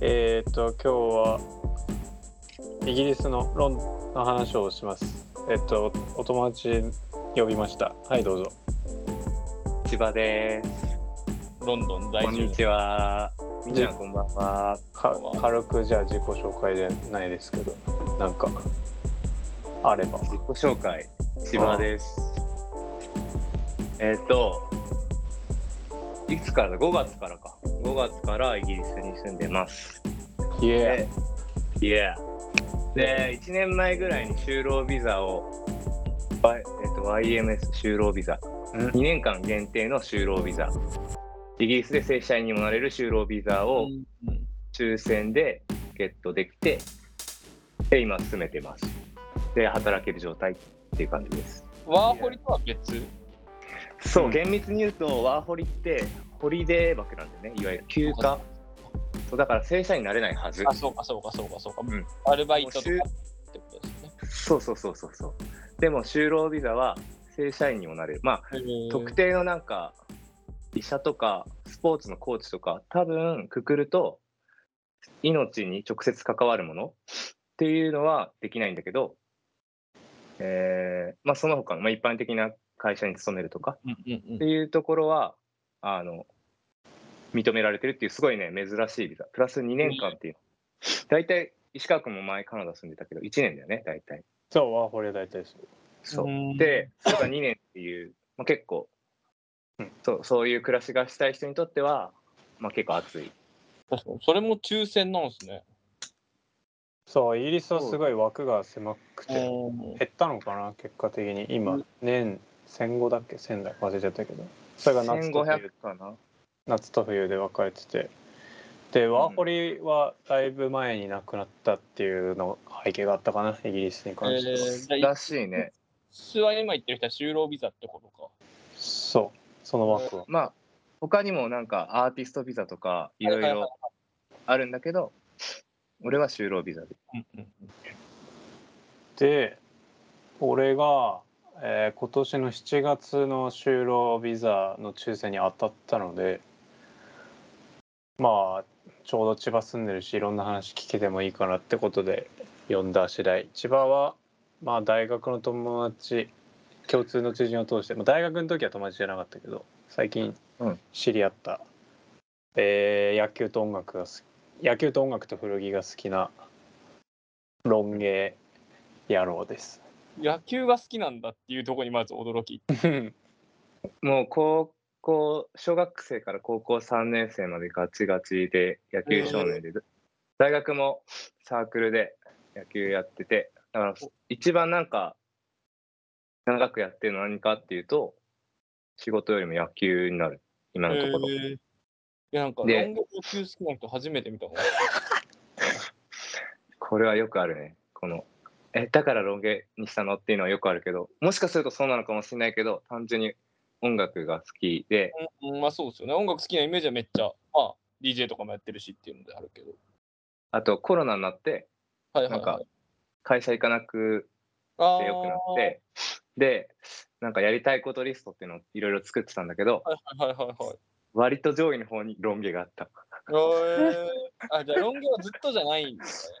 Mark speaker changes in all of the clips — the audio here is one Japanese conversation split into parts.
Speaker 1: えー、っと今日はイギリスのロンの話をします。えっとお友達呼びました。はいどうぞ。
Speaker 2: 千葉です。
Speaker 3: ロンドン在
Speaker 2: こん
Speaker 3: 住
Speaker 2: にちは。みんな
Speaker 1: じ
Speaker 2: こんばんは。
Speaker 1: か軽くじゃあ自己紹介じゃないですけどなんかあれば。
Speaker 2: 自己紹介。千葉です。えっ、と、いつからだ ?5 月からか。5月からイギリスに住んでます。
Speaker 1: いえ
Speaker 2: で、いや。で、1年前ぐらいに就労ビザを、Y- えっと YMS 就労ビザ。
Speaker 1: うん
Speaker 2: 2年間限定の就労ビザ。イギリスで正社員にもなれる就労ビザを、
Speaker 3: うん
Speaker 2: 抽選でゲットできて、で今進めてます。で、働ける状態っていう感じです。
Speaker 3: ワーホリとは別
Speaker 2: そう、
Speaker 1: うん
Speaker 2: 厳密に言うと、ワーホリって、ホリデー枠なんだよね、いわゆる休暇。そうだから正社員になれないはず。
Speaker 3: あ、そうか、そうか、そうか、そうか。
Speaker 2: ん
Speaker 3: アルバイトとかってことですね。
Speaker 2: そうそうそうそうそう。でも、就労ビザは正社員にもなれる。まあ、特定のなんか、医者とか、スポーツのコーチとか、多分くくると、命に直接関わるものっていうのはできないんだけど、えーまあ、その他の、まあ、一般的な会社に勤めるとか
Speaker 3: うんうん
Speaker 2: っていうところは、あの、認められてるっていう、すごいね、珍しいビザ。プラス2年間っていう。大体、石川君も前カナダ住んでたけど、1年だよね、大体。
Speaker 1: そうはこれ大体です。
Speaker 2: そうう。
Speaker 3: ん
Speaker 2: で、それが2年っていう、まあ、結構、そう、そういう暮らしがしたい人にとっては、まあ、結構熱い。
Speaker 3: 確かにそれも抽選なんですね。
Speaker 1: そうイギリスはすごい枠が狭くて。
Speaker 3: うん
Speaker 1: 減ったのかな結果的に
Speaker 3: う
Speaker 1: 今年1500だっけ1000だっけ忘れちゃったけどそれが夏と
Speaker 2: 1500
Speaker 1: 冬
Speaker 2: かな。
Speaker 1: 夏と冬で分かれててでワーホリはだいぶ前になくなったっていうの背景があったかなイギリスに関しては、
Speaker 3: えー
Speaker 2: らしいね。
Speaker 3: 普通は今言ってる人は就労ビザってことか。
Speaker 1: そうその枠は、
Speaker 2: まあ、他にもなんかアーティストビザとかいろい
Speaker 3: はいはいはい
Speaker 2: ろあるんだけど、俺は就労ビザで。
Speaker 3: うんうん
Speaker 1: で俺が、えー今年の7月の就労ビザの抽選に当たったのでまあちょうど千葉住んでるしいろんな話聞けてもいいかなってことで呼んだ次第千葉は、まあ、大学の友達共通の知人を通して、まあ、大学の時は友達じゃなかったけど最近
Speaker 2: うん
Speaker 1: 知り合った、えー野球と音楽が好き野球と音楽と古着が好きなロン毛野郎です。
Speaker 3: 野球が好きなんだっていうところにまず驚き。
Speaker 2: もう高校、小学生から高校3年生までガチガチで野球少年で、大学もサークルで野球やってて、だから一番なんか、長くやってるのは何かっていうと、仕事よりも野球になる、今のところ。
Speaker 3: へーいや、なんか、
Speaker 2: で
Speaker 3: ロング野球好きな人初めて見たもん。
Speaker 2: これはよくあるね。この、え、だからロン毛にしたのっていうのはよくあるけど、もしかするとそうなのかもしれないけど、単純に音楽が好きで、
Speaker 3: うん、まあそうですよね。音楽好きなイメージはめっちゃ、まあ、DJ とかもやってるしっていうのであるけど。
Speaker 2: あとコロナになって
Speaker 3: はいはい、はい。
Speaker 2: なんか会社行かなく
Speaker 3: あ
Speaker 2: て
Speaker 3: ー
Speaker 2: よくなって、で、なんかやりたいことリストっていうのをいろいろ作ってたんだけど、
Speaker 3: はいはいはいはい。
Speaker 2: 割と上位の方にロン毛があった。
Speaker 3: えー、あじゃあロン毛はずっとじゃないんです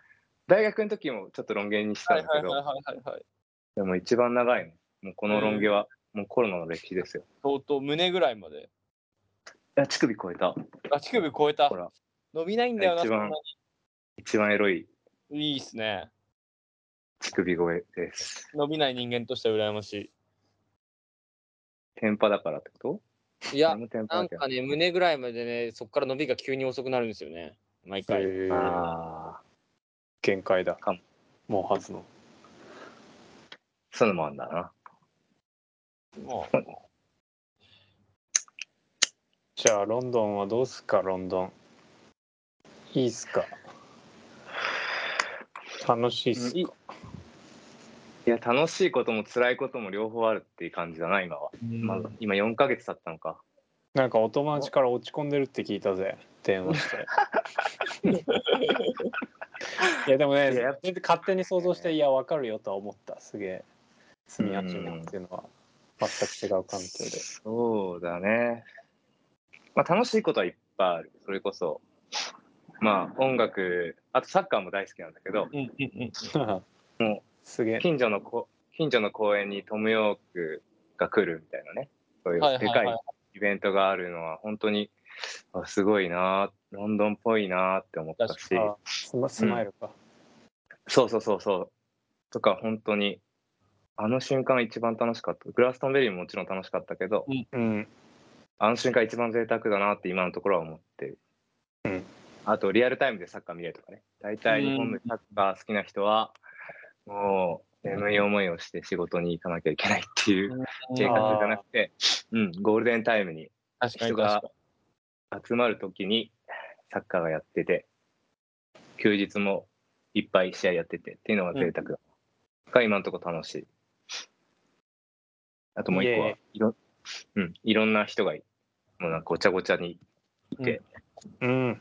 Speaker 2: 大学の時もちょっとロン毛にした
Speaker 3: か
Speaker 2: んだ
Speaker 3: ね。はい
Speaker 2: けど、
Speaker 3: はいはいはいはいはい。
Speaker 2: でも一番長いね。もうこのロン毛は、もうコロナの歴史ですよ。
Speaker 3: 相当胸ぐらいまで。
Speaker 2: いや、乳首超えた。
Speaker 3: あ、乳首超えた
Speaker 2: ほ。ら、
Speaker 3: 伸びないんだよな、
Speaker 2: 一
Speaker 3: そん
Speaker 2: 番
Speaker 3: なに。
Speaker 2: 一番エロい
Speaker 3: いいっすね。
Speaker 2: 乳首超えです。
Speaker 3: 伸びない人間としては羨まし
Speaker 2: テンパだからってこと
Speaker 3: い。いや
Speaker 2: 俺、もテンパ
Speaker 3: な
Speaker 2: だ
Speaker 3: ん
Speaker 2: けど
Speaker 3: かね、胸ぐらいまでね、そこから伸びが急に遅くなるんですよね。毎回。
Speaker 1: えー
Speaker 2: ああ、
Speaker 1: 限界だ
Speaker 2: かも。
Speaker 1: もう初の。
Speaker 2: そういうのもあんだな。
Speaker 3: もう
Speaker 1: じゃあロンドンはどうすかロンドン。いいっすか。楽しいっすか。
Speaker 2: いや、楽しいことも辛いことも両方あるっていう感じだな、今は。まあ、今4ヶ月経ったのか。
Speaker 1: なんかお友達から落ち込んでるって聞いたぜ。電話 して。いやでもね
Speaker 2: いややっぱ、
Speaker 1: 勝手に想像していやわかるよとは思った。すげえ。住み始めっていうのは全く違う環境で。
Speaker 2: そうだね。まあ、楽しいことはいっぱいある。それこそ、まあ音楽あとサッカーも大好きなんだけど
Speaker 3: うんうんうん。
Speaker 1: もう すげえ。
Speaker 2: 近所のこ近所の公園にトム・ヨークが来るみたいなねそうい
Speaker 3: はいは
Speaker 2: う
Speaker 3: いは
Speaker 2: で
Speaker 3: い
Speaker 2: かいイベントがあるのは本当にあすごいなロンドンっぽいなって思ったし
Speaker 3: 確
Speaker 1: あスマスマイルか。
Speaker 2: そうそうそうそうとか本当にあの瞬間一番楽しかったグラストンベリーももちろん楽しかったけど
Speaker 1: うん。
Speaker 2: あの瞬間一番贅沢だなって今のところは思ってる。
Speaker 1: うん
Speaker 2: あとリアルタイムでサッカー見れるとかね。大体日本でサッカー好きな人は、もう眠い思いをして仕事に行かなきゃいけないっていう生活じゃなくて、うん、ゴールデンタイムに
Speaker 3: 確かに
Speaker 2: 人
Speaker 3: 確か
Speaker 2: が集まる時にサッカーがやってて、休日もいっぱい試合やっててっていうのが贅沢だ。が今のところ楽しい。あともう
Speaker 1: イ
Speaker 2: 一個
Speaker 1: エー
Speaker 2: は
Speaker 1: イ
Speaker 2: いろ,、うん、いろんな人がいもうなんかごちゃごちゃに
Speaker 1: うん。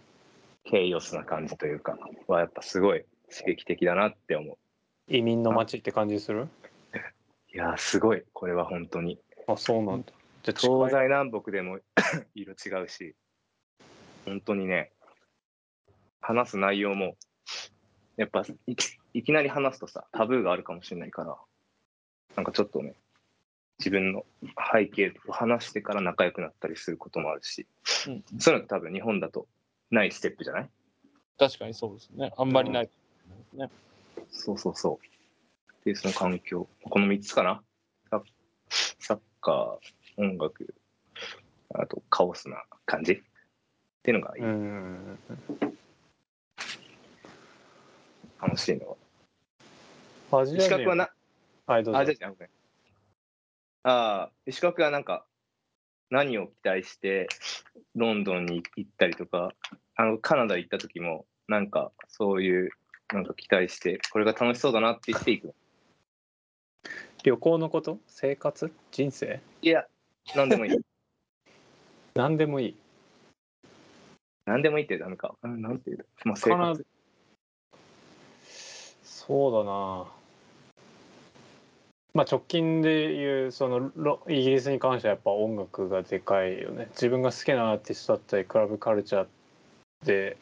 Speaker 2: ケイオスな感じというかはやっぱすごい刺激的だなって思
Speaker 1: 移民の街って感じする
Speaker 2: ういやーすごいこれは本当に
Speaker 1: あ、そうなんだ。じゃあ
Speaker 2: 東
Speaker 1: 近い
Speaker 2: 西南北でも 色違うし本当にね話す内容もやっぱいきいきなり話すとさタブーがあるかもしれないからなんかちょっとね自分の背景と話してから仲良くなったりすることもあるし、
Speaker 3: うん
Speaker 2: そういうのって多分日本だとないステップじゃない
Speaker 3: 確かにそうですね。あんまりない。ね、
Speaker 2: そうそうそう。で、その環境。この3つかなサッサッカー、音楽、あとカオスな感じっていうのがいい
Speaker 1: うん。
Speaker 2: 楽しいのは。
Speaker 1: アジア
Speaker 2: 石川君
Speaker 1: 人
Speaker 2: はな、
Speaker 1: はい、どうぞ
Speaker 2: あ、じゃあじゃあごめんああ、石川君はなんか、何を期待してロンドンに行ったりとか、あの、カナダ行った時も、なんか、そういう、なんか期待して、これが楽しそうだなって言っていくの
Speaker 1: 旅行のこと生活人生
Speaker 2: いや、なんでもいい。
Speaker 1: 何でもいい。
Speaker 2: 何でもいいってダメか。うんなんていうのまあ、生
Speaker 1: カナ
Speaker 2: 活。
Speaker 1: そうだなまあ直近でいうそのロイギリスに関してはやっぱ音楽がでかいよね自分が好きなアーティストだったりクラブカルチャーで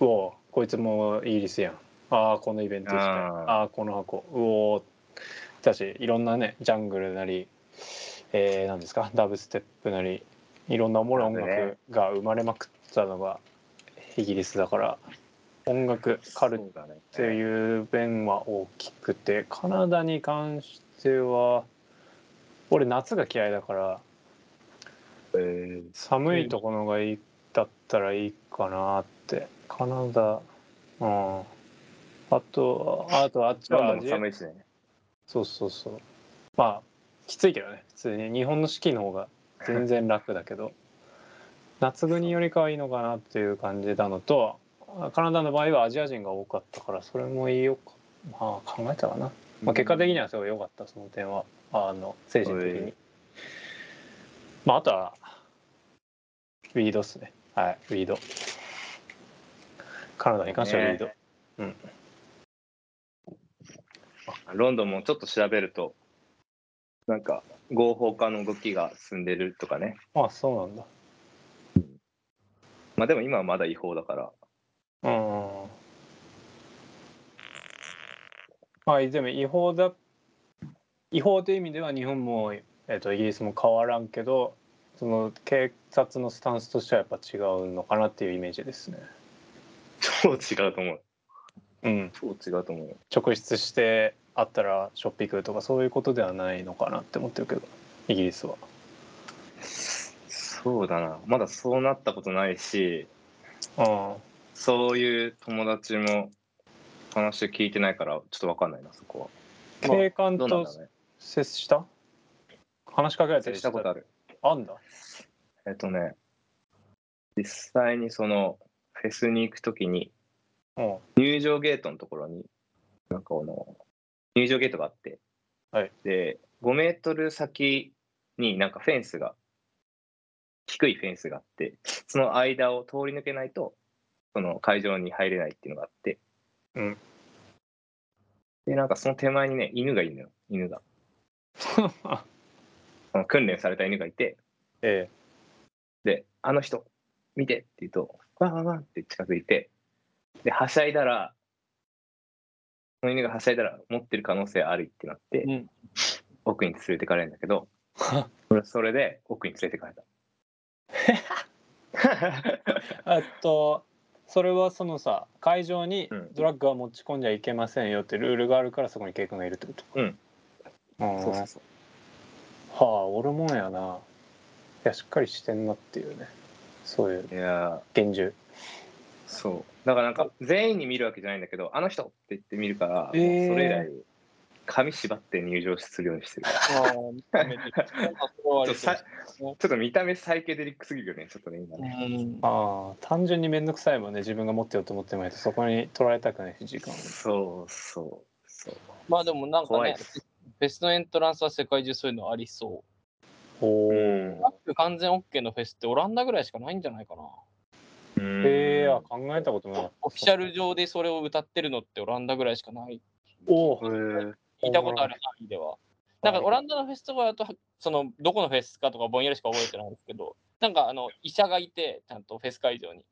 Speaker 1: うおーこいつもイギリスやんああこのイベント行きたい
Speaker 2: あー
Speaker 1: ああーこの箱うおーだしいろんなねジャングルなりえー、なんですかダブステップなりいろんなおもろい音
Speaker 2: ダブね
Speaker 1: 楽が生まれまくったのがイギリスだから音楽カルチャー
Speaker 2: そうだね
Speaker 1: っていう面は大きくてカナダに関しては俺夏が嫌いだから
Speaker 2: えー
Speaker 1: 寒いところがいいだったらいいかなってカナダうんあとあとあっち
Speaker 2: ロン
Speaker 1: はア
Speaker 2: ドンも
Speaker 1: ジア
Speaker 2: 寒いしね。
Speaker 1: そうそうそうまあきついけどね普通に日本の四季の方が全然楽だ けど夏国よりかはいいのかなっていう感じなのとカナダの場合はアジア人が多かったからそれもいいよかまあ考えたかな、まあ、結果的にはすごい良かったその点はあの精神的
Speaker 2: は
Speaker 1: に
Speaker 2: い、
Speaker 1: まああとはウィードっすねはいウィードカナダに関してはウィード、
Speaker 2: ロンドンもちょっと調べると、なんか合法化の動きが進んでるとかね。
Speaker 1: あそうなんだ
Speaker 2: まあでも今はまだ違法だから。
Speaker 1: うんまあでも違法だ違法という意味では日本も、えっとイギリスも変わらんけどその警察のスタンスとしてはやっぱ違うのかなっていうイメージですね。
Speaker 2: 超違うと思う。
Speaker 1: うん、
Speaker 2: 超違うと思うよ。
Speaker 1: 直出してあったらショッピングとかそういうことではないのかなって思ってるけどイギリスは。
Speaker 2: そうだな。まだそうなったことないし、
Speaker 1: うん
Speaker 2: そういう友達も話聞いてないから、ちょっとわかんないな、そこは。
Speaker 1: 警官
Speaker 2: どうなん
Speaker 1: と
Speaker 2: だろうね。
Speaker 1: 接した話しかけられた
Speaker 2: 接
Speaker 1: り
Speaker 2: したことある。
Speaker 1: あんだ
Speaker 2: えっとね、実際にそのフェスに行くときに、
Speaker 1: うん
Speaker 2: 入場ゲートのところに、なんかあの、入場ゲートがあって、
Speaker 1: はい
Speaker 2: で、5メートル先になんかフェンスが、低いフェンスがあって、その間を通り抜けないと、その会場に入れないっていうのがあって、
Speaker 1: うん
Speaker 2: で、なんかその手前にね、犬がいるのよ、犬が。その訓練された犬がいて、
Speaker 1: ええ
Speaker 2: で、あの人、見てって言うと、わーわーって近づいて、で、はしゃいだら、その犬がはしゃいだら持ってる可能性あるってなって、
Speaker 3: うん
Speaker 2: 奥に連れてかれるんだけ ど、俺はそれで奥に連れてかれた。
Speaker 1: えっとそれはそのさ会場に
Speaker 2: うん
Speaker 1: ドラッグは持ち込んじゃいけませんよってルールがあるからそこにケイ君がいるってこと
Speaker 2: うん
Speaker 1: うん
Speaker 2: そうそうそう。
Speaker 1: はあ俺もんやないやしっかりしてんなっていうねそういう
Speaker 2: いや
Speaker 1: 厳重
Speaker 2: ーそうだからなんか全員に見るわけじゃないんだけどあの人って言って見るから、
Speaker 1: えー
Speaker 2: もうそれ以来紙縛って入場するようにしてる
Speaker 3: あー認めてるまあ それはありそうですね
Speaker 2: ちょっと見た目サイケデリックすぎるよねちょっとね今ね、
Speaker 3: うん
Speaker 1: ああ単純に面倒くさいもんね自分が持ってようと思ってもいいとそこに取られたくないし時間を
Speaker 2: そうそうそう
Speaker 3: まあでもなんか
Speaker 2: 怖い
Speaker 3: ね
Speaker 2: です
Speaker 3: ベストエントランスは世界中そういうのありそ
Speaker 1: お
Speaker 2: う
Speaker 1: ー
Speaker 2: ん
Speaker 3: うラップ完全 OK のフェスってオランダぐらいしかないんじゃないかな
Speaker 1: へえあ考えたこともなかった
Speaker 3: オフィシャル上でそれを歌ってるのってオランダぐらいしかない
Speaker 1: お
Speaker 2: へ
Speaker 1: ー
Speaker 2: ー
Speaker 3: 聞いたことある範囲では。なんかオランダのフェスとかだと、そのどこのフェスかとかぼんやりしか覚えてないんですけど、なんかあの医者がいて、ちゃんとフェス会場に。
Speaker 2: う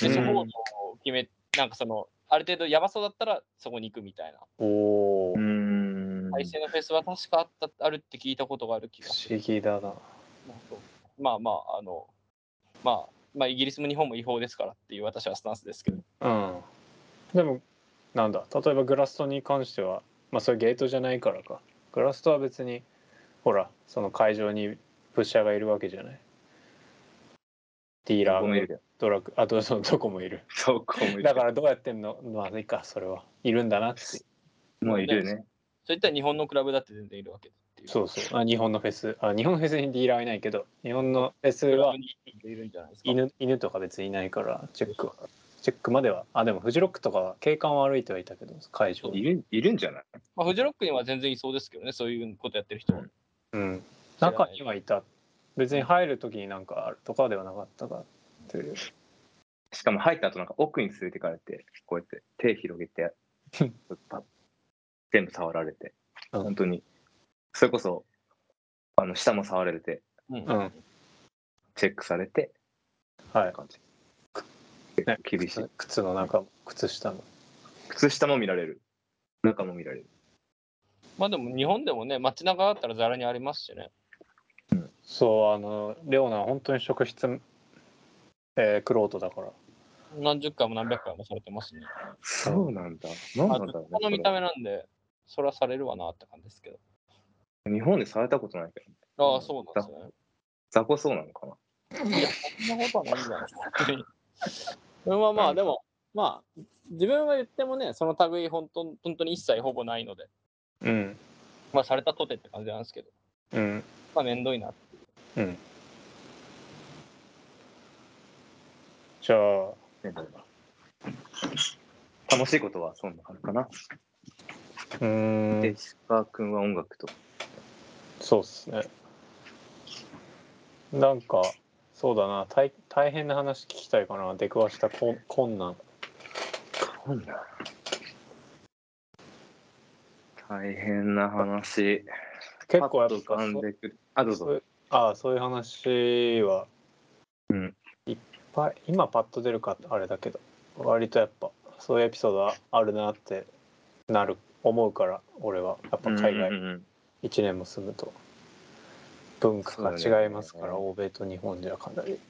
Speaker 3: で、
Speaker 2: ん
Speaker 3: そこを決め、なんかその、ある程度やばそうだったらそこに行くみたいな。
Speaker 1: おー
Speaker 2: う
Speaker 1: 不
Speaker 2: ん
Speaker 3: 対戦のフェスは確かあったあるって聞いたことがある気がす
Speaker 1: 思議だな
Speaker 3: る。まあまあ、あの、まあ、まあ、イギリスも日本も違法ですからっていう私はスタンスですけど、
Speaker 1: うんでもなんだ例えばグラストに関してはまあそれゲートじゃないからかグラストは別にほらその会場にプッシャーがいるわけじゃないディーラ
Speaker 2: ごめん
Speaker 1: ードラッグあとそのどこもいる
Speaker 2: そうこもいる
Speaker 1: だからどうやってんのまずいかそれはいるんだなって
Speaker 2: もういるよね
Speaker 3: そういったら日本のクラブだって全然いるわけっていう。
Speaker 1: そうそうあ日本のフェスあ日本のフェスにディーラーはいないけど日本のフェス
Speaker 3: クラ
Speaker 1: は
Speaker 3: ブにいるんじゃないですか。
Speaker 1: 犬犬とか別にいないからチェックはチェックまではあでもフジロックとかは景観を歩いてはいたけど会場
Speaker 2: いるいるんじゃない
Speaker 3: まあ、フジロックには全然いそうですけどね、そういうことやってる人は。
Speaker 1: うん中にはいた別に入る時になんかあるとかではなかったかっていう
Speaker 2: しかも入った後なんか奥に連れてかれてこうやって手広げてパッ全部触られて
Speaker 1: うん
Speaker 2: 本当にそれこそあの下も触られて
Speaker 3: うん
Speaker 1: うん
Speaker 2: チェックされて
Speaker 1: はい
Speaker 2: 感じ結構厳しい
Speaker 1: 靴靴の中も靴下も
Speaker 2: 靴下も見られる中も見られる
Speaker 3: まあでも日本でもね、街中だったらざらにありますしね。
Speaker 1: そうあのレオナは本当に職質えー、クロートだから
Speaker 3: 何十回も何百回もされてますね。
Speaker 2: そうなんだ何
Speaker 3: まあ、
Speaker 2: なん
Speaker 3: ず
Speaker 2: だ
Speaker 3: っと
Speaker 2: ろ
Speaker 3: こ
Speaker 2: う
Speaker 3: の
Speaker 2: ね
Speaker 3: 見た目なんで、それはされるわなって感じですけ
Speaker 2: これ日本でされたことないけど
Speaker 3: ど。ああ、そうなんですね。
Speaker 2: 雑魚そうなのかない
Speaker 3: や、そんなことはないんじゃないですか。それはまあ、でも、まあ、自分は言ってもね、その類本当、本当に一切ほぼないので、
Speaker 1: うん
Speaker 3: まあ、されたとてって感じなんですけど、
Speaker 1: うん
Speaker 3: まあ、面倒いな。
Speaker 1: うんじゃあ
Speaker 2: 楽しいことはそんな感じかな。
Speaker 1: うーん
Speaker 2: で、石川君は音楽と。
Speaker 1: そうっすね。なんか、そうだな、大大変な話聞きたいかな、出くわしたこん困難。
Speaker 2: 大変な話。
Speaker 1: 結構やっぱ
Speaker 2: パッと浮かん
Speaker 1: そ
Speaker 2: でくる。あ、どう
Speaker 1: そ
Speaker 2: ぞ。
Speaker 1: うああそういう話は、
Speaker 2: うん
Speaker 1: いっぱい、今パッと出るかあれだけど、割とやっぱ、そういうエピソードはあるなってなる、思うから、俺は、やっぱ海
Speaker 2: うん
Speaker 1: 外
Speaker 2: うんうん
Speaker 1: 1年も住むと、文化
Speaker 2: そうだ
Speaker 1: が
Speaker 2: ね
Speaker 1: 違いますから、欧米と日本ではかなり、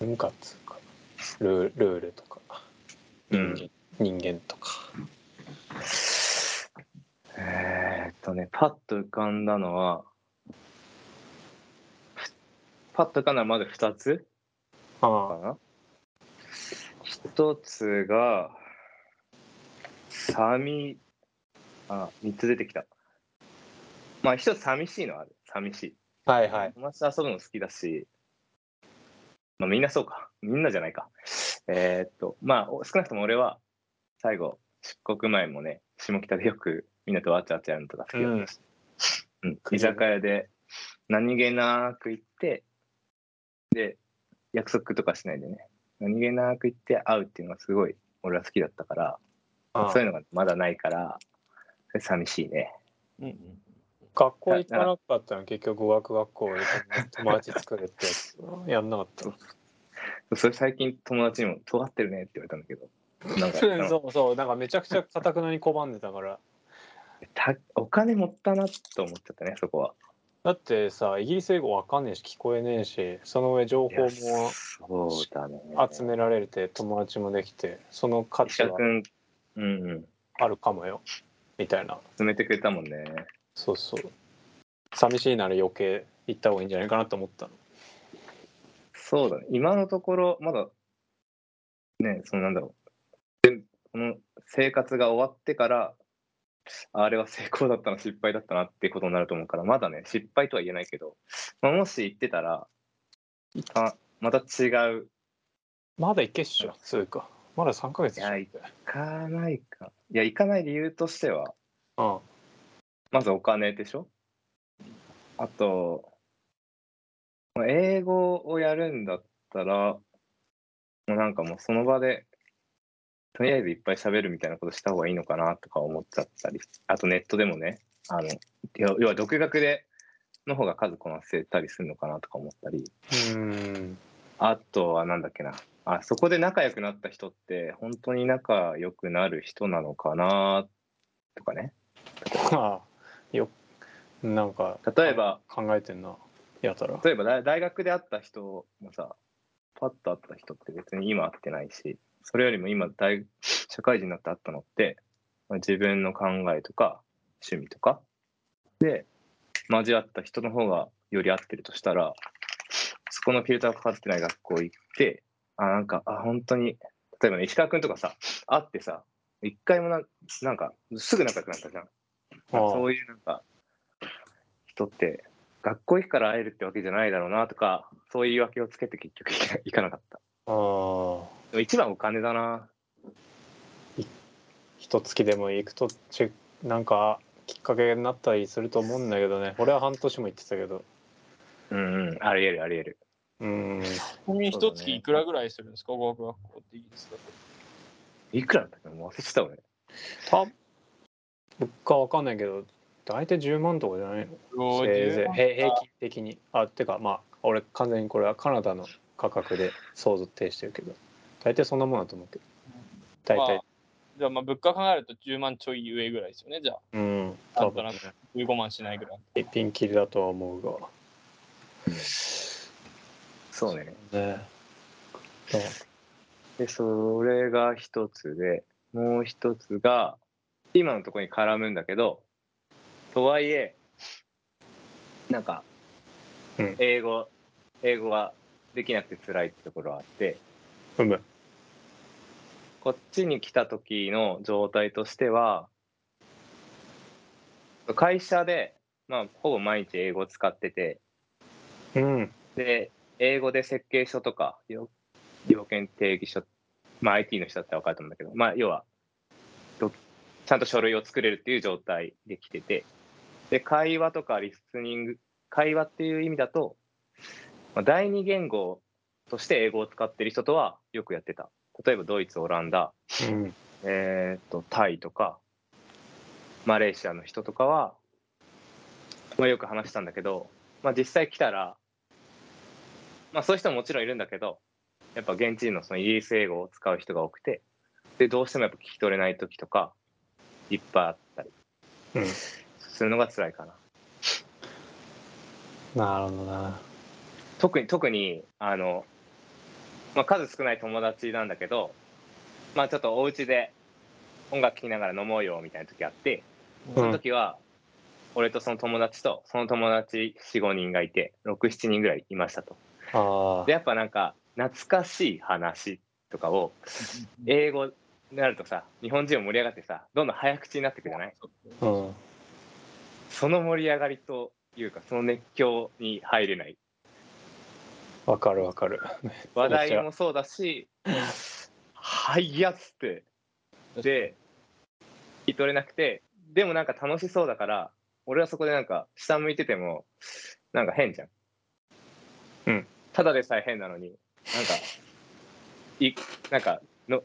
Speaker 1: 文化っつうか、ルールールとか。
Speaker 2: うん
Speaker 1: 人間人間とか
Speaker 2: えーっとね、パッと浮かんだのは、ふパッと浮かんだのはまず2つか
Speaker 1: あ
Speaker 2: な。1つが、寂、あ、3つ出てきた。まあ、1つ寂しいのはある。寂しい。
Speaker 1: あはいはい
Speaker 2: 友達と遊ぶの好きだし、まあ、みんなそうか。みんなじゃないか。えーっと、まあ、お少なくとも俺は、最後、出国前もね、下北でよくみんなとわちゃわちゃやるのとか好きだったし、うん居酒屋で何気なく行って、で、約束とかしないでね、何気なく行って会うっていうのがすごい俺は好きだったから、
Speaker 1: ああ
Speaker 2: そういうのがまだないから、それ寂しいね。
Speaker 3: うんうん。
Speaker 1: 学校行かなかったの結局語学学校で友達作るってやつやんなかったの
Speaker 2: それ最近友達にも尖ってるねって言われたんだけどなん か
Speaker 1: そうそうなんかめちゃくちゃかたくなに拒んでたから
Speaker 2: たお金持ったなと思っちゃったねそこは
Speaker 1: だってさイギリス英語わかんねえし聞こえねえしその上情
Speaker 2: い
Speaker 1: 報
Speaker 2: や
Speaker 1: も
Speaker 2: そうだね
Speaker 1: 集められて友達もできてその価
Speaker 2: 医
Speaker 1: 値
Speaker 2: 者
Speaker 1: は
Speaker 2: くんうんうん
Speaker 1: あるかもよみたいな
Speaker 2: 勧めてくれたもんね
Speaker 1: そうそう寂しいなら余計行った方がいいんじゃないかなと思ったの
Speaker 2: そうだね今のところまだねそのなんだろう全この生活が終わってからあれは成功だったな失敗だったなってことになると思うからまだね失敗とは言えないけど、まあ、もし行ってたらあまた違う
Speaker 1: まだ行けっしょ通かまだ3ヶ月でしょ
Speaker 2: いや行行かないかいや行かない理由としては
Speaker 1: うん
Speaker 2: まずお金でしょあと、まあ英語をやるんだったら、もうなんかもうその場で、とりあえずいっぱい喋るみたいなことした方がいいのかなとか思っちゃったり、あとネットでもね、あの、要要は独学での方が数こなせたりするのかなとか思ったり、
Speaker 1: うん
Speaker 2: あとはなんだっけな、あそこで仲良くなった人って、本当に仲良くなる人なのかなとかね。
Speaker 1: まあよなんか
Speaker 2: 例えば、
Speaker 1: 考えてんなやたら
Speaker 2: 例えば大大学で会った人もさパッと会った人って別に今会ってないしそれよりも今大社会人になって会ったのって、まあ、自分の考えとか趣味とかで交わった人の方がより合ってるとしたらそこのフィルターがかかってない学校行ってあなんかあ本当に例えばね石川君とかさ会ってさ一回もなんなんかすぐ仲良くなったじゃん
Speaker 1: ああ
Speaker 2: そういうなんか人って学校行くから会えるってわけじゃないだろうなとかそういう言い訳をつけて結局行か行 かなかった
Speaker 1: あー
Speaker 2: でも一番お金だな
Speaker 1: 一月でも行くとちなんかきっかけになったりすると思うんだけどね俺は半年も行ってたけど
Speaker 2: うんうんありえるありえる
Speaker 1: うん
Speaker 3: ちなみに
Speaker 2: そうだ
Speaker 3: 一
Speaker 2: ね
Speaker 3: 月いくらぐらいするんですか、語学学校ってイギリスだと。
Speaker 2: いくらだったかなもう忘れてた俺
Speaker 1: た物価わかんないけど大体10万とかじゃないのせいぜいへ平均的にあてかまあ俺完全にこれはカナダの価格で想像定してるけど大体そんなもんだと思うけど大
Speaker 3: ま
Speaker 1: 体、
Speaker 3: あじゃあ、まあ、物価考えると10万ちょい上ぐらいですよね。じゃあ、
Speaker 1: うん多
Speaker 3: な
Speaker 1: 分
Speaker 3: んと15万しないぐらい。
Speaker 1: ピンキリだとは思うが
Speaker 2: そうね
Speaker 1: ね
Speaker 2: でそれが一つでもう一つが今のところに絡むんだけどとはいえなんか
Speaker 1: うん
Speaker 2: 英語、英語ができなくて辛いってところはあって、
Speaker 1: うむ
Speaker 2: こっちに来た時の状態としては会社で、まあ、ほぼ毎日英語を使ってて
Speaker 1: うん
Speaker 2: で英語で設計書とか要要件定義書、まあ、IT の人だったら分かると思うんだけど、まあ、要はどちゃんと書類を作れるっていう状態で来ててで会話とかリスニング会話っていう意味だと、まあ、第二言語として英語を使ってる人とはよくやってた例えばドイツオランダ
Speaker 1: うん
Speaker 2: えー、とタイとかマレーシアの人とかは、まあ、よく話したんだけど、まあ、実際来たら、まあ、そういう人ももちろんいるんだけどやっぱ現地人のそのイギリス英語を使う人が多くてでどうしてもやっぱ聞き取れない時とかいっぱいあったり
Speaker 1: うん
Speaker 2: するのが辛いかな。
Speaker 1: なるほどな
Speaker 2: 特に特にあの、まあ、数少ない友達なんだけど、まあ、ちょっとお家で音楽聴きながら飲もうよみたいな時あって
Speaker 1: うん
Speaker 2: その時は、俺とその友達とその友達45人がいて67人ぐらいいましたと。
Speaker 1: あ
Speaker 2: でやっぱなんか懐かしい話とかを英語になるとさ日本人も盛り上がってさどんどん早口になってくじゃない
Speaker 1: あうん
Speaker 2: その盛り上がりというかその熱狂に入れない
Speaker 1: わかるわかる
Speaker 2: 話題もそうだし「はいや」っつってで聞き取れなくてでもなんか楽しそうだから俺はそこでなんか下向いててもなんか変じゃん
Speaker 1: うん
Speaker 2: ただでさえ変なのになんかいなんかの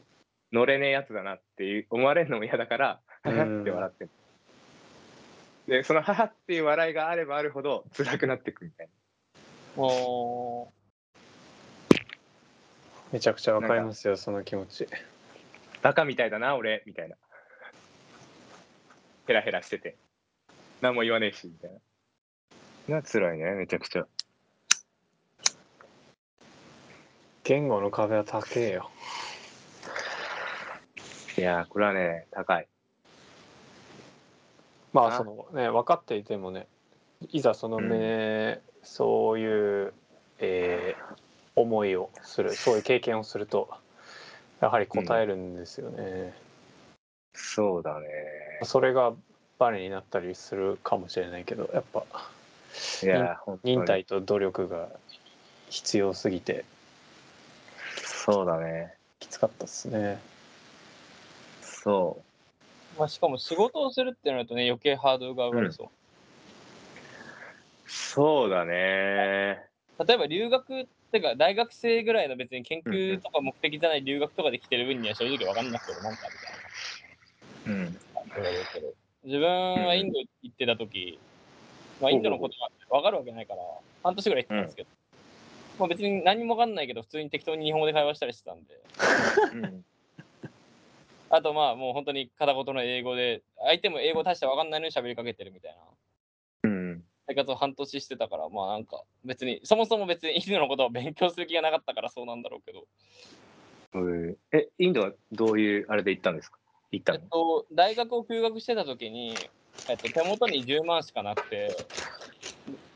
Speaker 2: 乗れねえやつだなっていう思われるのも嫌だから
Speaker 1: う
Speaker 2: は
Speaker 1: ん
Speaker 2: は って笑ってるでそのははっていう笑いがあればあるほど辛くなってくみたいな
Speaker 3: お
Speaker 1: めちゃくちゃわかりますよその気持ち
Speaker 2: バカみたいだな俺みたいなヘラヘラしてて何も言わねえしみたいなな辛いねめちゃくちゃ
Speaker 1: 言語の壁は高えよ
Speaker 2: いやーこれはね高い
Speaker 1: ま
Speaker 2: な
Speaker 1: あそのね分かっていてもねいざそのね、そういう、えー思いをするそういう経験をするとやはり答えるんですよね、
Speaker 2: そうだね
Speaker 1: それがバネになったりするかもしれないけどやっぱ
Speaker 2: いやー本当に
Speaker 1: 忍耐と努力が必要すぎて
Speaker 2: そうだね
Speaker 1: きつかったっすね
Speaker 2: そう
Speaker 3: まあ、しかも仕事をするってなるとね、余計ハードルが上がりそう。
Speaker 2: そうだね
Speaker 3: 例えば留学ってか、大学生ぐらいの別に研究とか目的じゃない留学とかで来てる分には正直わかんなくてもなんかみたいな。
Speaker 2: うん
Speaker 3: 自分はインド行ってた時、まあ、インドのことが分かるわけないから、半年ぐらい行ってたんですけど、まあ、別に何も分かんないけど、普通に適当に日本語で会話したりしてたんで、
Speaker 2: うん
Speaker 3: あとまあもう本当に片言の英語で、相手も英語大して分かんないのに喋りかけてるみたいな
Speaker 2: うん
Speaker 3: 生活を半年してたから、まあなんか別に、そもそも別にインドのことを勉強する気がなかったからそうなんだろうけど、
Speaker 2: うんえインドはどういうあれで行ったんですか行った
Speaker 3: え
Speaker 2: の
Speaker 3: っと、大学を休学してた時に、えっと、手元に10万しかなくて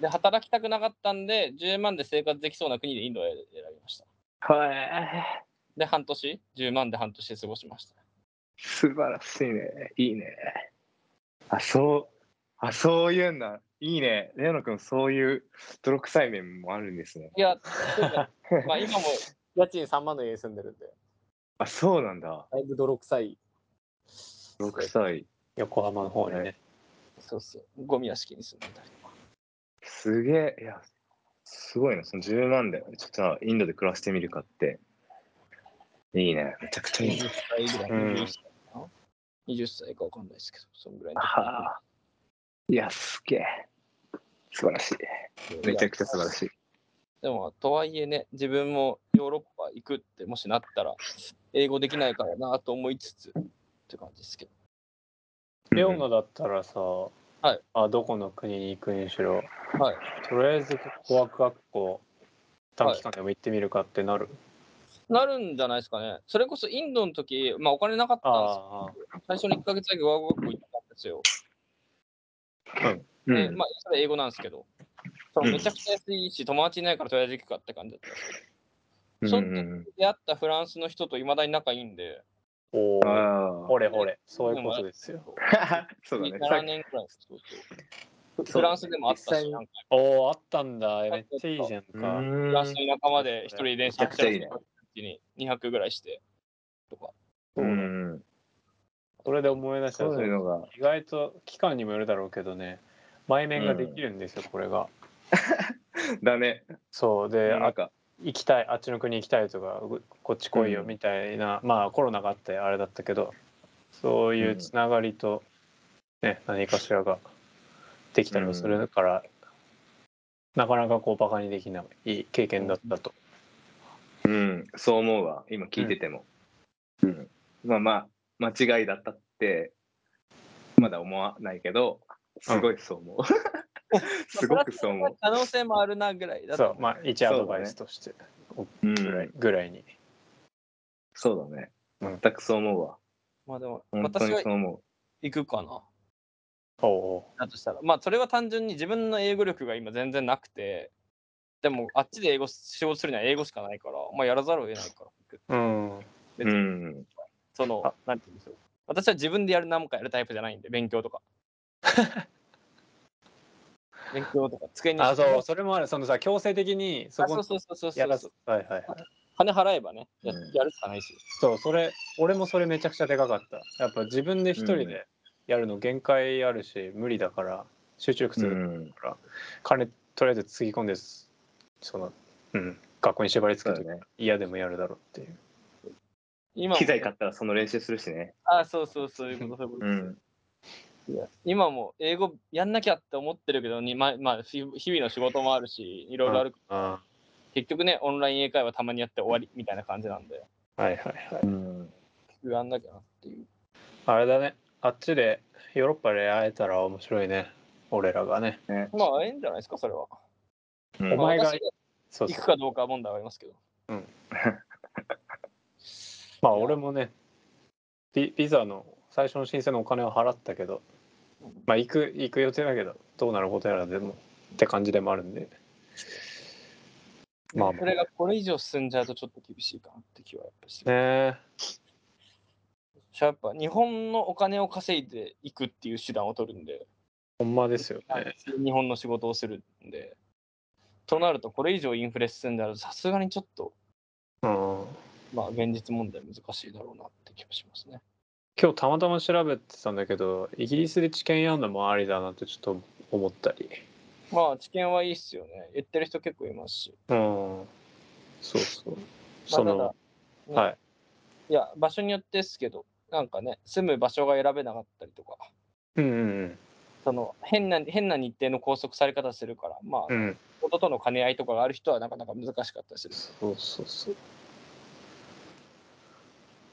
Speaker 3: で働きたくなかったんで10万で生活できそうな国でインドを選びました
Speaker 2: はい
Speaker 3: で半年10万で半年で過ごしました
Speaker 2: 素晴らしいねいいねあそうあそういうんだいいねレオナ君そういう泥臭い面もあるんですね
Speaker 3: いやというかまあ今も
Speaker 1: 家賃3万の家に住んでるんで
Speaker 2: あそうなんだ
Speaker 1: だいぶ泥臭い
Speaker 2: 泥臭い
Speaker 1: 横浜の方に
Speaker 2: は
Speaker 1: ね
Speaker 3: そうそうゴミ屋敷に住んでたりとか
Speaker 2: すげえいやすごいなその10万でちょっとなインドで暮らしてみるかっていいねめちゃくちゃいいね
Speaker 3: 20歳ぐらい、
Speaker 1: うん
Speaker 3: 20歳かな20歳かわかんないですけどそんぐらいの時
Speaker 2: ああいやすげえ素晴らしいめちゃくちゃ素晴らしい
Speaker 3: でも、とはいえね、自分もヨーロッパ行くって、もしなったら、英語できないからなと思いつつ、って感じですけど。
Speaker 1: レオナだったらさ、
Speaker 3: はい
Speaker 1: あどこの国に行くにしろ、
Speaker 3: はい
Speaker 1: とりあえず語学学校短期間でも行ってみるかってなる、
Speaker 3: なるんじゃないですかね。それこそインドの時、まあお金なかったん
Speaker 1: あ
Speaker 3: ですよ。最初の1ヶ月だけワーク学校行ったんですよ。
Speaker 2: うん
Speaker 3: で、まあ、それ英語なんですけど、そのめちゃくちゃ安いし、友達いないからとりあえず行くかって感じだったんですけ
Speaker 2: う
Speaker 3: そうんど。出会ったフランスの人といまだに仲いいんで、
Speaker 1: あお
Speaker 2: あ
Speaker 1: ー
Speaker 2: あ
Speaker 1: ほれほれそういうことですよ
Speaker 2: そうだね。さ
Speaker 3: 7
Speaker 2: っき
Speaker 3: 年くらいそうそう
Speaker 2: ね
Speaker 3: フランスでもあった
Speaker 2: 実際
Speaker 3: し、
Speaker 2: に
Speaker 3: なんか
Speaker 1: おおあったんだめっちゃいいじゃん
Speaker 2: う
Speaker 1: か、
Speaker 2: ーん
Speaker 3: フランスの田舎まで一人で電車
Speaker 2: めちゃくちゃいいね
Speaker 3: に2泊ぐらいしてとか。
Speaker 2: うん
Speaker 1: それで思い出した
Speaker 2: そういう
Speaker 1: 意
Speaker 2: のが。
Speaker 1: 外と期間にもよるだろうけどね前面ができるんですよ、これが
Speaker 2: だね。
Speaker 1: そうで、
Speaker 2: な
Speaker 1: あ
Speaker 2: んか、
Speaker 1: 行きたいあっちの国行きたいとかうこっち来いよ
Speaker 2: うん
Speaker 1: みたいな、まあコロナがあってあれだったけどそういうつながりと、ね、何かしらができたりもするから、なかなかこうバカにできないいい経験だったと。
Speaker 2: うん、そう思うわ。今聞いてても。うん。まあまあ、間違いだったって、まだ思わないけど、すごいそう思う。 すごくそう思う。
Speaker 3: 可能性もあるなぐらいだと
Speaker 1: そ
Speaker 3: 思
Speaker 1: うまあ一アドバイスとして
Speaker 2: う
Speaker 1: ぐらい,、
Speaker 2: ん、
Speaker 1: ぐらいに。
Speaker 2: そうだね。
Speaker 1: うん
Speaker 2: 全くそう思うわ。
Speaker 3: う。まあでも、
Speaker 2: 本当
Speaker 3: 私
Speaker 2: に
Speaker 3: は
Speaker 2: そう思
Speaker 3: 行くかな。
Speaker 1: おう
Speaker 3: だとしたら、まあそれは単純に自分の英語力が今全然なくて、でもあっちで英語仕事するには英語しかないから、まあやらざるを得ないから行く。
Speaker 1: おううん
Speaker 2: う。うん。
Speaker 3: その
Speaker 1: あ、
Speaker 3: なんて言うんでしょう。私は自分でやる何もかやるタイプじゃないんで、勉強 とか。勉強とか、机に
Speaker 1: あそうそれもあるそのさ強制的にそ
Speaker 3: あ
Speaker 1: こ
Speaker 3: そうそうそうそうそ
Speaker 1: やら
Speaker 3: う
Speaker 1: す。はいはいはい
Speaker 3: 金払えばね、や
Speaker 2: うん
Speaker 3: やるしかないし。
Speaker 1: そうそれ俺もそれめちゃくちゃでかかったやっぱ自分で一人でやるの限界あるし、無理だから集中力す
Speaker 2: う
Speaker 1: る
Speaker 2: ん。
Speaker 1: から、金とりあえずつぎ込んでその、うん、学校に縛り付
Speaker 2: そう
Speaker 1: け
Speaker 2: だ
Speaker 1: て
Speaker 2: ね。
Speaker 1: 嫌でもやるだろうっていう
Speaker 3: 今も
Speaker 2: 機材買ったらその練習するしね。
Speaker 3: あ、そうそう、そういうこと、そういうこと
Speaker 2: う
Speaker 3: です。
Speaker 2: ん。
Speaker 3: いや今も英語やんなきゃって思ってるけどに、ままあ、ひ日々の仕事もあるし、いろいろある
Speaker 1: あ
Speaker 3: 結局ね、オンライン英会話たまにやって終わりみたいな感じなんで、
Speaker 1: はいはいはい
Speaker 2: うん
Speaker 3: 不安だけどなっていう。
Speaker 1: あれだねあっちでヨーロッパで会えたら面白いね俺らがね
Speaker 2: ね
Speaker 3: まあ、ええんじゃないですか、それは。
Speaker 2: うん
Speaker 1: お前が
Speaker 3: まあ私
Speaker 1: そう
Speaker 3: 行
Speaker 1: そ
Speaker 3: く
Speaker 1: う
Speaker 3: かどうかは問題はありますけど。
Speaker 1: まあ俺もねビビザの最初の申請のお金は払ったけどまあ行く行く予定だけどどうなることやらでもって感じでもあるんでまあま
Speaker 3: そ
Speaker 1: あ
Speaker 3: れがこれ以上進んじゃうとちょっと厳しいかなって気はやっぱしてる。
Speaker 1: ね
Speaker 3: やっぱ日本のお金を稼いでいくっていう手段を取るんで、
Speaker 1: ほんまですよね
Speaker 3: 日本の仕事をするんで、となるとこれ以上インフレ進んだらさすがにちょっと、
Speaker 1: うん
Speaker 3: まあ現実問題難しいだろうなって気はしますね。
Speaker 1: 今日たまたま調べてたんだけどイギリスで治験やるのもありだなってちょっと思ったり
Speaker 3: まあ知見はいいっすよね。言ってる人結構いますし。
Speaker 1: うんそうそう
Speaker 3: まあ
Speaker 1: その、
Speaker 3: ただね
Speaker 1: はい
Speaker 3: いや、場所によってですけど、なんかね、住む場所が選べなかったりとか、
Speaker 1: うんうん
Speaker 3: その変な変な日程の拘束され方するから、まあ、
Speaker 1: うんうん
Speaker 3: 音との兼ね合いとかがある人はなかなか難しかったりする。
Speaker 1: そうそうそう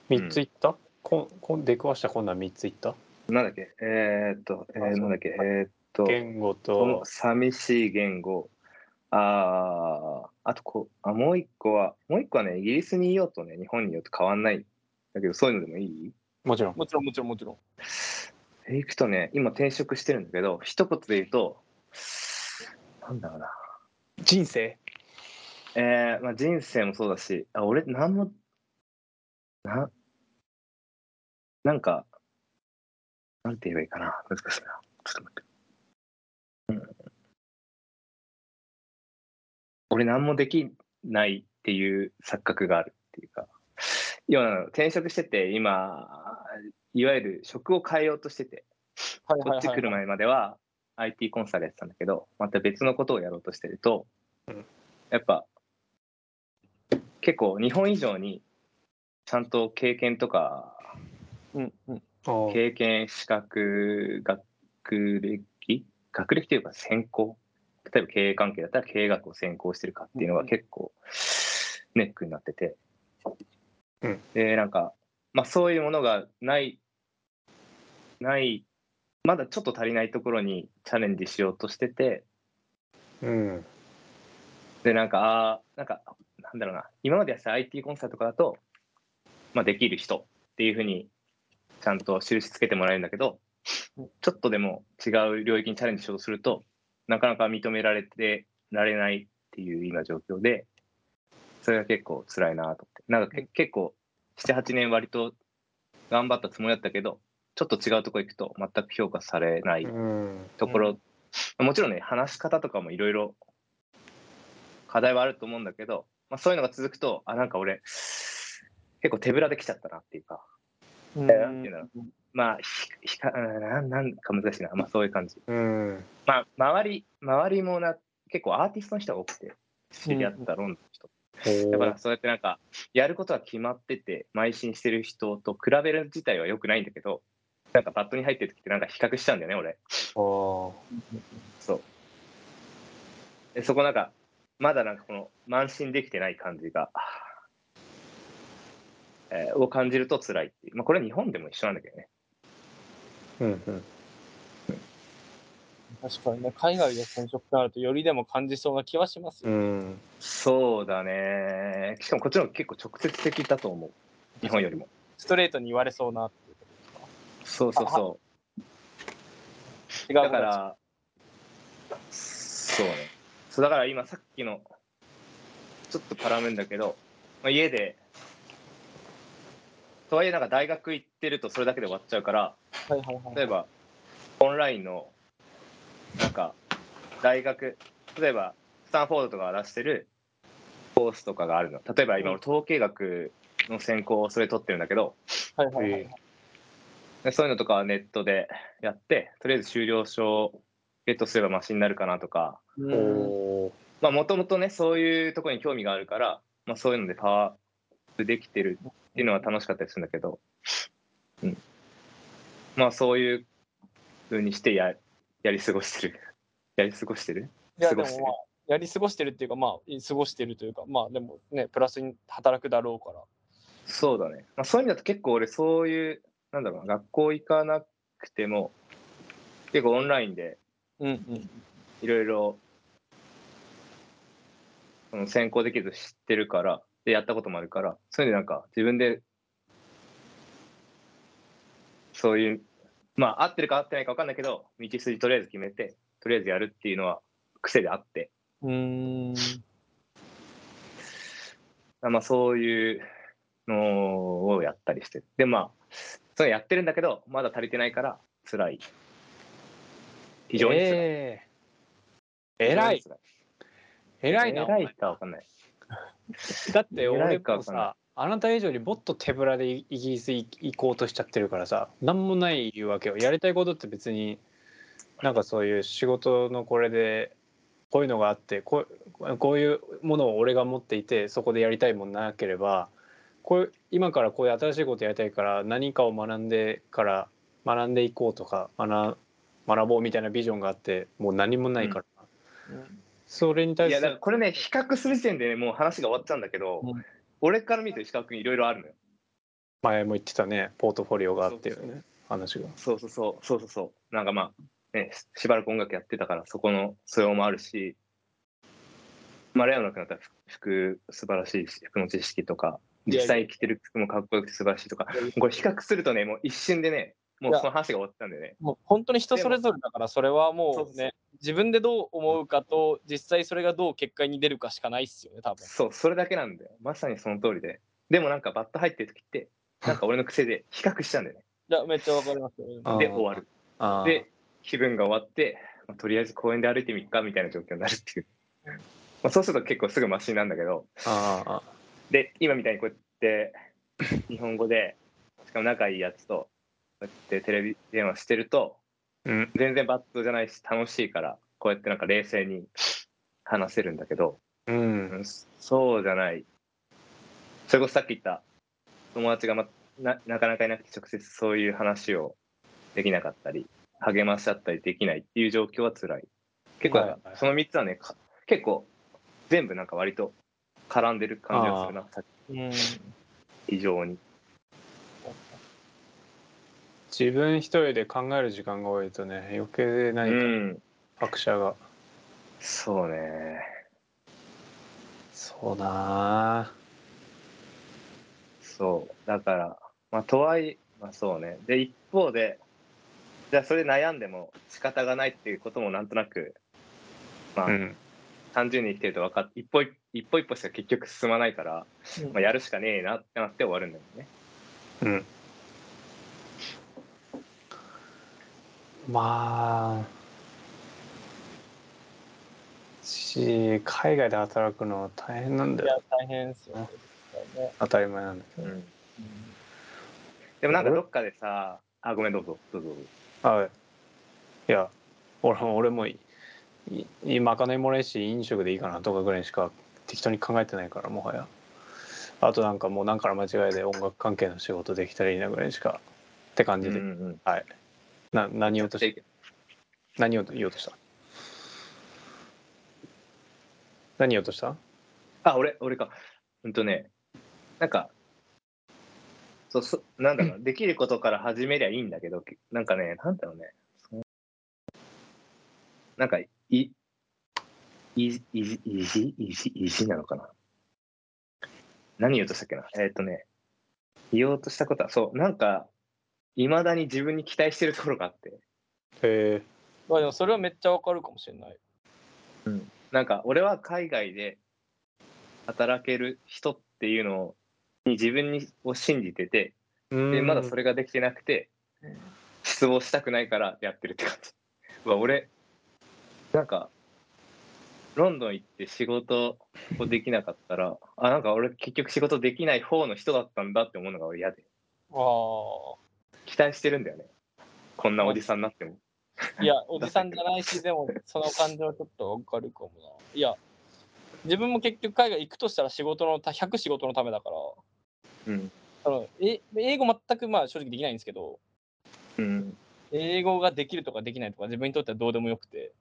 Speaker 1: 3ついった、こんこん出くわしたこんなん3ついった
Speaker 2: なんだっけえーっと、え
Speaker 1: あそ
Speaker 2: ー、
Speaker 1: う
Speaker 2: なんだっけえーっと、
Speaker 1: 言語
Speaker 2: その
Speaker 1: と
Speaker 2: 寂しい言語。ああ、あとこうあ、もう一個は、もう一個はね、イギリスにいようとね、日本にいようと変わんない。だけど、そういうのでもいい
Speaker 1: もちろん
Speaker 3: もちろんもちろんもちろん。
Speaker 2: え行くとね、今転職してるんだけど、一言で言うと、なんだろうな。
Speaker 1: 人生
Speaker 2: えーまあ、人生もそうだし、あ俺、なんも、な、なんか、なんて言えばいいかな。難しいな。ちょっと待って。うん、俺、なんもできないっていう錯覚があるっていうか、要は転職してて、今、いわゆる職を変えようとしてて、
Speaker 3: はい
Speaker 2: こっち来る前までは IT コンサルやってたんだけど、また別のことをやろうとしてると
Speaker 1: うん、
Speaker 2: やっぱ結構日本以上にちゃんと経験とか、
Speaker 3: うんうん。
Speaker 1: あー
Speaker 2: 経験、資格、学歴、学歴というか専攻、例えば経営関係だったら経営学を専攻してるかっていうのが結構ネックになってて、
Speaker 1: うん
Speaker 2: で、なんか、まあそういうものがない、ない、まだちょっと足りないところにチャレンジしようとしてて、
Speaker 1: うん
Speaker 2: で、なんか、ああ、なんか、なんだろうな、今までやってた IT コンサルとかだと、まあ、できる人っていうふうに、ちゃんと印つけてもらえるんだけど、ちょっとでも違う領域にチャレンジしようとすると、なかなか認められてられないっていう今状況で、それが結構辛いなと思って。なんかけ結構、7、8年割と頑張ったつもりだったけど、ちょっと違うとこ行くと全く評価されない
Speaker 1: うん
Speaker 2: ところ、もちろんね話し方とかもいろいろ課題はあると思うんだけど、まあ、そういうのが続くとあなんか俺結構手ぶらできちゃったなっていうか
Speaker 3: うん
Speaker 2: なんていうのまあひひかななんか難しいな、まあ、そういう感じ、
Speaker 1: うん
Speaker 2: まあ、周り周りもな結構アーティストの人が多くて知り合ったロンドンの人、だからそうやってなんかやることは決まってて邁進してる人と比べる自体は良くないんだけどなんかパッドに入ってる時ってなんか比較しちゃうんだよね俺
Speaker 1: おー
Speaker 2: そう。でそこなんか、まだなんかこの、慢心できてない感じが、えーを感じると辛いっていう。まあこれは日本でも一緒なんだけどね。
Speaker 1: うんうん
Speaker 3: 確かにね、海外で転職となるとよりでも感じそうな気はします
Speaker 1: う
Speaker 3: よ。
Speaker 1: ん
Speaker 2: そうだね。しかもこっちの方が結構直接的だと思う。日本よりも。
Speaker 3: ストレートに言われそうなっていうことですか
Speaker 2: そうそうそ
Speaker 3: 違
Speaker 2: う。
Speaker 3: うこ
Speaker 2: だ
Speaker 3: と
Speaker 2: から、そうね。そうだから今さっきの、ちょっと絡むんだけど、まあ、家で、とはいえなんか大学行ってるとそれだけで終わっちゃうから、
Speaker 3: はいはいは
Speaker 2: 例
Speaker 3: い。
Speaker 2: えばオンラインのなんか大学例えばスタンフォードとかが出してるコースとかがあるの例えば今俺統計学の専攻をそれ取ってるんだけど
Speaker 3: はいはいはい。
Speaker 2: でそういうのとかはネットでやってとりあえず修了証をゲットすればマシになるかなとか
Speaker 1: お
Speaker 3: うん
Speaker 1: お
Speaker 2: まあもともとねそういうところに興味があるから、まあ、そういうのでパワーアップできてるっていうのは楽しかったりするんだけど、うん、まあそういうふうにしてややり過ごしてる やり過ごしてる
Speaker 3: いや
Speaker 2: 過
Speaker 3: で
Speaker 2: ごして
Speaker 3: も
Speaker 2: る
Speaker 3: まあ、やり過ごしてるっていうか、まあ、過ごしてるというか、まあ、でもね、プラスに働くだろうから。
Speaker 2: そうだね、まあ、そういう意味だと結構俺そういうなんだろうな学校行かなくても結構オンラインで
Speaker 3: うんうん。
Speaker 2: いろいろその先行できると知ってるからでやったこともあるからそういうのなんか自分でそういうまあ合ってるか合ってないか分かんないけど道筋とりあえず決めてとりあえずやるっていうのは癖であって
Speaker 3: うーん。
Speaker 2: まあ、そういうのをやったりしてでまあそれやってるんだけどまだ足りてないから辛い非常に辛い、
Speaker 1: えー偉い
Speaker 2: 非常に辛
Speaker 1: 偉いなお前
Speaker 2: 偉いかわかんない
Speaker 1: だって
Speaker 2: 偉
Speaker 1: 俺
Speaker 2: いか
Speaker 1: も
Speaker 2: わかんない
Speaker 1: さあなた以上にもっと手ぶらでイイギリス行こうとしちゃってるからさ何もないわけよやりたいことって別になんかそういう仕事のこれでこういうのがあってこうこういうものを俺が持っていてそこでやりたいもんなければこういう今からこういう新しいことやりたいから何かを学んでから学んでいこうとか学学ぼうみたいなビジョンがあってもう何もないから、それに対
Speaker 2: い
Speaker 1: し
Speaker 2: やだか
Speaker 1: て
Speaker 2: らこれね比較する時点でねもう話が終わっちゃうんだけど、
Speaker 3: うん
Speaker 2: 俺から見てる資格にいろいろあるのよ
Speaker 1: 前も言ってたねポートフォリオがあっていうね話が。
Speaker 2: そうそうそうそうそうそうなんかまあねししばらく音楽やってたからそこの素養もあるしまあレオなくなったら服素晴らしいし服の知識とか
Speaker 3: い
Speaker 2: 実
Speaker 3: やいや
Speaker 2: 際着てる服もかっこよくて素晴らしいとかこれ比較するとねもう一瞬でねもうその話が終わったんでね
Speaker 3: もう本当に人それぞれだから、それは
Speaker 2: そう
Speaker 3: も
Speaker 2: そうう
Speaker 3: ね、自分でどう思うかと、実際それがどう結果に出るかしかないっすよね、多分。
Speaker 2: そうそれだけなんだよまさにその通りででもなんかバット入ってる時ってなんか俺の癖で比較しちゃうんだよね
Speaker 3: いや、めっちゃわかりますよ。
Speaker 1: あ
Speaker 2: で終わる
Speaker 1: あー
Speaker 2: で気分が終わって、まあ、とりあえず公園で歩いてみっかみたいな状況になるっていう、 まあ、そうすると結構すぐマシになるんだけど
Speaker 1: あーあ
Speaker 2: で今みたいにこうやって 日本語でしかも仲いいやつとこうやってテレビ電話してると
Speaker 1: ーうん
Speaker 2: 全然バットじゃないし楽しいからこうやってなんか冷静に話せるんだけど
Speaker 1: う
Speaker 2: うんんそうじゃない。それこそさっき言った友達が、ま、ななかなかいなくて直接そういう話をできなかったり励まし合ったりできないっていう状況は辛い。結構、
Speaker 1: はいはい
Speaker 2: その3つはねか結構全部なんか割と絡んでる感じがするなさっ
Speaker 3: うん。
Speaker 2: き非常に。
Speaker 1: 自分一人で考える時間が多いとね余計
Speaker 2: う
Speaker 1: 何
Speaker 2: ん
Speaker 1: か拍車が、
Speaker 2: そうね。
Speaker 1: そうな
Speaker 2: そうだからまあとはいえ、まあ、そうねで一方でじゃあそれ悩んでも仕方がないっていうこともなんとなくまあ、
Speaker 1: あうん
Speaker 2: 30年生きてると分かっ一歩一一歩一歩しか結局進まないから、まあ、やるしかねえなってなって終わるんだよね。
Speaker 1: うんまあし海外で働くのは大変なん
Speaker 3: い
Speaker 1: だ
Speaker 3: や
Speaker 1: よ、
Speaker 3: 大変ですよね。
Speaker 1: 当たり前なんだけど、
Speaker 2: でもなんかどっかでさあごめんどうぞどうぞどうぞ
Speaker 1: あいや俺も俺もいいまかないもないし飲食でいいかなとかぐらいしか適当に考えてないからもはやあとなんかもう何から間違いで音楽関係の仕事できたらいいなぐらいしかって感じで、
Speaker 2: うんうん
Speaker 1: はいな何をとし
Speaker 2: で
Speaker 1: 何を言おうとした何言おうとした
Speaker 2: あ俺俺かうんとねなんかそうそなんだろうなできることから始めりゃいいんだけどけなんかねなんだろうねそうなんかいいいじいじいじいじいじなのかな何言おうとしたっけなえーっ、とね言おうとしたことはそうなんかいまだに自分に期待してるところがあって
Speaker 1: へえ
Speaker 3: まあでもそれはめっちゃわかるかもしれない。
Speaker 2: なんか俺は海外で働ける人っていうのをに自分にを信じててでまだそ
Speaker 1: れ
Speaker 2: れができてなくて失望したくないからやってるって感じ。 うわ俺なんかロンドン行って仕事をできなかったらあなんか俺結局仕事できない方の人だったんだって思うのが俺嫌で
Speaker 3: あ
Speaker 2: 期待してるんだよねこんなおじさんになっても。
Speaker 3: あ。いや、おじさんじゃないし、でもその感じはちょっとわかるかもな。いや、自分も結局海外行くとしたら仕事のた、100仕事のためだから、
Speaker 2: うん
Speaker 3: あのえ英語全くまあ正直できないんですけど、
Speaker 2: うん
Speaker 3: 英語ができるとかできないとか自分にとってはどうでもよくて、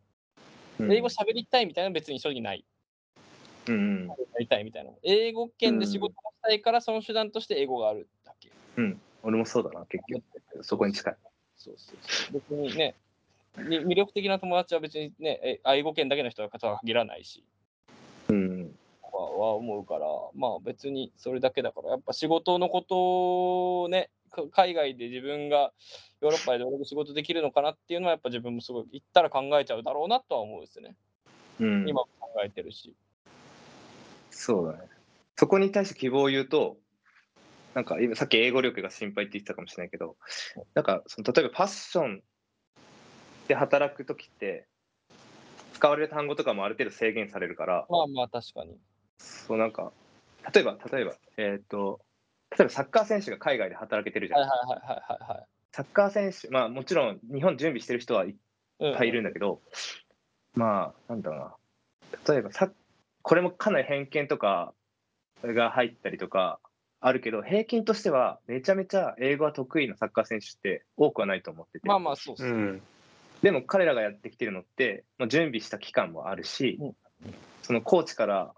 Speaker 2: うん
Speaker 3: 英語喋りたいみたいなのは別に正直ない。
Speaker 2: うん
Speaker 3: やりたいみたいな。英語圏で仕事をしたいから、その手段として英語があるだけ。
Speaker 2: うん俺もそうだな結局そこに近い
Speaker 3: そうそうそう。別にね、に魅力的な友達は別にね、え愛語圏だけの人は方は限らないし、
Speaker 2: うん
Speaker 3: はは思うから、まあ別にそれだけだから、やっぱ仕事のことをね、か海外で自分がヨーロッパでどれだけ仕事できるのかなっていうのは、やっぱ自分もすごい行ったら考えちゃうだろうなとは思うですね。
Speaker 2: うん
Speaker 3: 今も考えてるし。
Speaker 2: そうだねそこに対して希望を言うとなんか今さっき英語力が心配って言ってたかもしれないけどなんかその例えばファッションで働く時って使われる単語とかもある程度制限されるから
Speaker 3: まあまあ確かに。
Speaker 2: そうなんか例えば例えばえっ、と例えばサッカー選手が海外で働けてるじゃん
Speaker 3: はいはいはいはいはいはい。
Speaker 2: サッカー選手、まあもちろん日本準備してる人はいっ
Speaker 3: うん
Speaker 2: ぱいいるんだけど、まあ、なんだろうな、例えばさ、これもかなり偏見とかが入ったりとかあるけど、平均としてはめちゃめちゃ英語は得意なサッカー選手って多くはないと思ってて、
Speaker 3: まあまあそうです
Speaker 1: う
Speaker 3: ね。
Speaker 1: ん
Speaker 2: でも彼らがやってきてるのって、まあ、準備した期間もあるし、
Speaker 3: うん
Speaker 2: そのコーチから、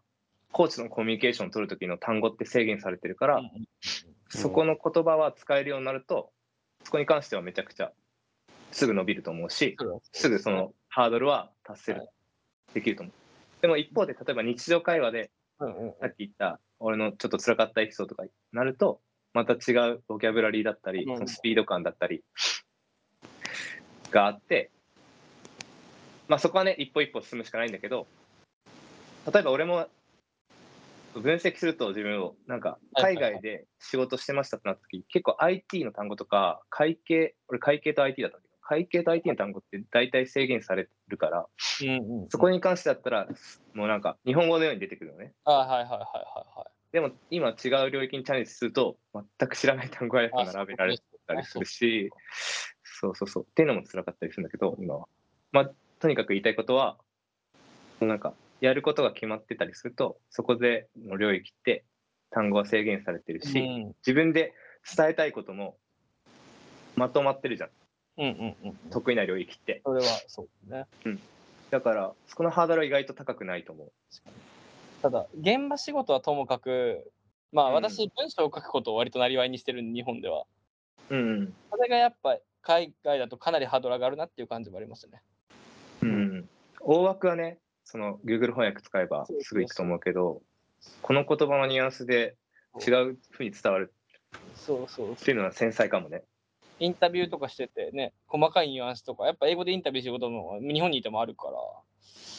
Speaker 2: コーチとのコミュニケーションを取る時の単語って制限されてるから、
Speaker 3: うんうん
Speaker 2: そこの言葉は使えるようになると、そこに関してはめちゃくちゃすぐ伸びると思うし、すぐそのハードルは達せる、
Speaker 3: は
Speaker 2: できると思う。でも一方で、例えば日常会話で、
Speaker 3: うんうん
Speaker 2: さっき言った、俺のちょっと辛かったエピソードとかになると、また違うボキャブラリーだったり、
Speaker 3: うん
Speaker 2: そのスピード感だったりがあって、まあそこはね、一歩一歩進むしかないんだけど、例えば俺も分析すると自分を、なんか
Speaker 3: はい
Speaker 2: 海
Speaker 3: はいは
Speaker 2: 外
Speaker 3: い
Speaker 2: で仕事してましたってなった時、結構 IT の単語とか、会計、俺会計と IT だったんだけど、会計と IT の単語って大体制限されるから、
Speaker 3: うんうん。
Speaker 2: そこに関してだったら、もうなんか日本語のように出てくるよね。
Speaker 3: あはいはいはいはいはい。
Speaker 2: でも今違う領域にチャレンジすると全く知らない単語がやっぱ並べられたりするしそうそうそうっていうのも辛かったりするんだけど今はまあとにかく言いたいことはなんかやることが決まってたりするとそこでの領域って単語は制限されてるし、
Speaker 3: うん
Speaker 2: 自分で伝えたいこともまとまってるじゃん
Speaker 3: うんうんうん。
Speaker 2: 得意な領域って
Speaker 3: それはそうですね。
Speaker 2: だからそこのハードルは意外と高くないと思う
Speaker 3: ただ、現場仕事はともかく、まあ
Speaker 2: うん
Speaker 3: 私、文章を書くことを割となりわいにしてる日本では。
Speaker 2: うん
Speaker 3: それがやっぱ海外だとかなりハードル上がるなっていう感じもありますね。
Speaker 2: うん、うん、大枠はねその Google 翻訳使えばすぐいくと思うけどこの言葉のニュアンスで違うふうに伝わる
Speaker 3: そうそう
Speaker 2: っていうのは繊細かもね。
Speaker 3: インタビューとかしててね、細かいニュアンスとか、やっぱ英語でインタビュー仕事も日本にいてもあるか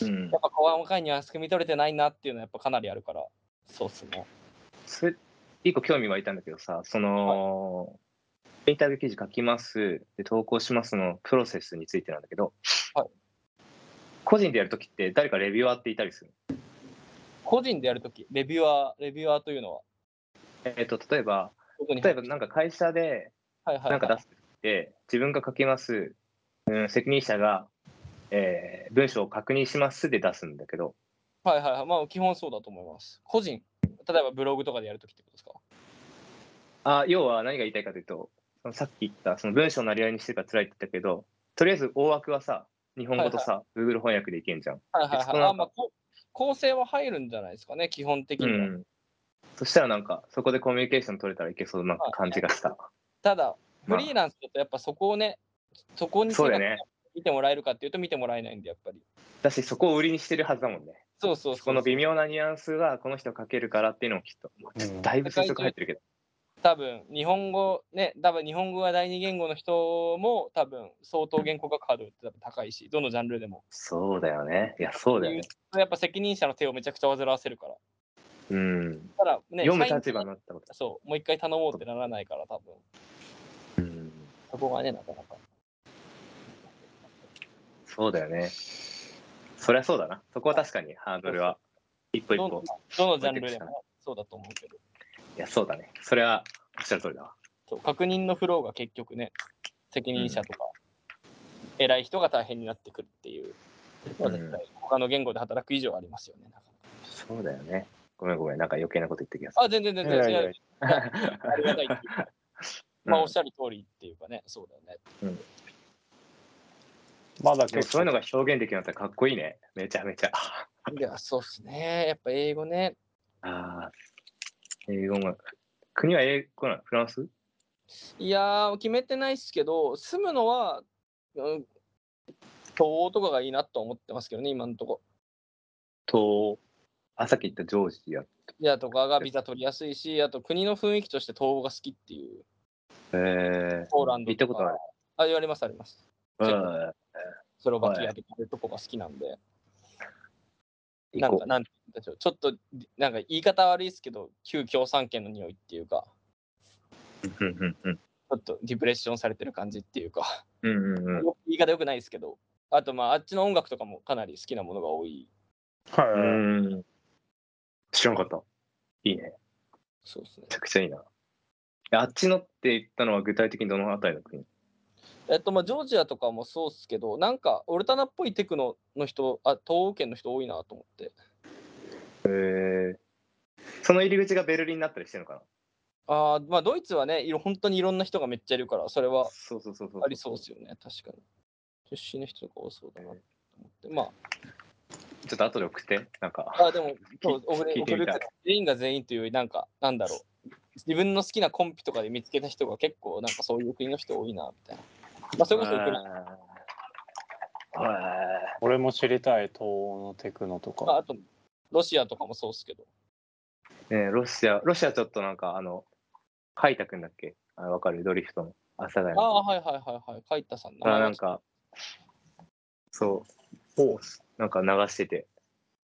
Speaker 3: ら、
Speaker 2: うん
Speaker 3: やっぱ細かいニュアンス汲み取れてないなっていうのはやっぱかなりあるから、そうっすね。
Speaker 2: それ一個興味湧いたんだけどさその、インタビュー記事書きますで投稿しますのプロセスについてなんだけど、
Speaker 3: はい
Speaker 2: 個人でやるときって誰かレビュアーっていたりする
Speaker 3: 個人でやるとき、レビュアー、レビュアーというのは、
Speaker 2: えっ、と例えば
Speaker 3: どこに
Speaker 2: 例えばなんか会社で
Speaker 3: はいはいはい
Speaker 2: なんか出すって自分が書きます、うん、責任者が、えー文章を確認しますで出すんだけど
Speaker 3: はいはいはい。まあ、基本そうだと思います。個人、例えばブログとかでやるときってことですか
Speaker 2: あ要は何が言いたいかというとそのさっき言ったその文章のなりわいにしてるから辛いって言ったけどとりあえず大枠はさ日本語とさ、Google 翻訳でいけんじゃん。
Speaker 3: はいはい
Speaker 2: そ
Speaker 3: は
Speaker 2: こな
Speaker 3: い。
Speaker 2: んか
Speaker 3: あまあ、こ構成は入るんじゃないですかね、基本的
Speaker 2: う
Speaker 3: には。
Speaker 2: ん、そしたらなんかそこでコミュニケーション取れたらいけそうな感じがした。
Speaker 3: ただ、
Speaker 2: ま
Speaker 3: フ
Speaker 2: あ
Speaker 3: リーランスだとやっぱそこをね、そこに
Speaker 2: そうだよね。
Speaker 3: 見てもらえるかっていうと見てもらえないんで、やっぱり。
Speaker 2: だしそこを売りにしてるはずだもんね。
Speaker 3: そうそうそう
Speaker 2: そこの微妙なニュアンスがこの人書けるからっていうのもきっと、まあちょっとだいぶ推測入ってるけど。
Speaker 3: 多分、日本語、ね、多分日本語が第二言語の人も多分相当原稿がハードルって多分高いし、どのジャンルでも。
Speaker 2: そうだよね。いやそうだよね。
Speaker 3: やっぱ責任者の手をめちゃくちゃ煩わせるから。
Speaker 2: うん。
Speaker 3: ただ、ね、
Speaker 2: 読む
Speaker 3: 社員
Speaker 2: 立場になったこと。
Speaker 3: そう、もう一回頼もうってならないから、多分。
Speaker 2: うん。
Speaker 3: そこがね、なかなか。
Speaker 2: そうだよね。そりゃそうだな。そこは確かにハードルは一歩一
Speaker 3: どの
Speaker 2: 歩。
Speaker 3: どのジャンルでもねそうだと思うけど
Speaker 2: いや、そうだね。それはおっしゃる通りだわ。
Speaker 3: そう確認のフローが結局ね責任者とか、偉い人が大変になってくるっていうのは絶対他の言語で働く以上ありますよね。なかな
Speaker 2: そうだよね。ごめんごめん。なんか余計なこと言ってきやす
Speaker 3: かあ全然全然、
Speaker 1: 偉い
Speaker 3: いや
Speaker 1: 偉い
Speaker 3: ありがたいっていうかまあおっしゃる通りっていうかねそうだよね。
Speaker 2: うん
Speaker 1: まだ
Speaker 2: でもそういうのが表現できるようになったらかっこいいね。めちゃめちゃ。
Speaker 3: いや、そうっすね。やっぱ英語ね。
Speaker 2: ああ。英語も。国は英語なのフランス
Speaker 3: いやー、決めてないっすけど、住むのは、うん、東欧とかがいいなと思ってますけどね、今のとこ。
Speaker 2: と、あ、さっき言ったジョージア。へ
Speaker 3: いや、とかがビザ取りやすいし、あと国の雰囲気として東欧が好きっていう。
Speaker 2: え
Speaker 3: ポーランド
Speaker 2: 行ったことある。
Speaker 3: あ、言われます、あります。
Speaker 2: う
Speaker 3: チェコ
Speaker 2: ん。
Speaker 3: スロバキ
Speaker 2: は
Speaker 3: アとかああいうとこが好きなんで、
Speaker 2: 行
Speaker 3: なん
Speaker 2: こ
Speaker 3: か、
Speaker 2: う。
Speaker 3: なんて言うんでしょう。ちょっと、なんか言い方悪いですけど、旧共産圏の匂いっていうか、
Speaker 2: うんうんうん
Speaker 3: ちょっとディプレッションされてる感じっていうか。
Speaker 2: うんうんうん。
Speaker 3: よ言い方よくないですけど、あとまああっちの音楽とかもかなり好きなものが多い。
Speaker 2: う
Speaker 1: はい
Speaker 2: ーん知らなかった。いいね。め
Speaker 3: そうですね
Speaker 2: ち。ゃくちゃいいな。あっちのって言ったのは具体的にどのあたりの国
Speaker 3: えっとまあジョージアとかもそうっすけど、なんかオルタナっぽいテクノの人、あ東欧圏の人多いなと思って。
Speaker 2: その入り口がベルリンになったりしてるのか
Speaker 3: あーまあドイツはね、いろ本当にいろんな人がめっちゃいるから、それ
Speaker 2: な
Speaker 3: は
Speaker 2: そうそうそうそう。
Speaker 3: ありそうですよね、確かに。出身の人とか多そうだなと思って。ま
Speaker 2: ちょっと後で送って、なん
Speaker 3: あ、
Speaker 2: か。
Speaker 3: あでも、そう送れ
Speaker 2: 聞い
Speaker 3: 送
Speaker 2: て
Speaker 3: る
Speaker 2: み
Speaker 3: け
Speaker 2: たい
Speaker 3: ど、全員が全員というより、なんか、なんだろう。自分の好きなコンピとかで見つけた人が結構、なんかそういう国の人多いな、みたいな。まあ、それこそウクライナ
Speaker 2: あ
Speaker 1: 俺も知りたい東欧のテクノと
Speaker 3: まあ、
Speaker 1: か
Speaker 3: あとロシアとかもそうっすけど、
Speaker 2: ーねロシア、ロシアちょっとなんか、あの、カイタ君だっけあわかるドリフトの。朝佐ヶ
Speaker 3: あ
Speaker 2: 谷の。
Speaker 3: あはいはいはいはいカイタさんの
Speaker 2: あなんか、そう。おなんか流してて。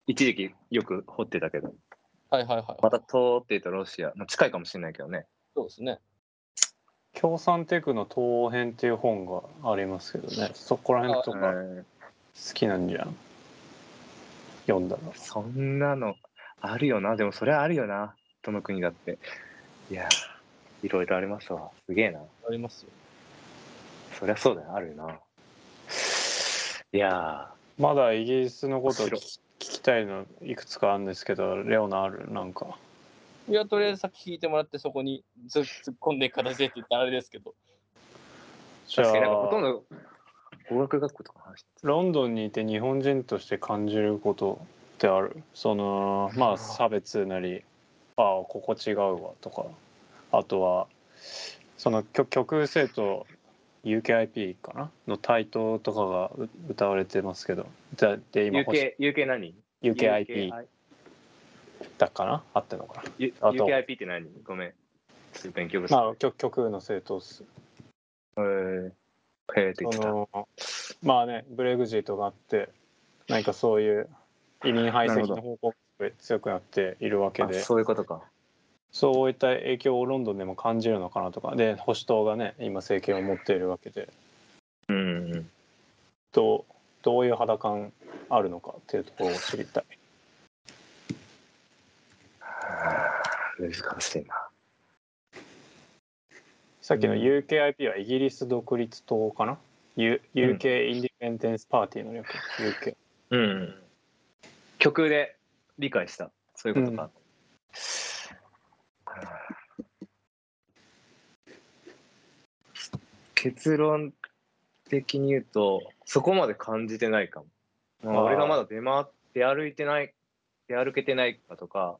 Speaker 2: 一時期よく掘ってたけど。
Speaker 3: はいはいはい、
Speaker 2: また通って言うとロシア。まあ、近いかもしれないけどね。
Speaker 3: そうですね
Speaker 1: 共産テクノ東欧編っていう本がありますけど ねそこら辺と
Speaker 2: う
Speaker 1: か好
Speaker 2: ん
Speaker 1: きなんじゃん読んだら
Speaker 2: そんなのあるよな。でもそれはあるよな。どの国だって。いや、いろいろありますわ。すげえな。
Speaker 3: ありますよ
Speaker 2: そりゃそうだよ。あるよな。いや
Speaker 1: まだイギリスのことを聞き聞きたいのいくつかあるんですけどレオナあるなんか
Speaker 3: いやとりあえずさっき聞いてもらってそこにず突っ込んでいく形でって言ったらあれですけど
Speaker 2: ー、
Speaker 1: じゃ
Speaker 2: 確かになんかほとん
Speaker 1: あ
Speaker 2: ど語学学校とかの話してた
Speaker 1: ロンドンにいて日本人として感じることってあるそのまあ差別なりああここ違うわとかあとはその極極右政党 UKIP かなの対等とかがう歌われてますけどだで今欲し
Speaker 2: UK、UK 何
Speaker 1: UKIP
Speaker 2: UKI
Speaker 1: だっかなあってんのかな
Speaker 2: U-
Speaker 1: あと
Speaker 2: UKIP って何ごめん。ちょっと勉強不足。
Speaker 1: まあ極極右の政党っす
Speaker 2: えー、えー、ってき
Speaker 1: そ
Speaker 2: た。
Speaker 1: のまあねブレグジットがあって何かそういう移民排斥の方向が強くなっているわけ
Speaker 2: あ
Speaker 1: で
Speaker 2: そういうことか。
Speaker 1: そういった影響をロンドンでも感じるのかなとかで保守党がね今政権を持っているわけで
Speaker 2: うんうん。
Speaker 1: どうどういう肌感あるのかっていうところを知りたい。
Speaker 2: はー難しいな。
Speaker 1: さっきの
Speaker 2: うん
Speaker 1: UKIP はイギリス独立党かな、U、
Speaker 2: うん
Speaker 1: ?UK インディペンデンスパーティーの略 UK。
Speaker 2: うん。曲で理解した。そういうことか。結論的に言うと、そこまで感じてないかも。ま
Speaker 1: あー
Speaker 2: あ俺がまだ出回って歩いてない、出歩けてないかとか、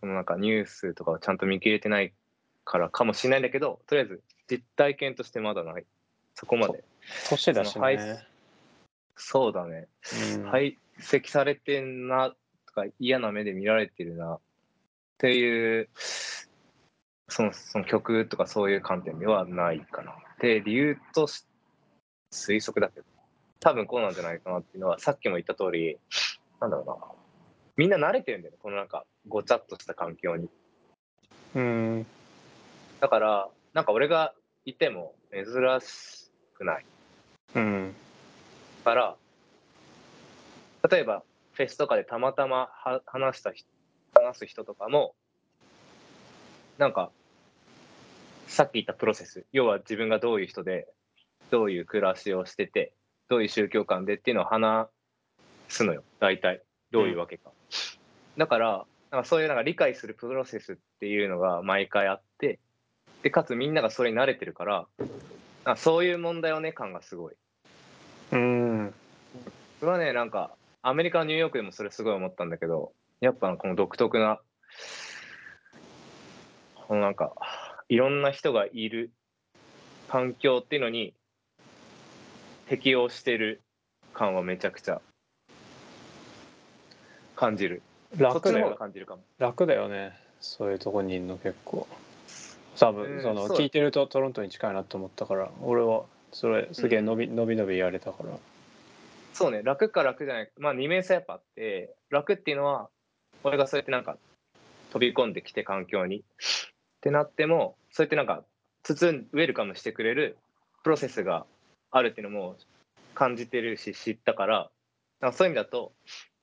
Speaker 2: そのなんかニュースとかをちゃんと見切れてないからかもしれないんだけど、とりあえず実体験としてまだない。そこまで。
Speaker 1: 年だし
Speaker 2: その排
Speaker 1: ね
Speaker 2: 斥。そうだね。
Speaker 1: うん
Speaker 2: 排斥されてんなとか嫌な目で見られてるなっていうそのその曲とかそういう観点ではないかな。で理由とし推測だけど多分こうなんじゃないかなっていうのはさっきも言った通りなんだろうなみんな慣れてるんだよねこのなんかごちゃっとした環境に。
Speaker 1: うん
Speaker 2: だからなんか俺がいても珍しくない。
Speaker 1: うん
Speaker 2: から例えばフェスとかでたまたまは話した人話す人とかもなんかさっき言ったプロセス要は自分がどういう人でどういう暮らしをしててどういう宗教観でっていうのを話すのよ大体どういうわけか、だからなんかそういうなんか理解するプロセスっていうのが毎回あってでかつみんながそれに慣れてるからなんかそういう問題をね感がすごい
Speaker 1: うん
Speaker 2: それはねなんかアメリカのニューヨークでもそれすごい思ったんだけどやっぱこの独特なこのなんかいろんな人がいる環境っていうのに適応してる感はめちゃくちゃ感じるそっ
Speaker 1: 楽
Speaker 2: ち
Speaker 1: だ
Speaker 2: の方が
Speaker 1: よ
Speaker 2: 感じるかも
Speaker 1: 楽だよねそういうとこにいるの結構多分、
Speaker 2: うん
Speaker 1: その
Speaker 2: そう
Speaker 1: 聞いてるとトロントに近いなと思ったから俺はそれすげえ伸び,、伸び伸びやれたから
Speaker 2: そうね楽か楽じゃないまあ二面性やっぱあって楽っていうのは俺がそうやってなんか飛び込んできて環境にってなってもそうやってなんか包んウェルカムしてくれるプロセスがあるっていうのも感じてるし知ったからなんかそういう意味だと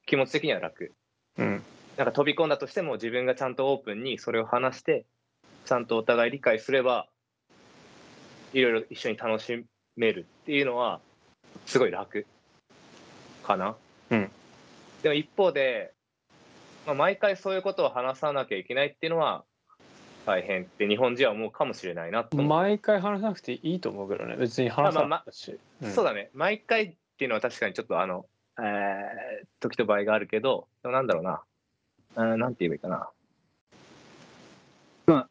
Speaker 2: 気持ち的には楽
Speaker 1: うん
Speaker 2: なんか飛び込んだとしても自分がちゃんとオープンにそれを話してちゃんとお互い理解すればいろいろ一緒に楽しめるっていうのはすごい楽かな。
Speaker 1: うん
Speaker 2: でも一方で、まあ、毎回そういうことを話さなきゃいけないっていうのは大変って日本人は思うかもしれないなと思う
Speaker 1: 毎回話さなくていいと思うけどね別に話さなかったし、
Speaker 2: そう
Speaker 1: だ
Speaker 2: だね毎回っていうのは確かにちょっとあの、えー時と場合があるけどでもなんだろうな、うん、なんて言えばいいかな、
Speaker 4: まあ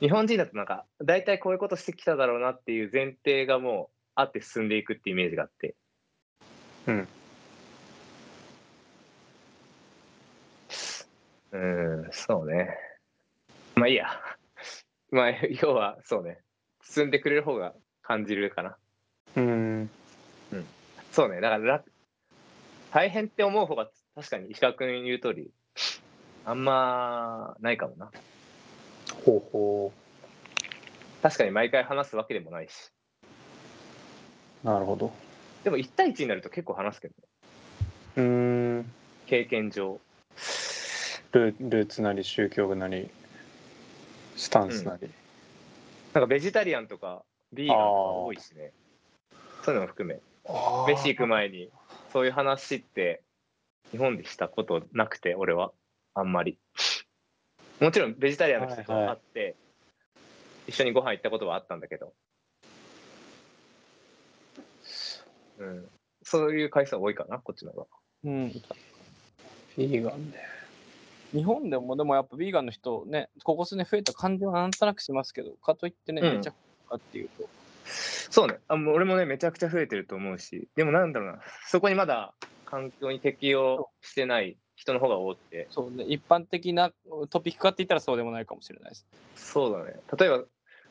Speaker 2: 日本人だとなんか大体こういうことしてきただろうなっていう前提がもうあって進んでいくっていうイメージがあって
Speaker 1: うん
Speaker 2: うんそうねまあいいや まあ要はそうね進んでくれる方が感じるかな
Speaker 1: うん
Speaker 2: そうね、だから楽大変って思う方が確かに石川君言う通り、あんまないかもな。
Speaker 1: ほうほ
Speaker 2: 確かに毎回話すわけでもないし。
Speaker 1: うなるほど
Speaker 2: でも1対1になると結構話すけどね、
Speaker 1: うん
Speaker 2: 経験上。
Speaker 1: ルールーツなり宗教なりスタンスなり、
Speaker 2: なんかベジタリアンとかビーガンとか多いしね。そういうのも含め、飯行く前にそういう話って日本でしたことなくて、俺はあんまり。もちろんベジタリアンの人と会って、一緒にご飯行ったことはあったんだけど。うん、そういう回数は多いかな、こっちの方が。
Speaker 3: うん、
Speaker 1: ヴィーガンで
Speaker 3: 日本でもでもやっぱヴィーガンの人ねここ数年増えた感じはなんとなくしますけどかといってね、
Speaker 2: うん
Speaker 3: めちゃくちゃかっていうと
Speaker 2: そうねあもう俺もねめちゃくちゃ増えてると思うしでもなんだろうなそこにまだ環境に適応してない人の方が多くて
Speaker 3: そうね一般的なトピックかって言ったらそうでもないかもしれないです
Speaker 2: そうだね例えば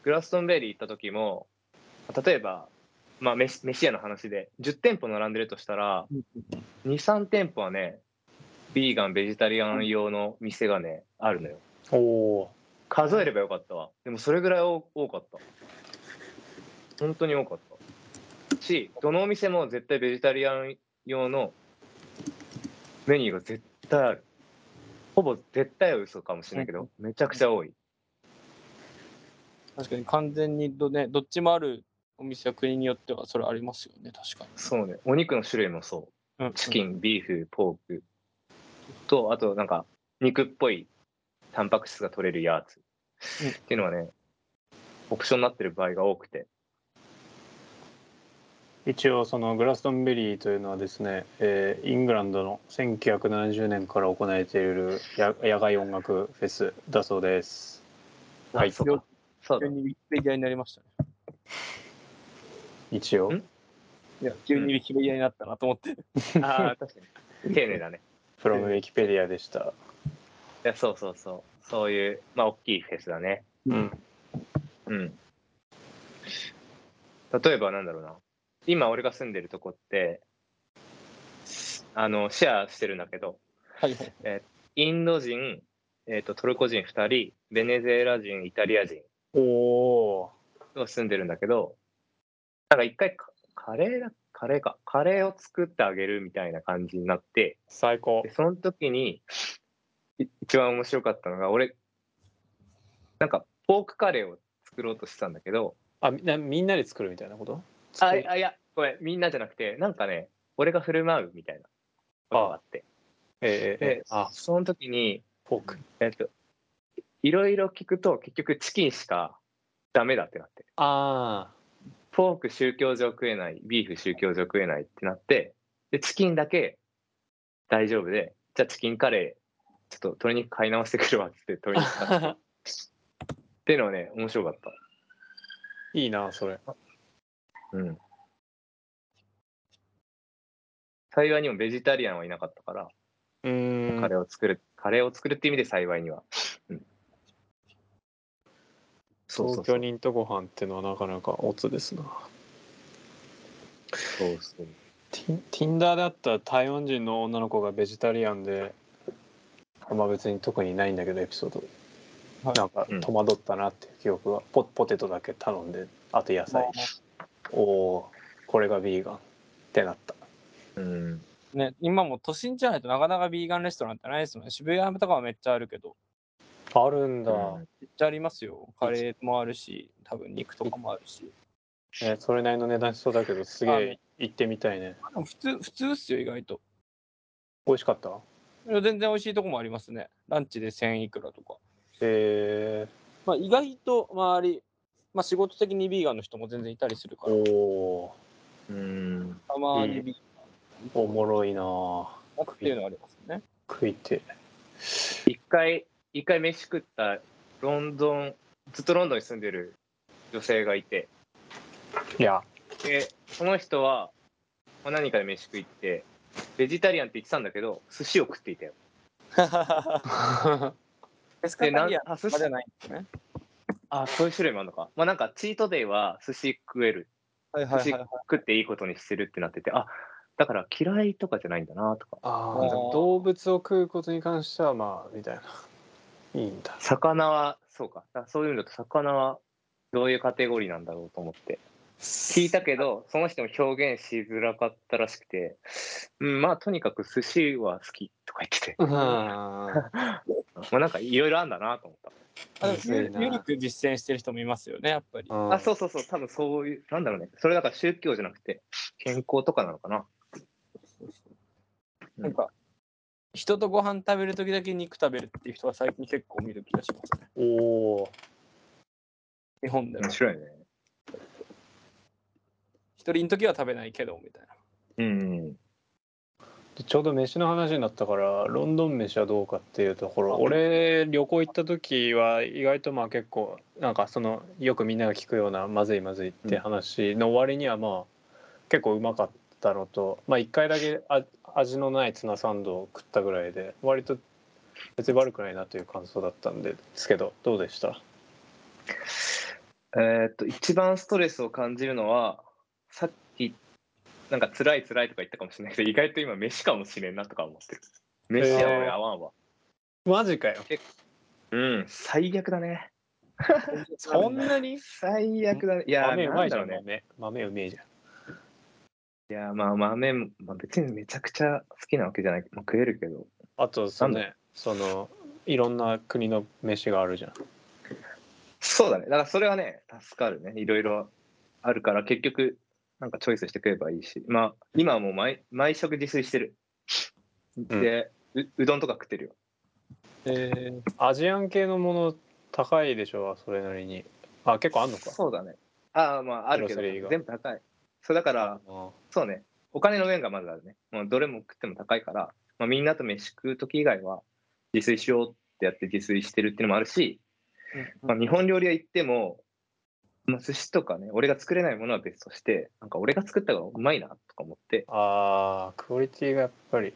Speaker 2: グラストンベリー行った時も例えば、まあ、飯飯屋の話で10店舗並んでるとしたら23店舗はねビーガンベジタリアン用の店がねあるのよ
Speaker 1: おお
Speaker 2: 数えればよかったわでもそれぐらい多多かった本当に多かったしどのお店も絶対ベジタリアン用のメニューが絶対あるほぼ絶対は嘘かもしれないけど、めちゃくちゃ多い
Speaker 3: 確かに完全にど,、ね、どっちもあるお店は国によってはそれありますよね確か
Speaker 2: そうねお肉の種類もそう
Speaker 3: に、うん、
Speaker 2: チキン、ビーフ、ポークと、あとなんか肉っぽいタンパク質が取れるやつ
Speaker 3: うん
Speaker 2: っていうのはね、オプションになってる場合が多くて。
Speaker 1: 一応そのグラストンベリーというのはですね、えーイングランドの1970年から行われているや野外音楽フェスだそうです。はい
Speaker 2: あそうか。 そう
Speaker 3: 急
Speaker 2: だ。
Speaker 3: にウィキペディアになりましたね
Speaker 1: 一応
Speaker 2: ん
Speaker 3: いや急にウィキペディアになったなと思って、
Speaker 2: ああ、確かに。丁寧だね。
Speaker 1: フロムウィキペディアでした。
Speaker 2: いや、そうそうそう。そういう、まあ、大きいフェスだね。
Speaker 1: うん、
Speaker 2: うん。例えば、なんだろうな。今、俺が住んでるとこって、あの、シェアしてるんだけど、
Speaker 3: はいはい
Speaker 2: インド人、えー、とトルコ人2人、ベネズエラ人、イタリア人
Speaker 1: おお
Speaker 2: が住んでるんだけど、なんか一回カカレーだ、カレーか、カレーを作ってあげるみたいな感じになって、
Speaker 1: 最高
Speaker 2: でその時にい一番面白かったのが、俺、なんかポークカレーを作ろうとしてたんだけど、
Speaker 1: あみんなみんなで作るみたいなこと
Speaker 2: あ、いあいや、ごめん、みんなじゃなくて、なんかね、俺が振る舞うみたいなことがあって、
Speaker 1: えーえーえー、
Speaker 2: で
Speaker 1: あ
Speaker 2: その時に、
Speaker 1: フォーク
Speaker 2: えっと、いろいろ聞くと結局チキンしかダメだってなって
Speaker 1: あ
Speaker 2: フォーク宗教上食えないビーフ宗教上食えないってなってでチキンだけ大丈夫でじゃあチキンカレーちょっと鶏肉買い直してくるわっつって 鶏肉買ってっていうのはね面白かっ
Speaker 1: いいなそれ
Speaker 2: たうん幸いにもベジタリアンはいなかったから
Speaker 1: うーん
Speaker 2: カレーを作る、カレーを作るって意味で幸いには、うん、そうそう
Speaker 1: 東
Speaker 2: そ
Speaker 1: 京
Speaker 2: う
Speaker 1: 人とご飯ってのはなかなかオツですな
Speaker 2: そうそう
Speaker 1: ティン Tinder であった台湾人の女の子がベジタリアンであんま別に特にないんだけどエピソード、
Speaker 3: はい
Speaker 1: なんか
Speaker 2: うん
Speaker 1: 戸惑ったなっていう記憶がポポテトだけ頼んであと野
Speaker 3: まあ
Speaker 1: 菜おおーこれがビーガンってなった
Speaker 2: うん
Speaker 3: ね、今も都心じゃないとなかなかビーガンレストランってないですもんね。渋谷とかはめっちゃあるけど、
Speaker 1: あるんだ、
Speaker 3: めっちゃありますよ。カレーもあるし、多分肉とかもあるし。
Speaker 1: ね、それなりの値段しそうだけどすげ
Speaker 3: あ
Speaker 1: え
Speaker 3: ね
Speaker 1: 行ってみたいね
Speaker 3: まあでも普通、普通っすよ、意外と。
Speaker 1: 美味しかった
Speaker 3: いや全然美味しいとこもありますね。ランチで1000いくらとか。
Speaker 1: え
Speaker 3: まあ、意外と周り、まあ、仕事的にビーガンの人も全然いたりするか
Speaker 1: ー、
Speaker 3: ら、
Speaker 1: お
Speaker 2: うん
Speaker 3: たまにビー
Speaker 1: おおもろいなあ
Speaker 3: ガンっていうのはありますね。
Speaker 1: 食いて
Speaker 2: 一回一回飯食ったロンドンずっとロンドンに住んでる女性がいて
Speaker 1: えいや
Speaker 2: でその人はまあ何かで飯食いってベジタリアンって言ってたんだけど寿司を食っていたよ
Speaker 3: エス カ
Speaker 2: でな
Speaker 3: タ
Speaker 2: ん
Speaker 3: リアン
Speaker 2: あ
Speaker 3: と
Speaker 2: 寿
Speaker 3: かじゃ
Speaker 2: 司
Speaker 3: ないんですね。
Speaker 2: あそういう種類もあるのかまあなんかチートデイは寿司食える
Speaker 3: はい
Speaker 2: 寿
Speaker 3: はい
Speaker 2: 司
Speaker 3: はいはい。
Speaker 2: 食っていいことにしてるってなっててあだから嫌いとかじゃないんだなとか
Speaker 1: あ
Speaker 3: あ
Speaker 1: あ
Speaker 3: ー
Speaker 1: 動物を食うことに関してはまあみたいないいんだ
Speaker 2: 魚はそうかだそういうのだと魚はどういうカテゴリーなんだろうと思って聞いたけどその人も表現しづらかったらしくて、うん、まあとにかく寿司は好きとか言ってて、
Speaker 1: うんあ
Speaker 2: まあ、なんかいろいろあんだなと思っ
Speaker 3: あでも
Speaker 1: むず
Speaker 3: ゆ
Speaker 1: いな
Speaker 3: るゆるく実践してる人もいますよね、やっぱり。
Speaker 2: た、あそうそうそう多分そういうなんだろうねそれだから宗教じゃなくて健康とかなのかな
Speaker 3: なんか、人とご飯食べるときだけ肉食べるっていう人は最近結構見る気がしますね。
Speaker 1: おお
Speaker 3: 日本でも
Speaker 2: 面。白いね
Speaker 3: 一人の時は食べないけど、みたいな。
Speaker 2: うん
Speaker 1: ーちょうど飯の話になったからロンドン飯はどうかっていうところ俺旅行行った時は意外とまあ結構なんかそのよくみんなが聞くようなまずいまずいって話の割にはまあ結構うまかったのとまあ1回だけあ味のないツナサンドを食ったぐらいで割と別に悪くないなという感想だったんですけどどうでした
Speaker 2: えーっと一番ストレスを感じるのはさっきなんか辛い辛いとか言ったかもしれないけど意外と今飯かもしれんなとか思ってる飯は俺合わんわ、
Speaker 1: マジかよ
Speaker 2: うん最悪だね
Speaker 1: そんなに
Speaker 2: 最悪だねいや
Speaker 1: 豆うま
Speaker 2: なん
Speaker 1: いじ
Speaker 2: だ
Speaker 1: ゃ
Speaker 2: ろ
Speaker 1: ん
Speaker 2: うね
Speaker 1: 豆豆うめえじゃん
Speaker 2: いやまあ豆も、まあ、別にめちゃくちゃ好きなわけじゃない、まあ、食えるけど
Speaker 1: あとその
Speaker 2: な
Speaker 1: ねそのいろんな国の飯があるじゃん
Speaker 2: そうだねだからそれはね助かるねいろいろあるから結局なんかチョイスして食えばいいしまあ今はもう毎毎食自炊してるで、ううどんとか食ってるよ
Speaker 3: え
Speaker 1: アジアン系のもの高いでしょそれなりにあ結構あんのか
Speaker 2: そうだね。ああ、まあ、あるけ
Speaker 1: グ
Speaker 2: ど、
Speaker 1: ロセリーが
Speaker 2: 全部高い。そうだから、
Speaker 1: あ
Speaker 2: そうね、お金の面がまずあるね。もうどれも食っても高いから、まあ、みんなと飯食うとき以外は、自炊しようってやって自炊してるっていうのもあるし、まあ、日本料理屋行っても、まあ、寿司とかね、俺が作れないものは別として、なんか俺が作った方がうまいなとか思って、
Speaker 1: あークオリティがやっぱり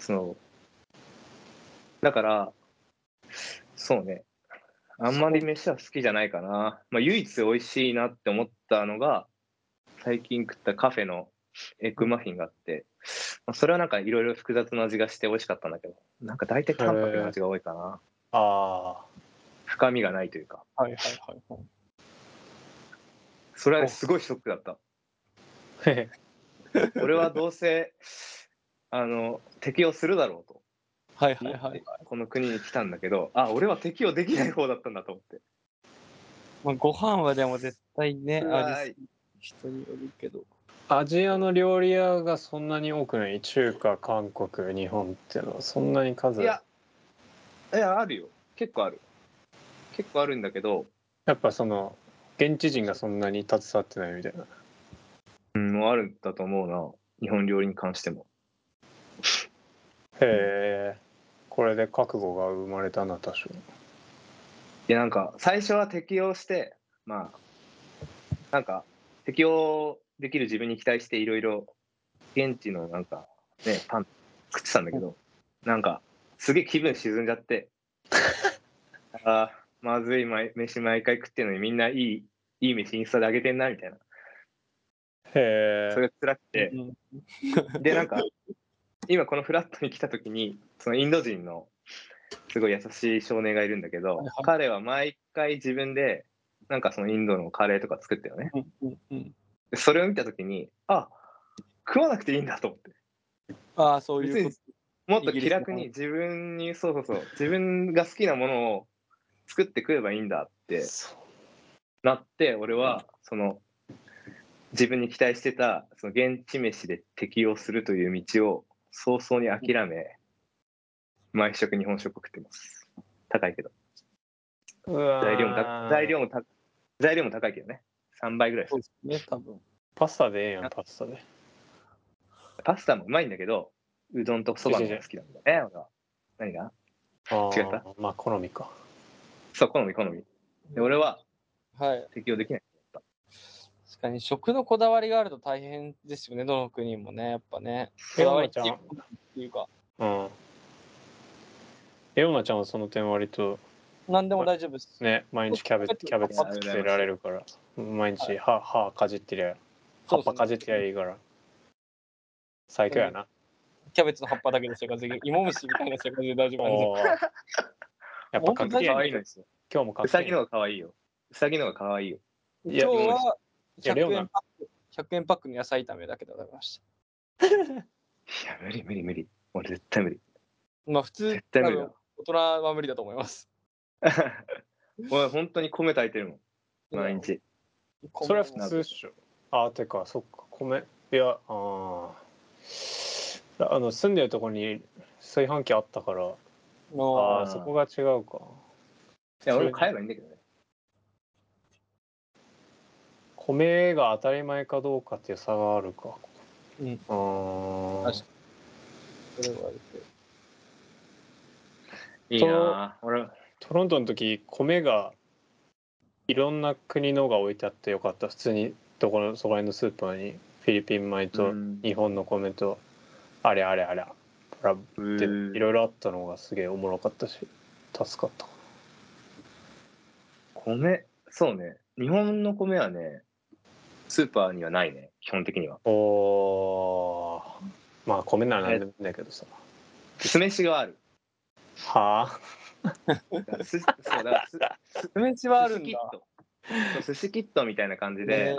Speaker 2: その、だから、そうね、あんまり飯は好きじゃないかな。まあ、唯一美味しいなって思ったのが、最近食ったカフェのエッグマフィンがあって、まあ、それはなんかいろいろ複雑な味がして美味しかったんだけど、なんか大体淡白な味が多いかな。
Speaker 1: あ
Speaker 2: 深みがないというか、
Speaker 3: はいはいはいはい。
Speaker 2: それはねすごいショックだった。
Speaker 1: あへへ
Speaker 2: 俺はどうせ、あの、適用するだろうと。
Speaker 3: はいはいはい。
Speaker 2: この国に来たんだけど、あ、俺は適用できない方だったんだと思って。
Speaker 3: まあ、ご飯はでも絶対ね、
Speaker 2: 辛い
Speaker 3: あり人によるけど。
Speaker 1: アジアの料理屋がそんなに多くない中華韓国日本っていうのはそんなに数
Speaker 2: いや、いや、あるよ。結構ある。結構あるんだけど、
Speaker 1: やっぱその現地人がそんなに携わってないみたいな
Speaker 2: うん、もうあるんだと思うな。日本料理に関しても。
Speaker 1: へえこれで覚悟が生まれたな多少
Speaker 2: いや、なんか、最初は適応して、まあ、なんか、適応できる自分に期待して、いろいろ、現地のなんか、ね、パン食ってたんだけど、なんか、すげえ気分沈んじゃって、 あーまずい毎飯毎回食ってるのに、みんないい、いい飯インスタであげてんな、みたいな。
Speaker 1: へ
Speaker 2: そ
Speaker 1: え
Speaker 2: れが辛くて、でなんか今このフラットに来た時にそのインド人のすごい優しい少年がいるんだけど、
Speaker 3: はいはい
Speaker 2: 彼は毎回自分でなんかそのインドのカレーとか作ってよね
Speaker 3: うんうんうん
Speaker 2: でそれを見た時にあ食わなくていいんだと思って
Speaker 3: ああ、そういうこと。
Speaker 2: もっと気楽に自分にそうそうそう自分が好きなものを作って食えばいいんだってなって俺はその自分に期待してたその現地飯で適応するという道を早々に諦め毎食日本食食ってます高いけど材料もた材料もた材料も高いけどね3倍ぐらいす
Speaker 3: そう
Speaker 2: る
Speaker 3: ですね、多分。
Speaker 1: パスタでええやんパスタで
Speaker 2: パスタもうまいんだけどうどんとそばの方が好きなんだよね俺は何が
Speaker 1: ああ
Speaker 2: 違った
Speaker 1: まあ好みか
Speaker 2: そう好み好みで俺は
Speaker 3: はい。
Speaker 2: 適応できない
Speaker 3: 確かに食のこだわりがあると大変ですよね、どの国もね、やっぱね。
Speaker 1: え
Speaker 3: こだわり
Speaker 1: ま
Speaker 3: っ
Speaker 1: ち
Speaker 3: て
Speaker 1: ゃん
Speaker 3: いうか、
Speaker 1: うんえおなちゃんはその点割と
Speaker 3: 何でも大丈夫です。
Speaker 1: ね毎日キャベツキャベツ作ってられるから毎日歯歯かじってりゃ葉
Speaker 3: そう
Speaker 1: っ
Speaker 3: です
Speaker 1: ぱ
Speaker 3: ね
Speaker 1: かじってりゃいいから最強やな
Speaker 3: キャベツの葉っぱだけで生活できる。芋虫みたいな生活で大丈夫なんで
Speaker 1: おーやっぱかっけえ
Speaker 2: 可
Speaker 1: な
Speaker 2: 愛い
Speaker 1: 今
Speaker 2: のですよ
Speaker 1: 日もかっ
Speaker 2: う
Speaker 1: け
Speaker 2: さ
Speaker 1: え
Speaker 2: ぎ
Speaker 1: な
Speaker 2: の方が可愛いようさぎの方が可愛いよ
Speaker 1: いや
Speaker 3: 今日は
Speaker 1: やレオ
Speaker 3: 100
Speaker 1: ナ
Speaker 3: 円パック、100円パックの野菜炒めだけで食べました。
Speaker 2: いや無理無理無理俺絶対無理
Speaker 3: まあ普通
Speaker 2: 絶、対無理
Speaker 3: 多
Speaker 2: だ
Speaker 3: 分大人は無理だと思います。
Speaker 2: 俺本当に米炊いてるもん毎日
Speaker 1: それは普
Speaker 2: な
Speaker 1: 通っしょあーてかそっか米いやあーあの住んでるとこに炊飯器あったから
Speaker 3: の
Speaker 1: ああーそこが違うか
Speaker 2: いや俺も買えばいいんだけどね
Speaker 1: 米が当たり前かどうかっていう差があるか
Speaker 3: うん
Speaker 1: あー
Speaker 3: 確かそれは言って
Speaker 2: い
Speaker 1: そ
Speaker 2: いうなぁ俺
Speaker 1: トロントの時米がいろんな国のが置いてあってよかった普通にどこのそこら辺のスーパーにフィリピン米と
Speaker 2: うん
Speaker 1: 日本の米とあれあれあれブラブって
Speaker 2: うん
Speaker 1: いろいろあったのがすげえおもろかったし助かった
Speaker 2: 米そうね日本の米はねスーパーにはないね基本的には
Speaker 1: おーまあ米なら何でもいいんだけどさ
Speaker 2: 酢飯がある
Speaker 1: は
Speaker 2: だからすそうだからす
Speaker 3: 酢飯はある
Speaker 2: 寿司
Speaker 3: ん
Speaker 2: キ
Speaker 3: だ
Speaker 2: ッ。トそう寿司キットみたいな感じで
Speaker 3: え
Speaker 1: あ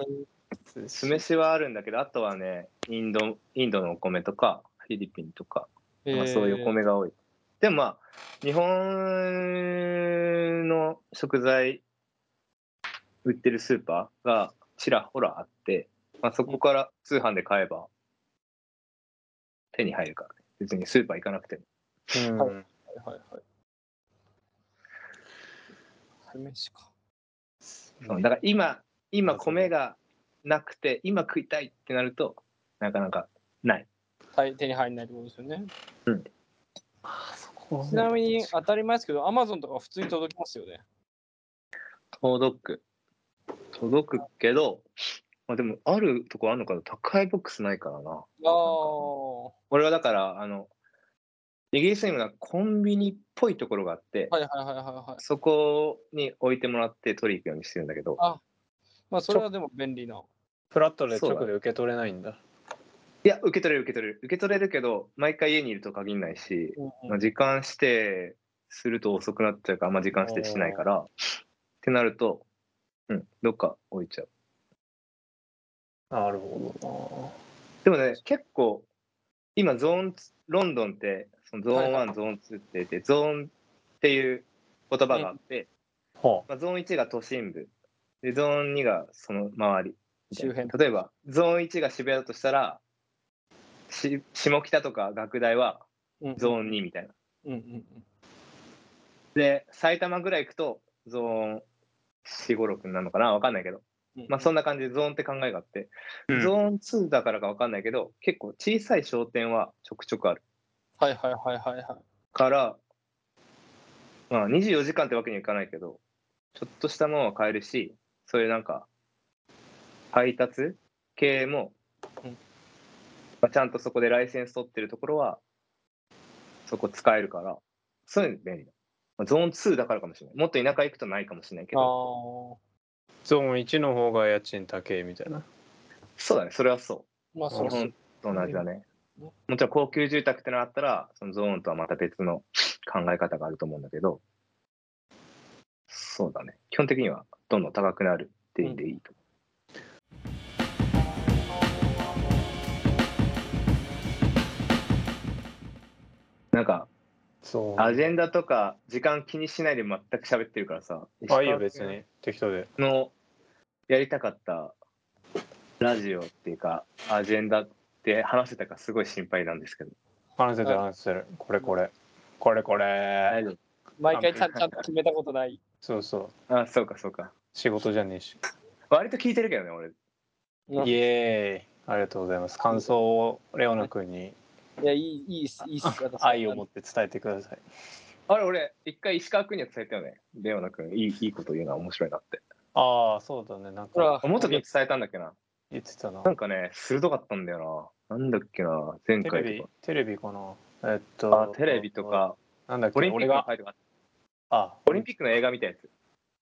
Speaker 2: 酢飯はあるんだけどあとはねインドインドのお米とかフィリピンとか
Speaker 3: ー
Speaker 2: まあ、そういうお米が多い。でもまあ日本の食材売ってるスーパーがちらほらあって、まあ、そこから通販で買えば手に入るからね別にスーパー行かなくても
Speaker 1: うん
Speaker 3: はいはいはい。酢飯か。
Speaker 2: そうだから今今米がなくて今食いたいってなるとなかなかない
Speaker 3: はい手に入んないってことですよね。
Speaker 1: あそこは
Speaker 3: ちなみに当たり前ですけど、アマゾンとか普通に届きますよね。
Speaker 2: 届く届くけど、まあ、でもあるとこあるのかな宅配ボックスないからな
Speaker 3: ああ。
Speaker 2: 俺はだからあのイギリスにもなんかコンビニっぽいところがあって、
Speaker 3: はいはいはいはいはい。
Speaker 2: そこに置いてもらって取り行くようにしてるんだけど
Speaker 3: あまあそれはでも便利な。
Speaker 1: フラットで直で受け取れないんだ
Speaker 2: いや受け取れる受け取れる受け取れるけど毎回家にいると限らないし、
Speaker 3: うん
Speaker 2: まあ、時間指定すると遅くなっちゃうからあんま時間指定しないからってなるとうんどっか置いちゃう
Speaker 1: なるほ
Speaker 2: でもね結構今ゾーンツロンドンってそのゾーン1、
Speaker 3: はい
Speaker 2: ゾーン2って言ってゾーンっていう言葉があって、
Speaker 1: どなほ
Speaker 2: まあ、ゾーン1が都心部でゾーン2がその周りみたいな
Speaker 3: 周辺
Speaker 2: 例えばゾーン1が渋谷だとしたらし下北とか学大は
Speaker 3: うん
Speaker 2: ゾーン2みたいな、
Speaker 3: うんうんうん。
Speaker 2: で埼玉ぐらい行くとゾーン4、5、6になるのかなわかんないけど。まあそん
Speaker 3: な。
Speaker 2: な感じでゾーンって考えがあって、
Speaker 1: うん
Speaker 2: ゾーン2だからかわかんないけど、結構小さい商店はちょくちょくある。
Speaker 3: はいはいはいはいはい。
Speaker 2: から、まあ、24時間ってわけにはいかないけどちょっとしたものは買えるしそういうなんか配達系も、
Speaker 3: うん
Speaker 2: まあ、ちゃんとそこでライセンス取ってるところはそこ使えるからそういうの便利だ、まあ、ゾーン2だからかもしれないもっと田舎行くとないかもしれないけ
Speaker 3: あ
Speaker 2: ど
Speaker 3: あ。
Speaker 1: ゾーン1の方が家賃高いみたいな
Speaker 2: そうだねそれはそ
Speaker 3: まあ
Speaker 2: う
Speaker 3: そう
Speaker 2: 日
Speaker 3: そう
Speaker 2: 本と同じだね
Speaker 3: うん
Speaker 2: もちろん高級住宅ってのがあったらそのゾーンとはまた別の 考え方があると思うんだけどそうだね基本的にはどんどん高くなるっていうんでいいと思う、なんか
Speaker 1: そう
Speaker 2: アジェンダとか時間気にしないで全く喋ってるからさ
Speaker 1: あいいよ別に適当で
Speaker 2: のやりたかったラジオっていうかアジェンダって話せたかすごい心配なんですけど
Speaker 1: 話せてる話せてるこれこれこれこれ
Speaker 2: 丈
Speaker 3: 毎回ちゃんちゃんと決めたことない。
Speaker 1: そうそう
Speaker 2: 夫あそうかそうか
Speaker 1: 仕事じゃねえし
Speaker 2: 割と聞いてるけどね俺
Speaker 3: うん
Speaker 1: イエーイありがとうございます感想をレオナ君に
Speaker 3: いや、いい、いいっす、いいっす。私
Speaker 1: 愛を持って伝えてください
Speaker 2: あれ俺一回石川君には伝えたよねレオナ君いいいいこと言うな面白いなって
Speaker 1: ああそうだねなん
Speaker 3: ほら
Speaker 1: か
Speaker 2: もっとに伝えたんだっけな
Speaker 1: 言ってたな
Speaker 2: なんかね鋭かったんだよななんだっけな前
Speaker 1: テレ
Speaker 2: 回
Speaker 1: ビ
Speaker 2: と
Speaker 1: テレビかなえっ
Speaker 2: か
Speaker 1: と
Speaker 2: あテレビとか
Speaker 1: なんだっけ
Speaker 2: オリンピック
Speaker 1: 俺
Speaker 2: の
Speaker 1: が
Speaker 2: 回とか
Speaker 1: あ
Speaker 2: オリンピックの映画みたいなやつ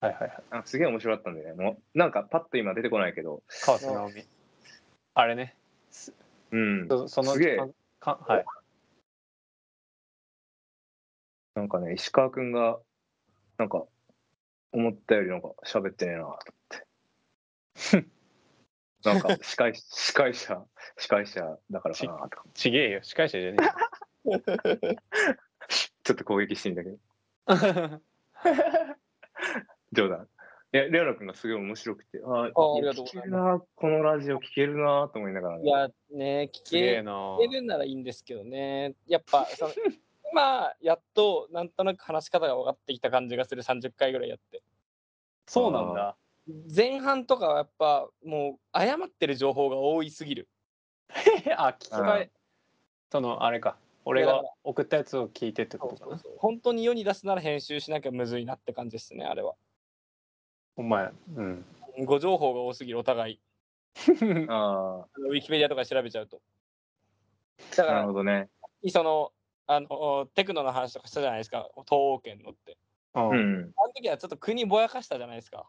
Speaker 1: はいはいはい
Speaker 2: あすげえ面白かったんだよねもうなんかパッと今出てこないけど
Speaker 1: 川瀬直美あれね
Speaker 2: うん
Speaker 1: そその
Speaker 2: すげえ
Speaker 1: かかはい
Speaker 2: なんかね、石川くんが、なんか、思ったよりなんか喋ってねえなと思 って。なんか、司会、司会者、司会者だからかなとか、
Speaker 1: ちげえよ司会者じゃねえよ
Speaker 2: ちょっと攻撃してみたけど、冗談。いや、レオナ君がすごい面白くて、ああ
Speaker 3: あありがとうございます
Speaker 2: 聞けるな、このラジオ聞けるなと思いながら
Speaker 3: い
Speaker 2: ね。
Speaker 3: や、ね、聞
Speaker 1: すげえ
Speaker 3: け
Speaker 1: な
Speaker 3: 聞けるならいいんですけどね。やっ ぱ、その今、やっと、なんとなく話し方が分かってきた感じがする、30回ぐらいやって。
Speaker 1: そうなんだ
Speaker 3: 前半とかはやっぱ、もう、誤ってる情報が多いすぎる。
Speaker 1: あ聞き換えそのあれか俺
Speaker 3: いやだ
Speaker 1: が
Speaker 3: か
Speaker 1: 送ったやつを聞いてってことかな
Speaker 3: 本当に世に出すなら編集しなきゃむずいなって感じですね、あれは。
Speaker 1: お前 うん
Speaker 3: ご情報が多すぎる、お互い。
Speaker 2: あ
Speaker 3: ウィキペディアとか調べちゃうと。だ
Speaker 2: あ、な
Speaker 3: か
Speaker 2: る
Speaker 3: ら
Speaker 2: ほ、どね。
Speaker 3: その、あの、テクノの話とかしたじゃないですか、東欧圏のって。
Speaker 1: う
Speaker 2: うんん。
Speaker 3: あの時はちょっと国ぼやかしたじゃないですか。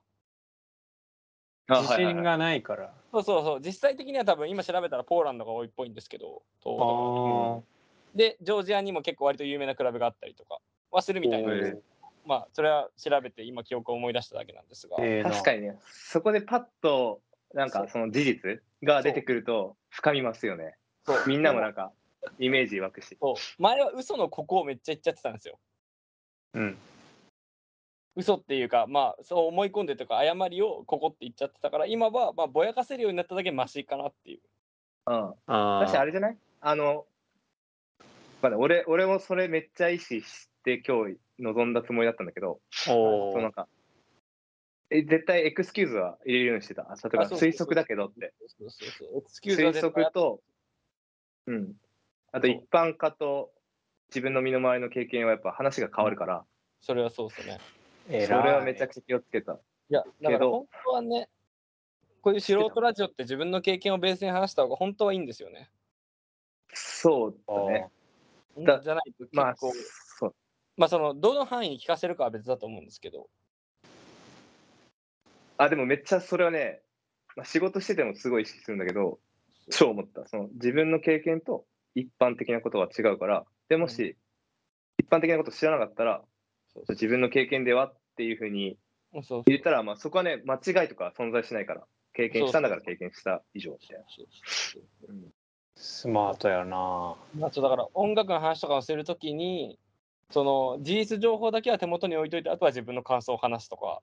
Speaker 2: あ
Speaker 1: 自信
Speaker 2: はいはいはい
Speaker 1: がないから
Speaker 3: そうそうそう、実際的には多分今調べたらポーランドが多いっぽいんですけど、
Speaker 1: あ
Speaker 3: 東欧とか
Speaker 1: ー
Speaker 3: で、ジョージアにも結構割と有名なクラブがあったりとかはするみたいなんです
Speaker 2: へ。
Speaker 3: まあ、それは調べて今記憶を思い出しただけなんですが。
Speaker 1: ええな
Speaker 2: 確かにね、そこでパッと、なんかその事実が出てくると、深みますよね。
Speaker 3: そう
Speaker 2: みんなもなんか、イメージ湧くし。
Speaker 3: そう前は嘘のここをめっちゃ言っちゃってたんですよ。
Speaker 1: うん
Speaker 3: 嘘っていうか、まあ、そう思い込んでとか、誤りをここって言っちゃってたから、今は、まあ、ぼやかせるようになっただけマシかなっていう。
Speaker 2: うん。
Speaker 1: あ
Speaker 2: 確かにあれじゃないあの、まだ俺俺もそれめっちゃ意識して今日臨んだつもりだったんだけど、
Speaker 1: あお
Speaker 2: そのな
Speaker 1: ー
Speaker 2: んかえ絶対エクスキューズは入れるようにしてた。例え
Speaker 3: あ
Speaker 2: ば
Speaker 3: そうそうそう
Speaker 2: 推測だけどって。
Speaker 3: そうそうそう。エクスキューズは
Speaker 2: 推
Speaker 3: 絶対
Speaker 2: 測と、うん。あと
Speaker 3: そう
Speaker 2: 一般化と自分の身の回りの経験はやっぱ話が変わるから、
Speaker 3: それはそうですね。
Speaker 1: え
Speaker 2: それはめちゃくちゃ気をつけた。
Speaker 3: いや、だ
Speaker 2: け
Speaker 3: から
Speaker 2: ど
Speaker 3: 本当はね、こういう素人ラジオって自分の経験をベースに話した方が本当はいいんですよね。
Speaker 2: そうだね。
Speaker 3: じ
Speaker 2: だ
Speaker 3: ゃないと結構、
Speaker 2: ま
Speaker 3: ま
Speaker 2: あ
Speaker 3: あ、、
Speaker 2: そう。
Speaker 3: その、どの範囲に聞かせるかは別だと思うんですけど、
Speaker 2: あ、でもめっちゃそれはね、まあ、仕事しててもすごい意識するんだけど、超思った。その自分の経験と一般的なことは違うから、でもし、一般的なこと知らなかったら、
Speaker 3: そうそう
Speaker 2: 自分の経験ではっていうふうに
Speaker 3: そうそう
Speaker 2: 言ったら、まあ、そこはね、間違いとか存在しないから、経験したんだから経験した以上みたいな。
Speaker 3: そうそう
Speaker 1: スマートやな
Speaker 3: まあ、そうだから音楽の話とかをするときに、その事実情報だけは手元に置いといて、あとは自分の感想を話すとか、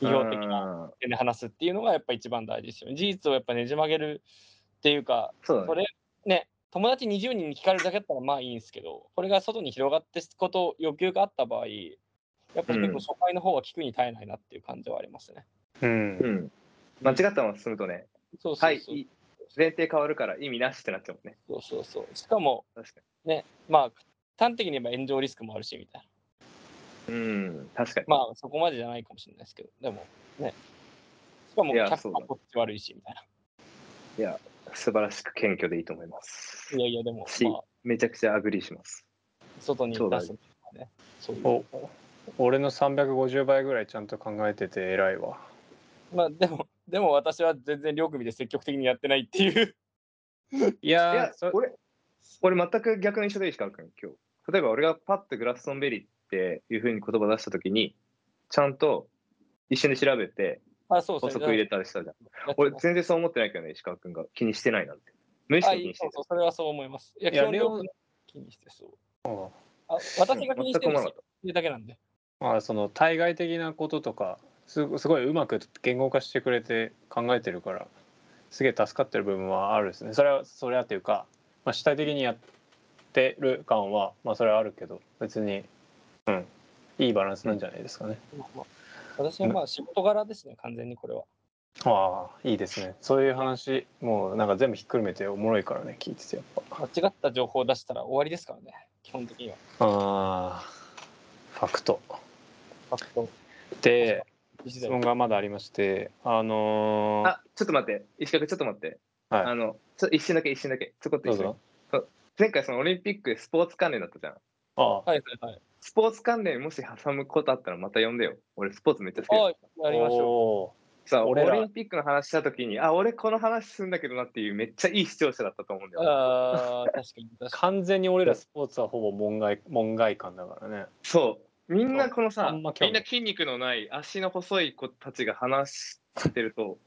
Speaker 3: 批評的な
Speaker 2: うん
Speaker 3: 点で話すっていうのがやっぱ一番大事ですよね。事実をやっぱねじ曲げるっていうか、
Speaker 2: そう
Speaker 3: そ
Speaker 2: だね。
Speaker 3: れね、友達20人に聞かれるだけだったらまあいいんですけど、これが外に広がってこと欲求があった場合、やっぱ結構初回の方は聞くに耐えないなっていう感じはありますね。
Speaker 1: うん
Speaker 2: う。ん。間違ったまま進むとね、
Speaker 3: そうそ
Speaker 2: は
Speaker 3: う
Speaker 2: い
Speaker 3: そう、
Speaker 2: い前提変わるから意味なしってなっちゃうもんね。
Speaker 3: そうそうそうしかも、
Speaker 2: 確か
Speaker 3: ね、まあ、端的に言えば炎上リスクもあるしみたいな。
Speaker 2: に。うん、確かに。
Speaker 3: まあ、そこまでじゃないかもしれないですけど、でも、ね。しかも、
Speaker 2: いや
Speaker 3: 客
Speaker 2: そう
Speaker 3: 観
Speaker 2: だ
Speaker 3: こっち悪いしみたいな。
Speaker 2: 素晴らしく謙虚でいいと思います
Speaker 3: い。やいや、で も、
Speaker 2: し
Speaker 3: まあ、
Speaker 2: めちゃくちゃアグリーします。
Speaker 3: 外に出す
Speaker 2: そうだね
Speaker 3: とかね。そういう
Speaker 1: お俺の350倍ぐらいちゃんと考えてて偉いわ。
Speaker 3: まあ、でも、でも私は全然両組で積極的にやってないって いう。
Speaker 1: い
Speaker 2: い
Speaker 1: や
Speaker 2: や
Speaker 1: ーそ、
Speaker 2: 俺、俺全く逆の一緒でいいしか君、今日。例えば俺がパッとグラストンベリーっていうふうに言葉出したときに、ちゃんと一緒に調べて
Speaker 3: あ、そうそ
Speaker 2: 補
Speaker 3: う。
Speaker 2: 足入れたりしたじゃん。
Speaker 3: やって
Speaker 2: 俺
Speaker 3: ます
Speaker 2: 全然そう思ってないけどね、石川君が気にしてないなんて。無意
Speaker 3: あ
Speaker 2: 識に気
Speaker 3: いい
Speaker 2: にし
Speaker 3: そ
Speaker 2: て
Speaker 3: う
Speaker 2: る。
Speaker 3: そう、それはそう思います。いや、
Speaker 1: いや
Speaker 3: 基本
Speaker 1: 両
Speaker 3: 両
Speaker 1: 方
Speaker 3: 気にしてそう。あ私が気にして
Speaker 2: う
Speaker 3: る
Speaker 2: ん全く思
Speaker 3: の
Speaker 2: わなか
Speaker 3: は
Speaker 2: っ
Speaker 3: それだけなんで。
Speaker 1: まあその対外的なこととかすすごいうまく言語化してくれて考えてるからすげえ助かってる部分はあるですねそれはそれはというか、まあ、主体的にやってる感はまあそれはあるけど別に、うん、いいバランスなんじゃないですかね、
Speaker 3: まあまあ私はまあ仕事柄ですね、完全にこれは。
Speaker 1: ああいいですねそういう話もうなんか全部ひっくるめておもろいからね聞いててやっぱ
Speaker 3: 間違った情報を出したら終わりですからね、基本的には。
Speaker 1: あーファクト
Speaker 3: ファクト
Speaker 1: で
Speaker 3: 一
Speaker 1: 質
Speaker 3: 台
Speaker 1: 問がまだありましてあのー
Speaker 2: あ、ちょっと待って、石川君、ちょっと待って。
Speaker 1: はい
Speaker 2: あの、ちょ一瞬だけ、一瞬だけ、ちょこっと
Speaker 1: どう
Speaker 2: 一瞬
Speaker 1: ぞ。
Speaker 2: 前回、そのオリンピックでスポーツ関連だったじゃん。
Speaker 1: ああ
Speaker 3: はいはいはい。
Speaker 2: スポーツ関連もし挟むことあったらまた呼んでよ。俺、スポーツめっちゃ好きだよ
Speaker 3: ああ、やりましょ
Speaker 1: ょう
Speaker 2: さ
Speaker 1: 俺
Speaker 2: 俺
Speaker 1: ら
Speaker 2: オリンピックの話した時にあ俺この話するんだけどなっていうめっちゃいい視聴者だったと思うんだ
Speaker 3: う。
Speaker 2: よね
Speaker 3: ああ、確かに確か
Speaker 1: 完全に俺らスポーツはほぼ門外門外観だからね。
Speaker 2: そうみんなこの
Speaker 1: あ
Speaker 2: さ
Speaker 1: んま興
Speaker 2: み
Speaker 1: 味
Speaker 2: んな筋肉のない足の細い子たちが話してると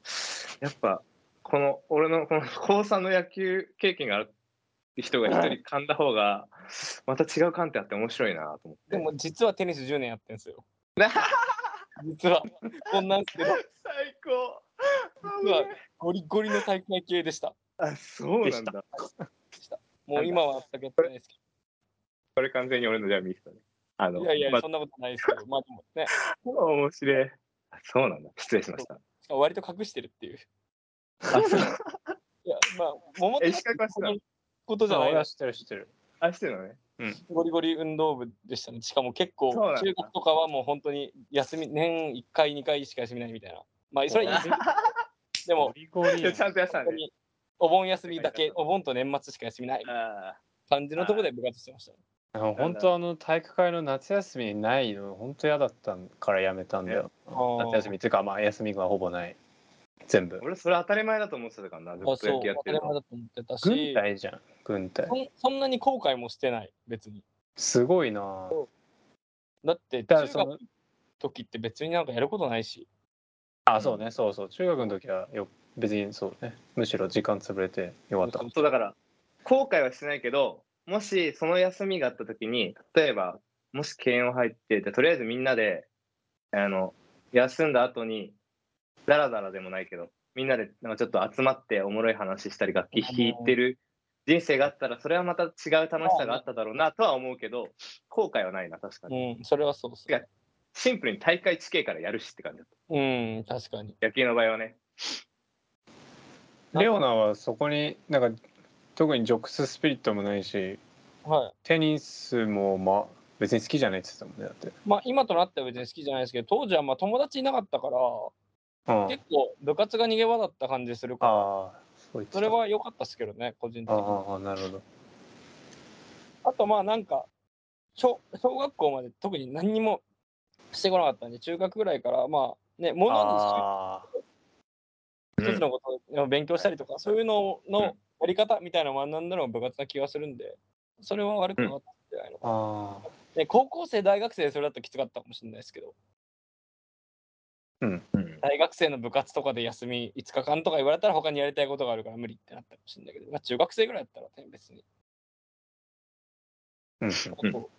Speaker 2: やっぱこの俺のこの高3の野球経験がある人が一人噛んだ方がまた違う観点あって面白いなと思っ
Speaker 3: に。
Speaker 2: て
Speaker 3: でも実はテニス10年やってん ですよ。実は、こんなんですけど、
Speaker 2: 最高
Speaker 3: 実はゴリゴリの体育会系でした。
Speaker 2: あそうなんだ
Speaker 3: でしたもう今は全くやってないですけ
Speaker 2: これ完全に俺のじゃあ見てたねあの
Speaker 3: ど。いやいや
Speaker 2: ま、
Speaker 3: そんなことないですけど、まあでもね、
Speaker 2: 面白いあそうなんだ失礼しました
Speaker 3: しかも割と隠してるっていう。
Speaker 2: あそう
Speaker 3: いや、まあ、桃
Speaker 2: え石川君は知って
Speaker 3: ことじゃない
Speaker 1: 俺
Speaker 3: な
Speaker 1: は知ってる知ってる。
Speaker 2: あ、してるのね。
Speaker 3: ゴリゴリ運動部でしたね。しかも結構、
Speaker 2: そうなんだ
Speaker 3: 中学とかはもう本当に休み、年1回、2回しか休みないみたいな。ま あ、それはいいですよでも
Speaker 1: ゴ、リゴリ
Speaker 2: いやちゃんとやってたん
Speaker 3: 本当
Speaker 2: で。
Speaker 3: にお盆休みだけ、お盆と年末しか休みない
Speaker 2: あ
Speaker 3: 感じのところで部活してました。
Speaker 1: あの本当あの体育会の夏休みないの本当嫌だったからやめたんだよ。
Speaker 3: ー
Speaker 1: 夏休みっていうかまあ休みがほぼない全
Speaker 2: ー
Speaker 1: 部。
Speaker 2: 俺、それ当たり前だと思ってたからな、ずっ
Speaker 3: あ
Speaker 2: と
Speaker 3: そう、
Speaker 2: 野球やっ
Speaker 3: 当
Speaker 2: て
Speaker 3: た
Speaker 2: る
Speaker 3: り
Speaker 2: の
Speaker 3: 前だと思ってた
Speaker 1: 軍
Speaker 3: し、
Speaker 1: 隊じゃん軍隊
Speaker 3: そ。んそんなに後悔もしてない、別に。
Speaker 1: すごいな。
Speaker 3: だって、
Speaker 1: だ
Speaker 3: 中
Speaker 1: からその
Speaker 3: 学の時って別になんかやることないし、
Speaker 1: あそうねそうそう中学の時はよ別にそうねむしろ時間潰れてよかった。
Speaker 2: そう、だから、後悔はしてないけど、もしその休みがあった時に、例えば、もし敬遠を入って、でとりあえずみんなで、あの、休んだ後に、ダラダラでもないけど、みんなでなんかちょっと集まっておもろい話したり、楽器弾いてる人生があったら、それはまた違う楽しさがあっただろうなとは思うけど、後悔はないな、確か
Speaker 3: う
Speaker 2: に。
Speaker 3: ん、それはそうそ
Speaker 2: いや
Speaker 3: う。
Speaker 2: シンプルに大会地形からやるしって感じだっ
Speaker 3: うん、確かに。
Speaker 2: た。野球の場合はね。
Speaker 1: レオナはそこになんか特にジョックススピリットもないし
Speaker 3: はい。
Speaker 1: テニスもまあ別に好きじゃないって言ってたもんねだって。
Speaker 3: まあ、今となっては別に好きじゃないですけど、当時はまあ友達いなかったから、
Speaker 1: うん
Speaker 3: 結構部活が逃げ場だった感じするから、
Speaker 1: ああ、そう言ってた
Speaker 3: それは良かったですけどね、個人的に。あ
Speaker 1: ああ、なるほど。
Speaker 3: とまあなんか小、小学校まで特に何にもしてこなかったんで、中学ぐらいから、まあね、もの
Speaker 1: あ
Speaker 3: に一つのことを勉強したりとか、そういうののやり方みたいなのを学んだのが部活な気がするんで、それは悪くなかったんじゃないのか
Speaker 1: あ、ああ、
Speaker 3: な、ね高校生、大学生でそれだったらきつかったかもしれないですけど、
Speaker 1: うん。
Speaker 2: うん
Speaker 3: 大学生の部活とかで休み5日間とか言われたら他にやりたいことがあるから無理ってなったかもしれないけど、まあ、中学生ぐらいだったらね別に、
Speaker 1: うん。
Speaker 2: うん
Speaker 3: こ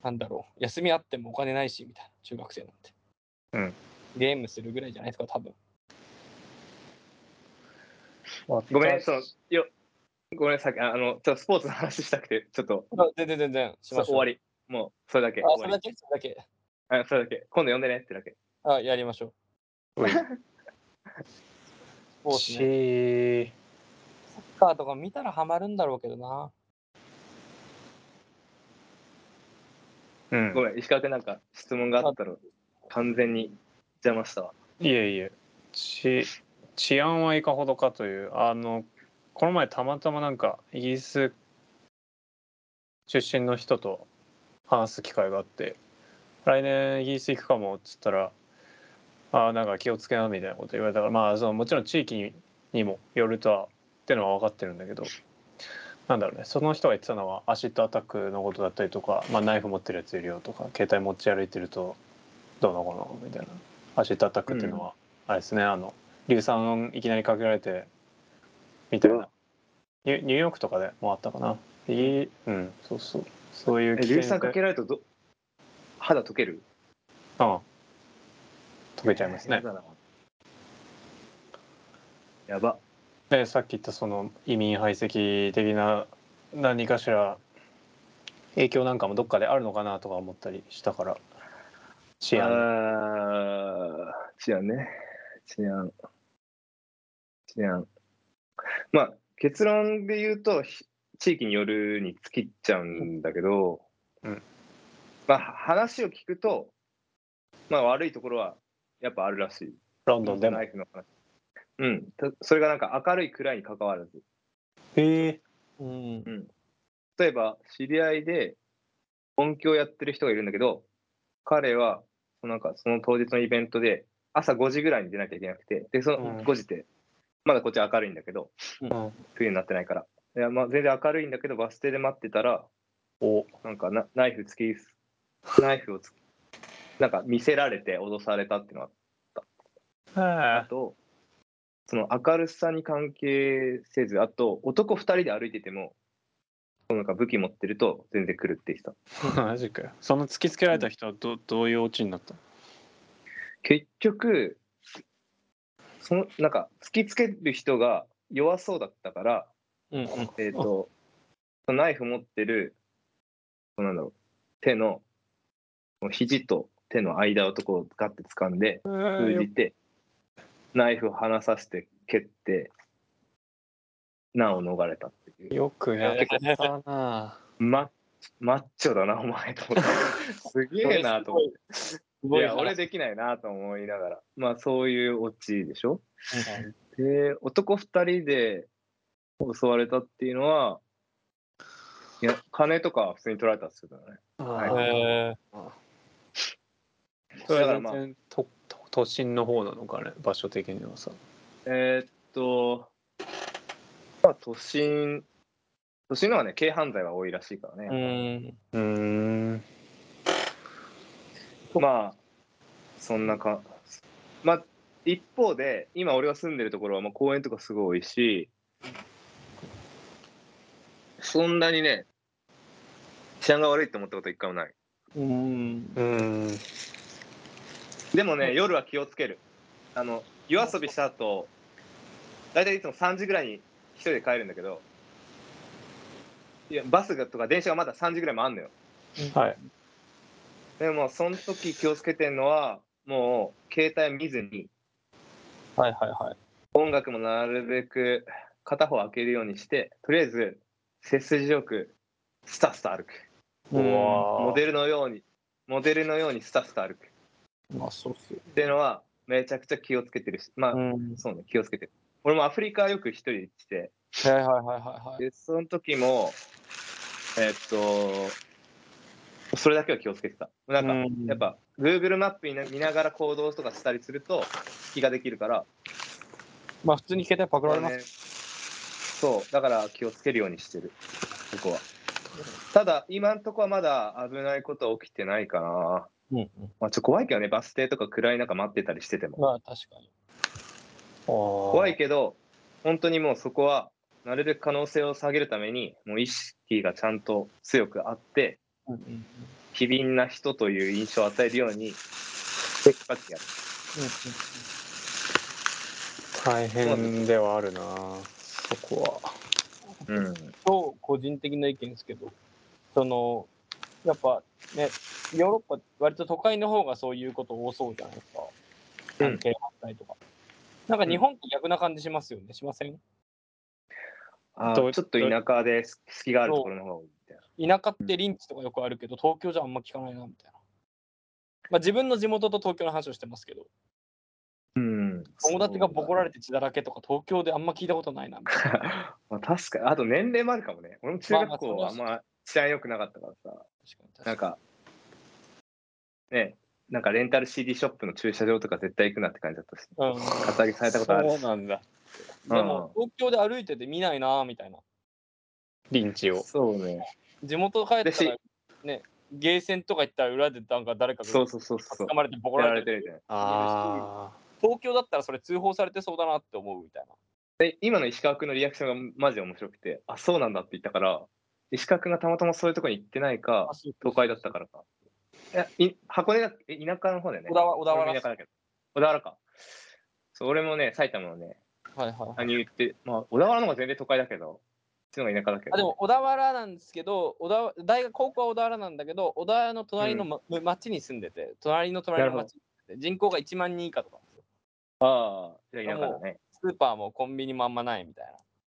Speaker 3: うなんだろう休みあってもお金ないしみたいな中学生なんて、
Speaker 1: うん
Speaker 3: ゲームするぐらいじゃないですか多分
Speaker 2: ごめん、そのよごめんなさい、ああの、ちょっとスポーツの話したくて、ちょっと
Speaker 3: あ全然全然しましょう
Speaker 2: そう終わり。もう、それだけ。
Speaker 3: あそ
Speaker 2: 終
Speaker 3: れ
Speaker 2: わ
Speaker 3: だ
Speaker 2: り
Speaker 3: けそれだけ
Speaker 2: あそれだけ今度呼んでねってだけ
Speaker 3: あ、やりましょう。
Speaker 1: うん
Speaker 3: スポーツね。
Speaker 1: し
Speaker 3: サッカーとか見たらハマるんだろうけどな。
Speaker 1: うん
Speaker 2: ごめん石川君なんか質問があったら完全に邪魔したわ
Speaker 1: いえいえち治安はいかほどかというあのこの前たまたまなんかイギリス出身の人と話す機会があって来年イギリス行くかもっつったらあーなんか気をつけなみたいなこと言われたからまあそのもちろん地域ににもよるとはってのは分かってるんだけどなんだろうねその人が言ってたのはアシットアタックのことだったりとか、まあ、ナイフ持ってるやついるよとか携帯持ち歩いてるとどうのこうのみたいなアシットアタックっていうのは、あれですねあの硫酸いきなりかけられてみたいな、ニュニューヨークとかでもあったかないいうんそうそうそういう
Speaker 2: え硫酸
Speaker 1: 性
Speaker 2: かけられるとど肌溶ける
Speaker 1: うん溶けちゃいますね
Speaker 2: やだなやば
Speaker 1: でさっき言ったその移民排斥的な何かしら影響なんかもどっかであるのかなとか思ったりしたから治安
Speaker 2: あー治安ね治安治安まあ結論で言うとひ地域によるに尽きちゃうんだけど、
Speaker 1: うん
Speaker 2: まあ話を聞くとまあ悪いところはやっぱあるらしい
Speaker 1: ロンドンでも
Speaker 2: ナイフの話うんたそれがなんか明るい暗いに関わらず
Speaker 1: へえ
Speaker 3: うん。
Speaker 2: 例えば知り合いで音響やってる人がいるんだけど彼はなんかその当日のイベントで朝5時ぐらいに出なきゃいけなくてでそ
Speaker 1: うん
Speaker 2: の5時ってまだこっちは明るいんだけど
Speaker 1: うん
Speaker 2: 冬になってないからいや、まあ、全然明るいんだけどバス停で待ってたら
Speaker 1: お
Speaker 2: なんかなナイフ突きナイフをつなんか見せられて脅されたっていうのはあ
Speaker 1: は
Speaker 2: とその明るさに関係せずあと男2人で歩いててもそのなんか武器持ってると全然狂ってきた。
Speaker 1: あ マジかよその突きつけられた人はどどういうオチになったの
Speaker 2: 結局そのなんか突きつける人が弱そうだったから、
Speaker 3: うんうん。
Speaker 2: えー、とそのナイフ持ってるそのなんだろう手のこの肘と手の間をとこをガッて掴んで封じてナイフを離させて蹴って難を逃れたっていう
Speaker 1: よくやってくれたな
Speaker 2: ママッチョだなお前と思って すげえなと思って。
Speaker 3: す
Speaker 2: い
Speaker 3: ごい
Speaker 2: や、
Speaker 3: 話
Speaker 2: 俺できないなと思いながら。まあ、そういうオチでしょ。
Speaker 3: う
Speaker 2: で、男2人で襲われたっていうのは、いや、金とかは普通に取られたっすよね。
Speaker 1: あ
Speaker 2: は
Speaker 1: ー
Speaker 3: え
Speaker 1: それは
Speaker 2: だから
Speaker 1: 全
Speaker 2: まあ
Speaker 1: 然とと都心の方なのかね場所的にはさ
Speaker 2: えーっと、まあ、都心、都心の方がね、軽犯罪は多いらしいから
Speaker 3: ー、
Speaker 2: ね。
Speaker 3: うん。
Speaker 1: うーん
Speaker 2: まあ、そんなか、まあ、一方で、今俺が住んでるところは、まあ、公園とかすごい多いし、そんなにね、治安が悪いって思ったこと一回もない。
Speaker 3: うん。
Speaker 1: うーん
Speaker 2: でもね、夜は気をつける。あの、夜遊びした後、大体いつも3時ぐらいに一人で帰るんだけど、いや、バスがとか電車がまだ3時ぐらいもあんのよ。
Speaker 1: はい
Speaker 2: でも、その時気をつけてんのは、もう、携帯見ずに、
Speaker 3: はいはいはい。
Speaker 2: 音楽もなるべく片方開けるようにして、とりあえず、背筋よく、スタスタ歩く。
Speaker 1: うわー
Speaker 2: モデルのように、モデルのようにスタスタ歩く。っ
Speaker 3: うんまあそうっすよ。
Speaker 2: ていうのは、めちゃくちゃ気をつけてるし、まあ、
Speaker 3: うん。
Speaker 2: そうね、気をつけてる。俺もアフリカよく一人で行ってて、
Speaker 3: はいはいはいはいはい。
Speaker 2: で、その時も、えっと、それだけは気をつけてた。なんか、
Speaker 3: うん
Speaker 2: やっぱ、Google マップ見な見ながら行動とかしたりすると、隙ができるから、
Speaker 3: まあ普通に携帯パクられます
Speaker 2: ねそう、だから気をつけるようにしてる、そこは。ただ、今んとこはまだ危ないことは起きてないかな。
Speaker 3: うんうん。
Speaker 2: まあ、ちょっと怖いけどね、バス停とか暗い中待ってたりしてても。
Speaker 3: まあ確かに。
Speaker 1: 怖
Speaker 2: 怖いけど、本当にもうそこは、なるべく可能性を下げるために、もう意識がちゃんと強くあって、
Speaker 3: うんうんうん。
Speaker 2: 機敏な人という印象を与えるように、テキパキやる。
Speaker 1: 大変ではあるなそこは
Speaker 2: うん。
Speaker 3: 超個人的な意見ですけど、その、やっぱね、ヨーロッパ、割と都会の方がそういうこと多そうじゃないですか。
Speaker 2: うん
Speaker 3: 関係あったりとか。なんか日本と逆な感じしますよね、しません
Speaker 2: あ
Speaker 1: どう
Speaker 2: ーちょっと田舎で隙があるところの方が多いみたいな。
Speaker 3: 田舎ってリンチとかよくあるけど、東京じゃあんま聞かないな、みたいな。まあ自分の地元と東京の話をしてますけど、
Speaker 2: うん、
Speaker 3: 友達がボコられて血だらけとか、東京であんま聞いたことないな、みたいな。
Speaker 2: まあ、確かに、あと年齢もあるかもね。俺も中学校
Speaker 3: まあまあ
Speaker 2: はあんま治安良くなかったからさ、
Speaker 3: 確か に確
Speaker 2: なん
Speaker 3: か
Speaker 2: か、ね、なんかレンタル CD ショップの駐車場とか絶対行くなって感じだったし、
Speaker 3: にうん。
Speaker 2: 肩上げされたことある
Speaker 1: そう
Speaker 2: し。
Speaker 1: なんだ
Speaker 3: でも、東京で歩いてて見ないな、みたいな。
Speaker 1: リンチを
Speaker 2: そうね。
Speaker 3: 地元帰ったら
Speaker 2: 私、
Speaker 3: ね、ゲーセンとか行ったら裏でなんか誰か
Speaker 2: そ
Speaker 3: が
Speaker 2: うそうそうそう
Speaker 3: 捕。まれてボコ
Speaker 2: や
Speaker 3: ら
Speaker 2: ら
Speaker 3: れ
Speaker 2: れ
Speaker 3: て
Speaker 2: てる
Speaker 3: る。
Speaker 2: みたいな。
Speaker 1: あ
Speaker 3: 東京だったらそれ通報されてそうだなって思うみたいな。
Speaker 2: で、今の石川君のリアクションがマジで面白くて、あ、そうなんだって言ったから、石川君がたまたまそういうとこに行ってないか、都会だったからか。いやい箱根だえ田舎の方だよね。
Speaker 3: 小田原小田原
Speaker 2: 俺も田舎だけど。小田原か。そう、俺もね、埼玉のね、
Speaker 3: はいはい。
Speaker 2: 何言って、まあ、小田原の方が全然都会だけど、こっちの方が田舎だけど。
Speaker 3: あでも小田原なんですけど小田原大学高校は小田原なんだけど小田原の隣の、ま町に住んでて隣の隣の町に住んでて人口が1万人以下とかなんですよ
Speaker 2: ああ、じゃあ田舎だね。
Speaker 3: スーパーもコンビニもあんまないみたい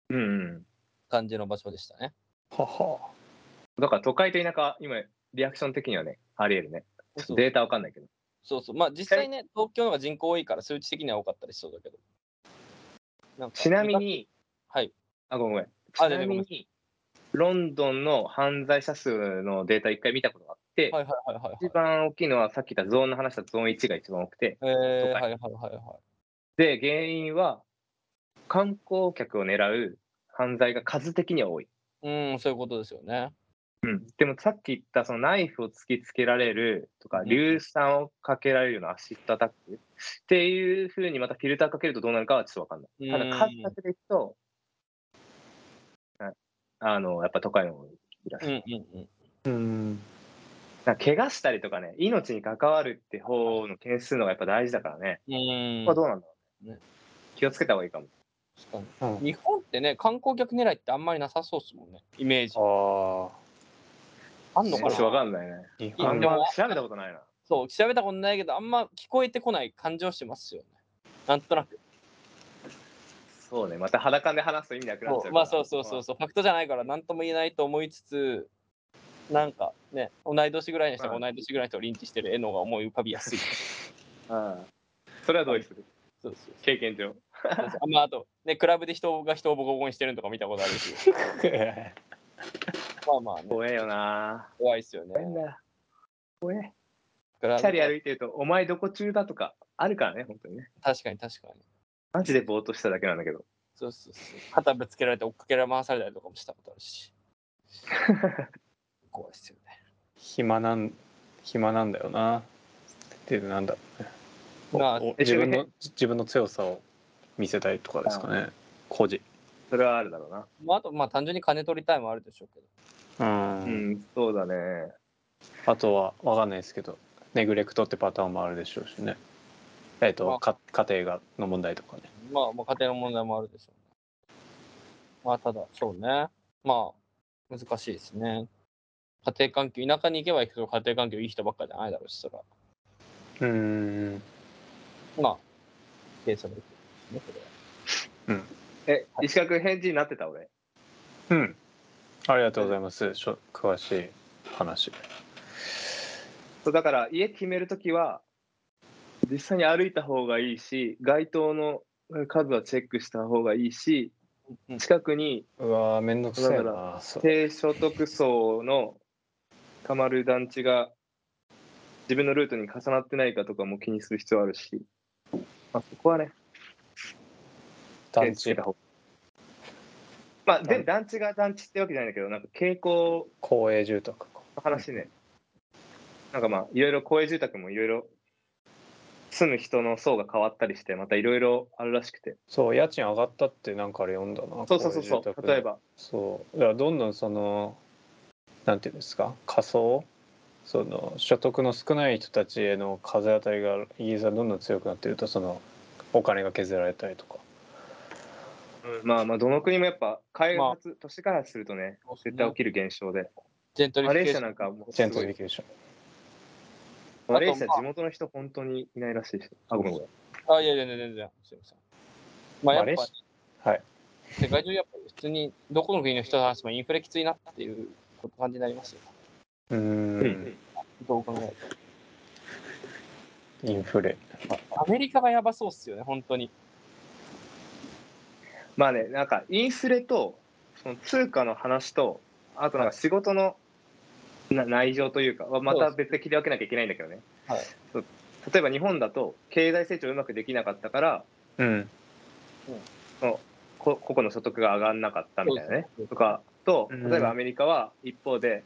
Speaker 3: な
Speaker 2: うんうん。
Speaker 3: 感じの場所でしたね
Speaker 1: あはは
Speaker 2: だから都会と田舎、今、リアクション的にはね、あり得るね。ちょっとデータわかんないけど。
Speaker 3: そうそうまあ実際ね東京の方が人口多いから数値的には多かったりしそうだけどなんか
Speaker 2: ちなみに、
Speaker 3: はい
Speaker 2: あ、ごめんごめん。ち
Speaker 3: あ
Speaker 2: な
Speaker 3: 全然ごめ
Speaker 2: み
Speaker 3: んな
Speaker 2: に、ロンドンの犯罪者数のデータ一回見たことがあって、
Speaker 3: はいはいはいはい
Speaker 2: 一番大きいのはさっき言ったゾーンの話したゾーン1が一番多くて、
Speaker 3: えー、
Speaker 2: 都
Speaker 3: は
Speaker 2: 会
Speaker 3: いはいはいはい
Speaker 2: で、原因は観光客を狙う犯罪が数的には多い。
Speaker 3: うんそういうことですよね
Speaker 2: うん、でもさっき言ったそのナイフを突きつけられるとか、
Speaker 3: うん
Speaker 2: 硫酸をかけられるようなアシッドアタックっていうふうにまたフィルターかけるとどうなるかはちょっとわかんない。ただ数だけでいくと、ああの、やっぱ都会の方がいいらしい
Speaker 3: うんうんうん
Speaker 1: うん
Speaker 2: なんか怪我したりとかね、命に関わるって方の件数の方がやっぱ大事だからね。
Speaker 3: うん
Speaker 2: ここはどうなんだろうね
Speaker 3: ね。
Speaker 2: 気をつけた方がいいかも。
Speaker 3: 確かに
Speaker 1: うん
Speaker 3: 日本ってね観光客狙いってあんまりなさそうっすもんねイメージ
Speaker 1: ああ
Speaker 3: あんの
Speaker 2: ちょ
Speaker 3: か
Speaker 2: っとわかん
Speaker 3: な
Speaker 2: ないね。
Speaker 1: 日
Speaker 2: あん
Speaker 1: 本
Speaker 3: で
Speaker 2: ま
Speaker 3: も
Speaker 2: 調べたことないな。
Speaker 3: そう、調べたことないけど、あんま聞こえてこない感じはしてますよね。なんとなく。
Speaker 2: そうね、また裸で話すと意味なくなっちゃうから。
Speaker 3: まあそうそうそうそう、ファクトじゃないから、なんとも言えないと思いつつ、なんかね、同い年ぐらいの人が
Speaker 2: はい
Speaker 3: 同い年ぐらいの人をリンチしてる絵の方が思い浮かびやすい。
Speaker 2: うんそれはどうでする
Speaker 3: そうそう
Speaker 2: 経験上。
Speaker 3: そうそう。あまあ、あと、ね、クラブで人が人をボコボコにしてるのとか見たことある し、まあまあね、
Speaker 2: 怖えよな。
Speaker 3: 怖いっすよね。
Speaker 2: 怖えんだよ。怖え。
Speaker 3: クラブ
Speaker 2: チャリ歩いてると、お前どこ中だとかあるからね、本当にね。
Speaker 3: 確かに確かに。
Speaker 2: マジでぼーっとしただけなんだけど。
Speaker 3: そうそうそう。肩ぶつけられて追っかけられ回されたりとかもしたことある し。怖いっすよね。
Speaker 1: 暇なん暇なんだよなっていうなんだろうね
Speaker 3: まあ
Speaker 1: おお自分の自分の強さを見せたいとかですかね個人
Speaker 2: それはあるだろうな。
Speaker 3: まあ、あと、まあ単純に金取りたいもあるでしょうけど。
Speaker 1: うん、
Speaker 2: うん、そうだね。
Speaker 1: あとはわかんないですけどネグレクトってパターンもあるでしょうしねえっ、と
Speaker 3: あ
Speaker 1: か家庭がの問題とかね
Speaker 3: まあ、まあ、家庭の問題もあるでしょうね。まあ、ただ、そうね。まあ、難しいですね。家庭環境、田舎に行けば行くと家庭環境いい人ばっかじゃないだろうし、そら。
Speaker 1: うん
Speaker 3: まあ、計算できるね、これは。
Speaker 2: え、石川君返事になってた俺。
Speaker 1: うんありがとうございますしょ詳しい話
Speaker 2: そうだから家決めるときは実際に歩いた方がいいし街灯の数はチェックした方がいいし
Speaker 3: うん
Speaker 2: 近くに
Speaker 1: うわーめんどくさい
Speaker 2: だか
Speaker 1: なそう
Speaker 2: 低所得層のたまる団地が自分のルートに重なってないかとかも気にする必要あるし、まあ、そこはね
Speaker 1: 団
Speaker 2: 気をつけ
Speaker 1: 地
Speaker 2: た方がまあで団地が団地ってわけじゃないんだけどなんか傾向
Speaker 1: 公営住宅か
Speaker 2: の話ね、なんかまあいろいろ公営住宅もいろいろ住む人の層が変わったりしてまたいろいろあるらしくて
Speaker 1: そう家賃上がったってなんかあれ読んだな
Speaker 2: そうそうそうそう
Speaker 1: 公営住宅
Speaker 2: 例えば
Speaker 1: そうだからどんどんそのなんていうんですか仮想その所得の少ない人たちへの風当たりがイギリスはどんどん強くなってるとそのお金が削られたりとか
Speaker 2: まあまあどの国もやっぱ開
Speaker 3: まあ
Speaker 2: 発、都市開発するとね
Speaker 3: そうっすね
Speaker 2: 絶対起きる現象で
Speaker 3: ジェントリ
Speaker 2: マ
Speaker 3: フ
Speaker 2: レー
Speaker 3: ィケー
Speaker 2: シ
Speaker 3: シ
Speaker 2: ア
Speaker 3: ョン
Speaker 2: なんかもう
Speaker 1: ジェ
Speaker 2: す
Speaker 1: ント
Speaker 2: ご
Speaker 1: リ
Speaker 2: い
Speaker 1: フィケーション
Speaker 2: マレーシア
Speaker 3: あと
Speaker 2: 地元の人本当にいないらしいです。あ、ごめんごめん。
Speaker 3: あ、いやいや、全然、全然、すいません。まあ、や
Speaker 1: マレ
Speaker 3: っ
Speaker 1: ー
Speaker 3: ぱ
Speaker 1: シ、はい。
Speaker 3: 世界中、やっぱり普通に、どこの国の人と話してもインフレきついなっていう感じになりますよ。
Speaker 1: うーん。
Speaker 3: どう考えて
Speaker 1: インフレ。
Speaker 3: も。アメリカがやばそうっすよね、本当に。
Speaker 2: まあね、なんかインフレと、その通貨の話と、あとなんか仕事のな内情というか、はまた別で切り分けなきゃいけないんだけどね。
Speaker 3: はい
Speaker 2: そう例えば日本だと、経済成長うまくできなかったから、
Speaker 1: うん。
Speaker 2: こ個々の所得が上がらなかったみたいなね
Speaker 3: そうそうそう
Speaker 2: とかと
Speaker 1: うん
Speaker 2: 例えばアメリカは一方で、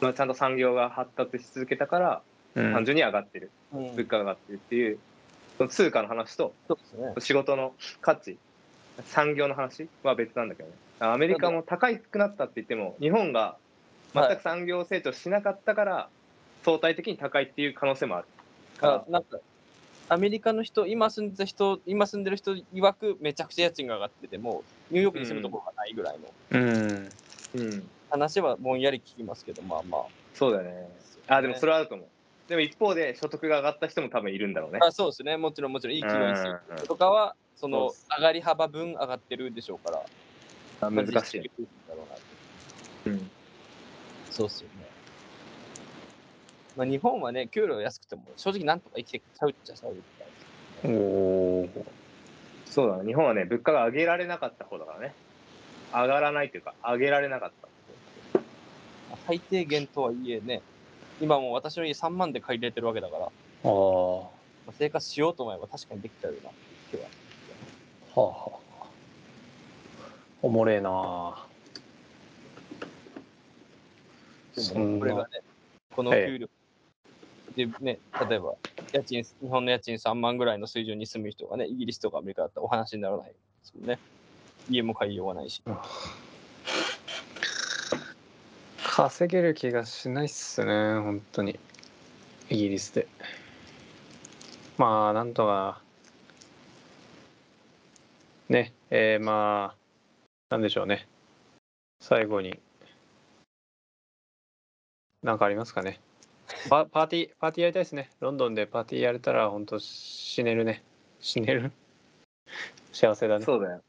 Speaker 2: まあ、ちゃんと産業が発達し続けたから
Speaker 1: うん
Speaker 2: 単純に上がってる
Speaker 3: うん
Speaker 2: 物価が上がってるっていうその通貨の話と
Speaker 3: そうですね。
Speaker 2: 仕事の価値産業の話は別なんだけどねアメリカも高くなったって言っても日本が全く産業成長しなかったから相対的に高いっていう可能性もある
Speaker 3: あなんかアメリカの人今住んでた人今住んでる人曰くめちゃくちゃ家賃が上がっててもうニューヨークに住むところがないぐらいの
Speaker 1: うん。
Speaker 2: うん
Speaker 3: 話はぼんやり聞きますけどまあまあ、
Speaker 2: そうだよねあでもそれはあると思うでも一方で所得が上がった人も多分いるんだろうね
Speaker 3: あそうですねもちろんもちろんいい企業にする人とかはその上がり幅分上がってるでしょうから
Speaker 2: あ難しいね、
Speaker 3: 実質だろうな
Speaker 2: うん
Speaker 3: そうっすよねまあ日本はね給料安くても正直なんとか生きてちゃうっちゃそうですから
Speaker 1: おお。
Speaker 2: そうだね、日本はね、物価が上げられなかった方だからね。上がらないというか、上げられなかった。
Speaker 3: まあ最低限とはいえね今もう私の家3万で借りれてるわけだから
Speaker 1: ああ。は
Speaker 3: まあ生活しようと思えば確かにできちゃうよなっていう気は。
Speaker 1: あはあ。おもれえな。そ
Speaker 3: でも
Speaker 1: ん
Speaker 3: ねこれがね
Speaker 1: な。、
Speaker 3: この
Speaker 1: ええ
Speaker 3: 給料でね、例えば家賃、日本の家賃3万ぐらいの水準に住む人がね、イギリスとかアメリカだったらお話にならないですもんね。家も借りようがないし。
Speaker 1: 稼げる気がしないっすね本当にイギリスでまあなんとかねえーまあなんでしょうね最後になんかありますかねパパーティーパーティーやりたいですねロンドンでパーティーやれたら本当死ねるね死ねる 幸せだね
Speaker 2: そうだよ。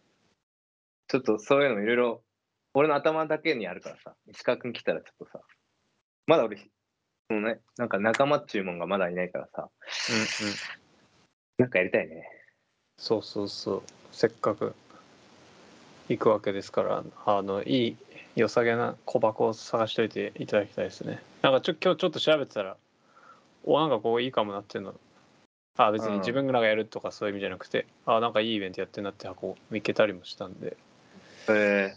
Speaker 2: ちょっとそういうのもいろいろ、俺の頭だけにあるからさ、石川君来たらちょっとさ、まだ俺、もうね、なんか仲間っちゅうもんがまだいないからさ、
Speaker 1: うんうん
Speaker 2: なんかやりたいね。
Speaker 1: そうそうそうせっかく行くわけですからあのいい良さげな小箱を探しておいていただきたいですねなんかちょ今日ちょっと調べてたらおなんかこういいかもなっていうのあ別
Speaker 2: うん
Speaker 1: に自分らがやるとかそういう意味じゃなくて、あなんかいいイベントやってんなって箱見けたりもしたんで
Speaker 2: え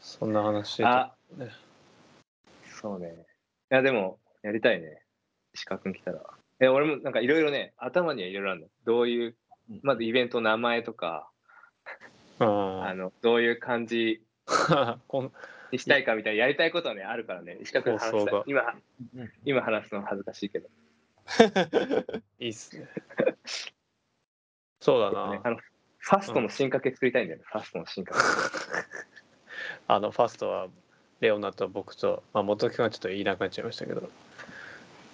Speaker 1: そんな話と
Speaker 2: あ
Speaker 1: ね、
Speaker 2: そうね。いや、でも、やりたいね。石川君来たら。え、俺もなんかいろいろね、頭にはいろいろあるの。どういう
Speaker 3: うん、
Speaker 2: まずイベントの名前とか、
Speaker 1: う
Speaker 2: あ
Speaker 1: ん
Speaker 2: の、どういう感じ
Speaker 1: こん
Speaker 2: にしたいかみたいなやりたいことはねあるからね石川君話
Speaker 1: そう
Speaker 2: し
Speaker 1: そ
Speaker 2: た
Speaker 1: う
Speaker 2: い
Speaker 1: か
Speaker 2: 今今話すの恥ずかしいけど、
Speaker 1: いいっすねそうだ
Speaker 2: ね
Speaker 1: な
Speaker 2: あのファストの進化系作りたいんだよね、ファストの進 化系
Speaker 1: あのファーストはレオナと僕と、まあ、元木君はちょっといなくなっちゃいましたけど、ま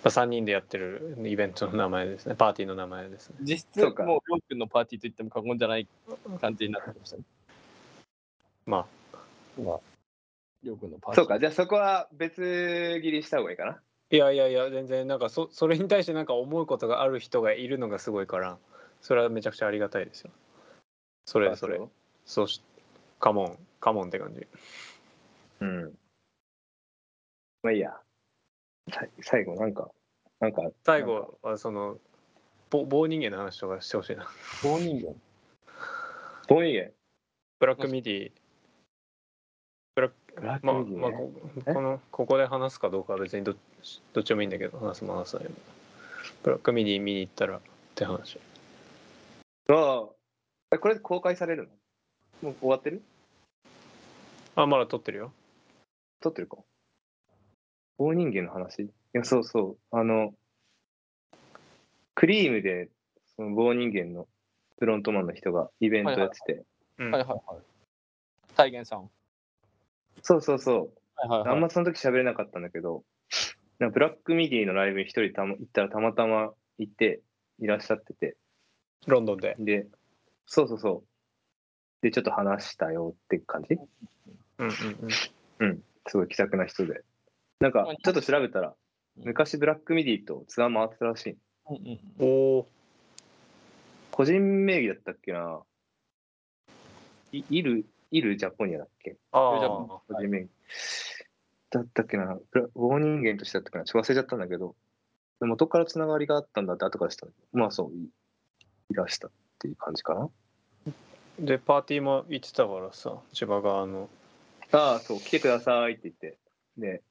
Speaker 1: あ、3人でやってるイベントの名前ですねパーティーの名前ですね
Speaker 3: 実質、
Speaker 2: そうか
Speaker 3: もう、りょうくんのパーティーと言っても過言じゃない感じになってきましたね。
Speaker 1: まあ
Speaker 3: まあ、りょうくんのパーテ
Speaker 2: そ
Speaker 3: ィー。
Speaker 2: うかじゃあそこは別切りした方がいいかない
Speaker 1: やいやいや全然なんかそそれに対してなんか思うことがある人がいるのがすごいからそれはめちゃくちゃありがたいですよそれそれ
Speaker 2: ファース
Speaker 1: そうしカモンカモンって感じ
Speaker 2: トうんまあいいやさ最後なんかなんか
Speaker 1: 最後はその棒棒人間の話とかしてほしいな
Speaker 3: 棒人間。
Speaker 2: どういう意
Speaker 1: ブラックミディブラック
Speaker 2: ブラック
Speaker 1: まあ、
Speaker 2: ミディね
Speaker 1: まあ、こ
Speaker 2: え
Speaker 1: このここで話すかどうかは別にどどっちでもいいんだけど話すも話さないもブラックミディ見に行ったらって話
Speaker 2: 味ああえこれ公開されるのもう終わってる
Speaker 1: あまだ撮ってるよ
Speaker 2: 撮ってるか棒人間の話いやそうそうあのクリームでその棒人間のフロントマンの人がイベントやってて、
Speaker 1: うん、
Speaker 3: はいはいはい。大元さん。
Speaker 2: そうそうそう
Speaker 3: はいはい、はい。
Speaker 2: あんまその時喋れなかったんだけどなんかブラックミディのライブに一人たま行ったらたまたま行っていらっしゃってて
Speaker 1: ロンドンで。
Speaker 2: でそうそうそうでちょっと話したよって感じ
Speaker 1: うんうん
Speaker 2: すごい気さくな人でなんかちょっと調べたら昔ブラックミディとツアー回ってたらしい
Speaker 3: うんうん
Speaker 1: うん、おお
Speaker 2: 個人名義だったっけないいるいるジャポニアだっけ
Speaker 3: じゃ
Speaker 1: あ
Speaker 3: あ
Speaker 2: 個人名義だったっけなブラウォー人間としてだったっけなちょっと忘れちゃったんだけど元からつながりがあったんだって後からしたまあそういいらしたっていう感じかな
Speaker 1: ーでパーティーも行ってたからさ千葉側の
Speaker 2: ああそう来てくださいって言ってで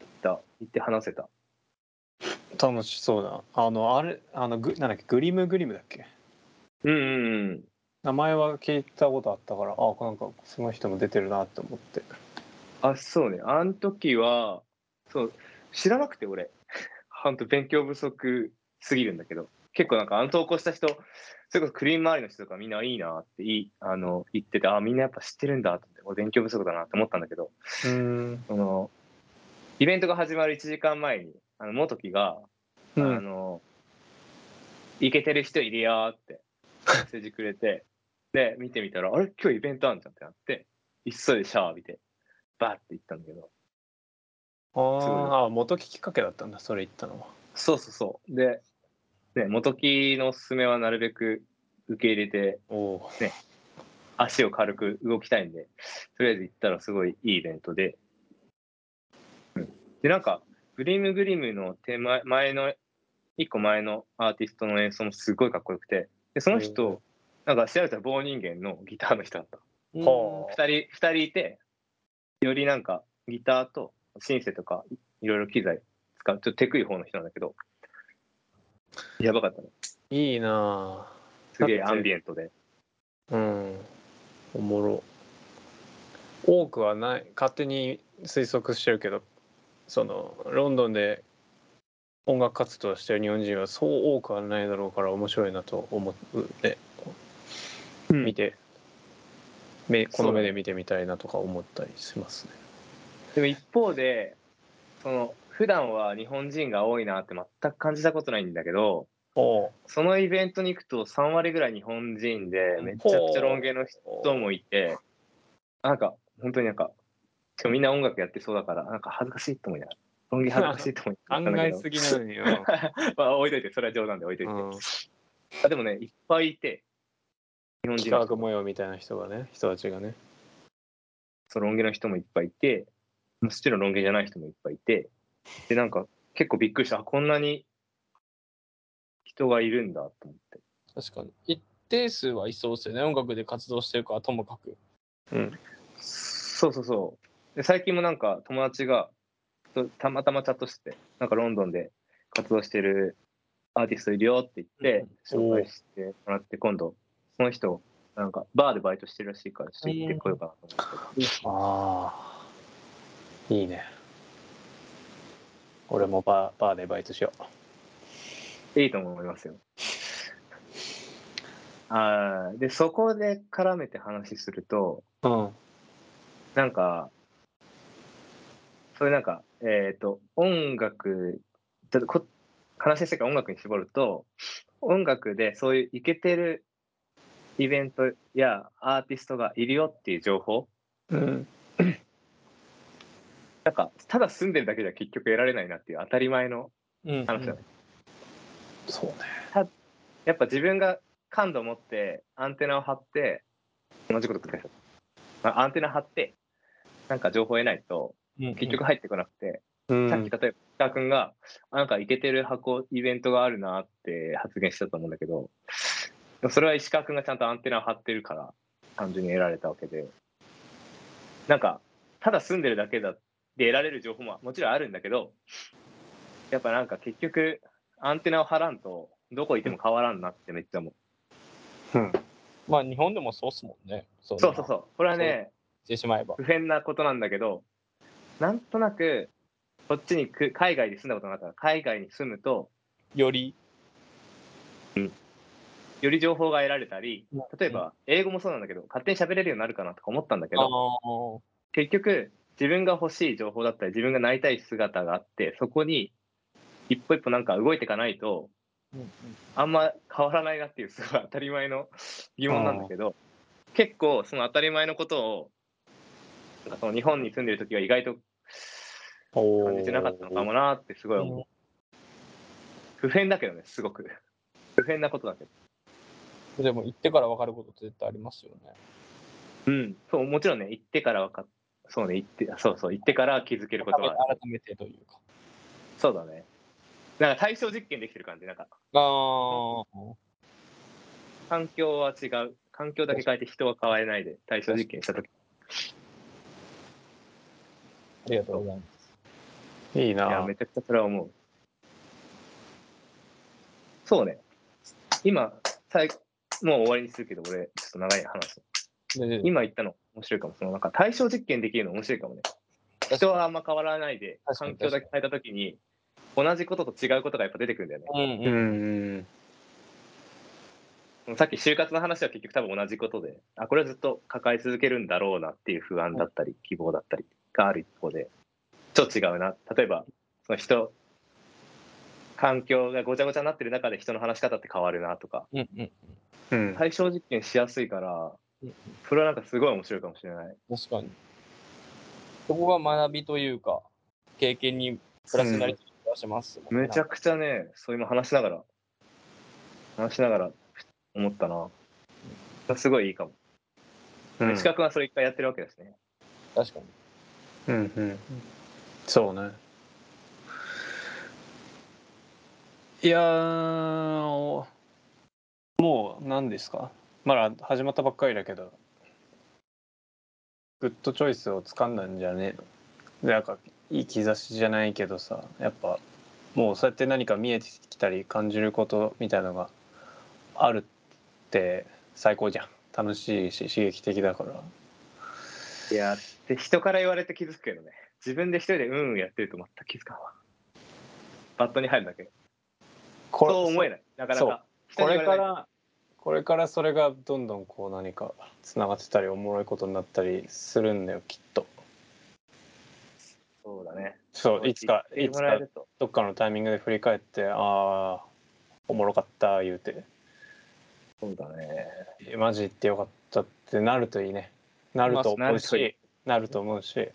Speaker 2: 行った行って話せた
Speaker 1: 楽しそうだあのあれあのグなんだっけグリムグリムだっけ
Speaker 2: うんうんうん
Speaker 1: 名前は聞いたことあったからあなんかその人も出てるなって思って
Speaker 2: あそうねあの時はそう知らなくて俺 本当勉強不足すぎるんだけど結構なんかあの投稿した人それこそクリーン周りの人とかみんないいなっていいあの言っててあみんなやっぱ知ってるんだって俺勉強不足だなって思ったんだけど
Speaker 1: うん
Speaker 2: そのイベントが始まる1時間前にあの元木が
Speaker 1: う
Speaker 2: あ
Speaker 1: ん
Speaker 2: の、イケてる人いるよーって、メッセージくれて、で、見てみたら、あれ今日イベントあんじゃんってなって、急いでシャワー浴びて、バーって行ったんだけど、
Speaker 1: あ
Speaker 2: すごい
Speaker 1: ーあ元木きっかけだったんだそれ言ったのは
Speaker 2: そうそうそう。で、ね、元木のおすすめはなるべく受け入れて、
Speaker 1: おお
Speaker 2: 足を軽く動きたいんで、とりあえず行ったらすごいいいイベントで。うんで、なんか、グリムグリムの手前前の、一個前のアーティストの演奏もすごいかっこよくて、でその
Speaker 1: へえ
Speaker 2: 人、なんか調べたら棒人間のギターの人だった。
Speaker 3: うん
Speaker 1: はあ
Speaker 2: 2人、二人いて、よりなんかギターとシンセとかいろいろ機材使う、ちょっとテクい方の人なんだけど、やばかったね。
Speaker 1: いいな
Speaker 2: すげえアンビエントで。
Speaker 1: あうんおもろ多くはない勝手に推測してるけどそのロンドンで音楽活動してる日本人はそう多くはないだろうから面白いなと思うね見て、目この目で見てみたいなとか思ったりしますね
Speaker 2: でも一方でその普段は日本人が多いなって全く感じたことないんだけど
Speaker 1: おう
Speaker 2: そのイベントに行くと3割ぐらい日本人でめちゃくちゃロン毛の人もいてなんか本当になんかしかもみんな音楽やってそうだからなんか恥ずかしいと思いながらロン毛恥ずかしいと思いな
Speaker 1: 案
Speaker 2: がら
Speaker 1: 外 すぎなのによ、
Speaker 2: まあ置いといてそれは冗談で置いといて、
Speaker 1: うん、
Speaker 2: あでもねいっぱいいて日本人
Speaker 1: 幾
Speaker 2: の人
Speaker 1: 何模様みたいな人がね人たちがね
Speaker 2: そうロン毛の人もいっぱいいてもちろんロン毛じゃない人もいっぱいいてでなんか結構びっくりしたあこんなに人がいるんだと思って
Speaker 3: 確かに。一定数はいそうですよね。音楽で活動してるからともかく。
Speaker 2: そうそうそうで最近もなんか友達がとたまたまチャットしててなんかロンドンで活動してるアーティストいるよって言って
Speaker 1: うん
Speaker 2: 紹介してもらって今度その人なんかバーでバイトしてるらしいからちょっと行ってこようかなと思って。
Speaker 1: ああいいね俺もバーバーでバイトしよう
Speaker 2: いいと思いますよ。あーでそこで絡めて話すると
Speaker 1: うん
Speaker 2: なんかそういうなんかえっ、と音楽ちょっとこ話してから音楽に絞ると音楽でそういうイケてるイベントやアーティストがいるよっていう情報
Speaker 1: うん
Speaker 2: なんかただ住んでるだけじゃ結局得られないなっていう当たり前の
Speaker 3: うん
Speaker 2: 話だね
Speaker 1: そうね
Speaker 2: やっぱ自分が感度を持ってアンテナを張って同じこと繰り返しまあアンテナ張ってなんか情報を得ないと結局、入ってこなくて、
Speaker 1: うん
Speaker 2: さっき例えば北川君があなんかイケてる箱イベントがあるなって発言したと思うんだけどでもそれは石川君がちゃんとアンテナを張ってるから単純に得られたわけでなんかただ住んでるだけだで得られる情報ももちろんあるんだけどやっぱなんか結局アンテナを張らんとどこいても変わらんなってめっちゃ思う。
Speaker 1: うん
Speaker 3: まあ日本でもそうっすもんね。そう
Speaker 2: そうそうそう。これはね、
Speaker 3: してしまえば。
Speaker 2: 不変なことなんだけど、なんとなく、こっちにく海外で住んだことなかったから、海外に住むと、
Speaker 3: より。
Speaker 2: より情報が得られたり、例えば、英語もそうなんだけど、勝手に喋れるようになるかなとか思ったんだけ
Speaker 3: ああ
Speaker 2: ど、結局、自分が欲しい情報だったり、自分がなりたい姿があって、そこに一歩一歩なんか動いていかないと
Speaker 3: うんうん
Speaker 2: あんま変わらないなっていうすごい当たり前 の疑問なんだけど結構その当たり前のことをなんかその日本に住んでる時は意外と感じてなかったのかもなってすごい思う、不変だけどねすごく不変なことだけど
Speaker 3: でも行ってから分かることって絶対ありますよね。
Speaker 2: うんそうもちろんね行ってから分かっそうね行ってそうそう行ってから気づけることは
Speaker 3: 改めてというか。
Speaker 2: そうだねなんか対象実験できてる感じなんか
Speaker 3: あ
Speaker 2: 環境は違う環境だけ変えて人は変われないで対象実験した時
Speaker 3: ありがとうございます。
Speaker 1: いい
Speaker 2: いや、
Speaker 1: な
Speaker 2: めちゃくちゃそれは思う。そうね。今、最もう終わりにするけど、俺、ちょっと長い話す。
Speaker 3: で
Speaker 2: 今言ったの面白いかも。そのなんか対象実験できるの面白いかもね。人はあんま変わらないで、
Speaker 3: 確かに
Speaker 2: 環境だけ変えたときに、同じことと違うことがやっぱ出てくるんだよね。
Speaker 3: うん
Speaker 1: う
Speaker 3: うんん、
Speaker 1: うん
Speaker 2: さっき就活の話は結局多分同じことで、あ、これはずっと抱え続けるんだろうなっていう不安だったり、希望だったりがある一方で、ちょっと違うな。例えば、その人、環境がごちゃごちゃになってる中で人の話し方って変わるなとか、
Speaker 3: うんうん、
Speaker 1: うん
Speaker 2: 対象実験しやすいから
Speaker 3: うんうん、
Speaker 2: それはなんかすごい面白いかもしれない。
Speaker 3: 確かに。そこが学びというか、経験にプラスになり気がします、
Speaker 2: めちゃくちゃね、そう今話しながら、話しながら思ったな。すごいいいかも。
Speaker 1: うん
Speaker 2: 資格はそれ一回やってるわけですね。
Speaker 3: 確かに。
Speaker 1: うんうんそうねいやーおもう何ですかまだ始まったばっかりだけどグッドチョイスを掴んだんじゃねえのなんかいい兆しじゃないけどさやっぱもうそうやって何か見えてきたり感じることみたいのがあるって最高じゃん楽しいし刺激的だから
Speaker 2: いやって人から言われて気づくけどね自分で一人でうんうんやってると全く気づかんわバットに入るだけ
Speaker 1: これ
Speaker 2: そう思えないなかな
Speaker 1: そう
Speaker 2: か人
Speaker 1: こ
Speaker 2: に
Speaker 1: れ
Speaker 2: 言わ
Speaker 1: か
Speaker 2: れない
Speaker 1: らこれからそれがどんどんこう何かつながってたりおもろいことになったりするんだよきっと
Speaker 2: そうだね
Speaker 1: そういつか
Speaker 2: 言
Speaker 1: い
Speaker 2: っ
Speaker 1: つ
Speaker 2: てもらえ
Speaker 1: か
Speaker 2: ると
Speaker 1: どっかのタイミングで振り返ってああおもろかった言うて
Speaker 2: そうだね
Speaker 1: えマジ言ってよかったってなるといいねなると
Speaker 2: ま
Speaker 1: 思う
Speaker 2: あなるとい
Speaker 1: しなると思うし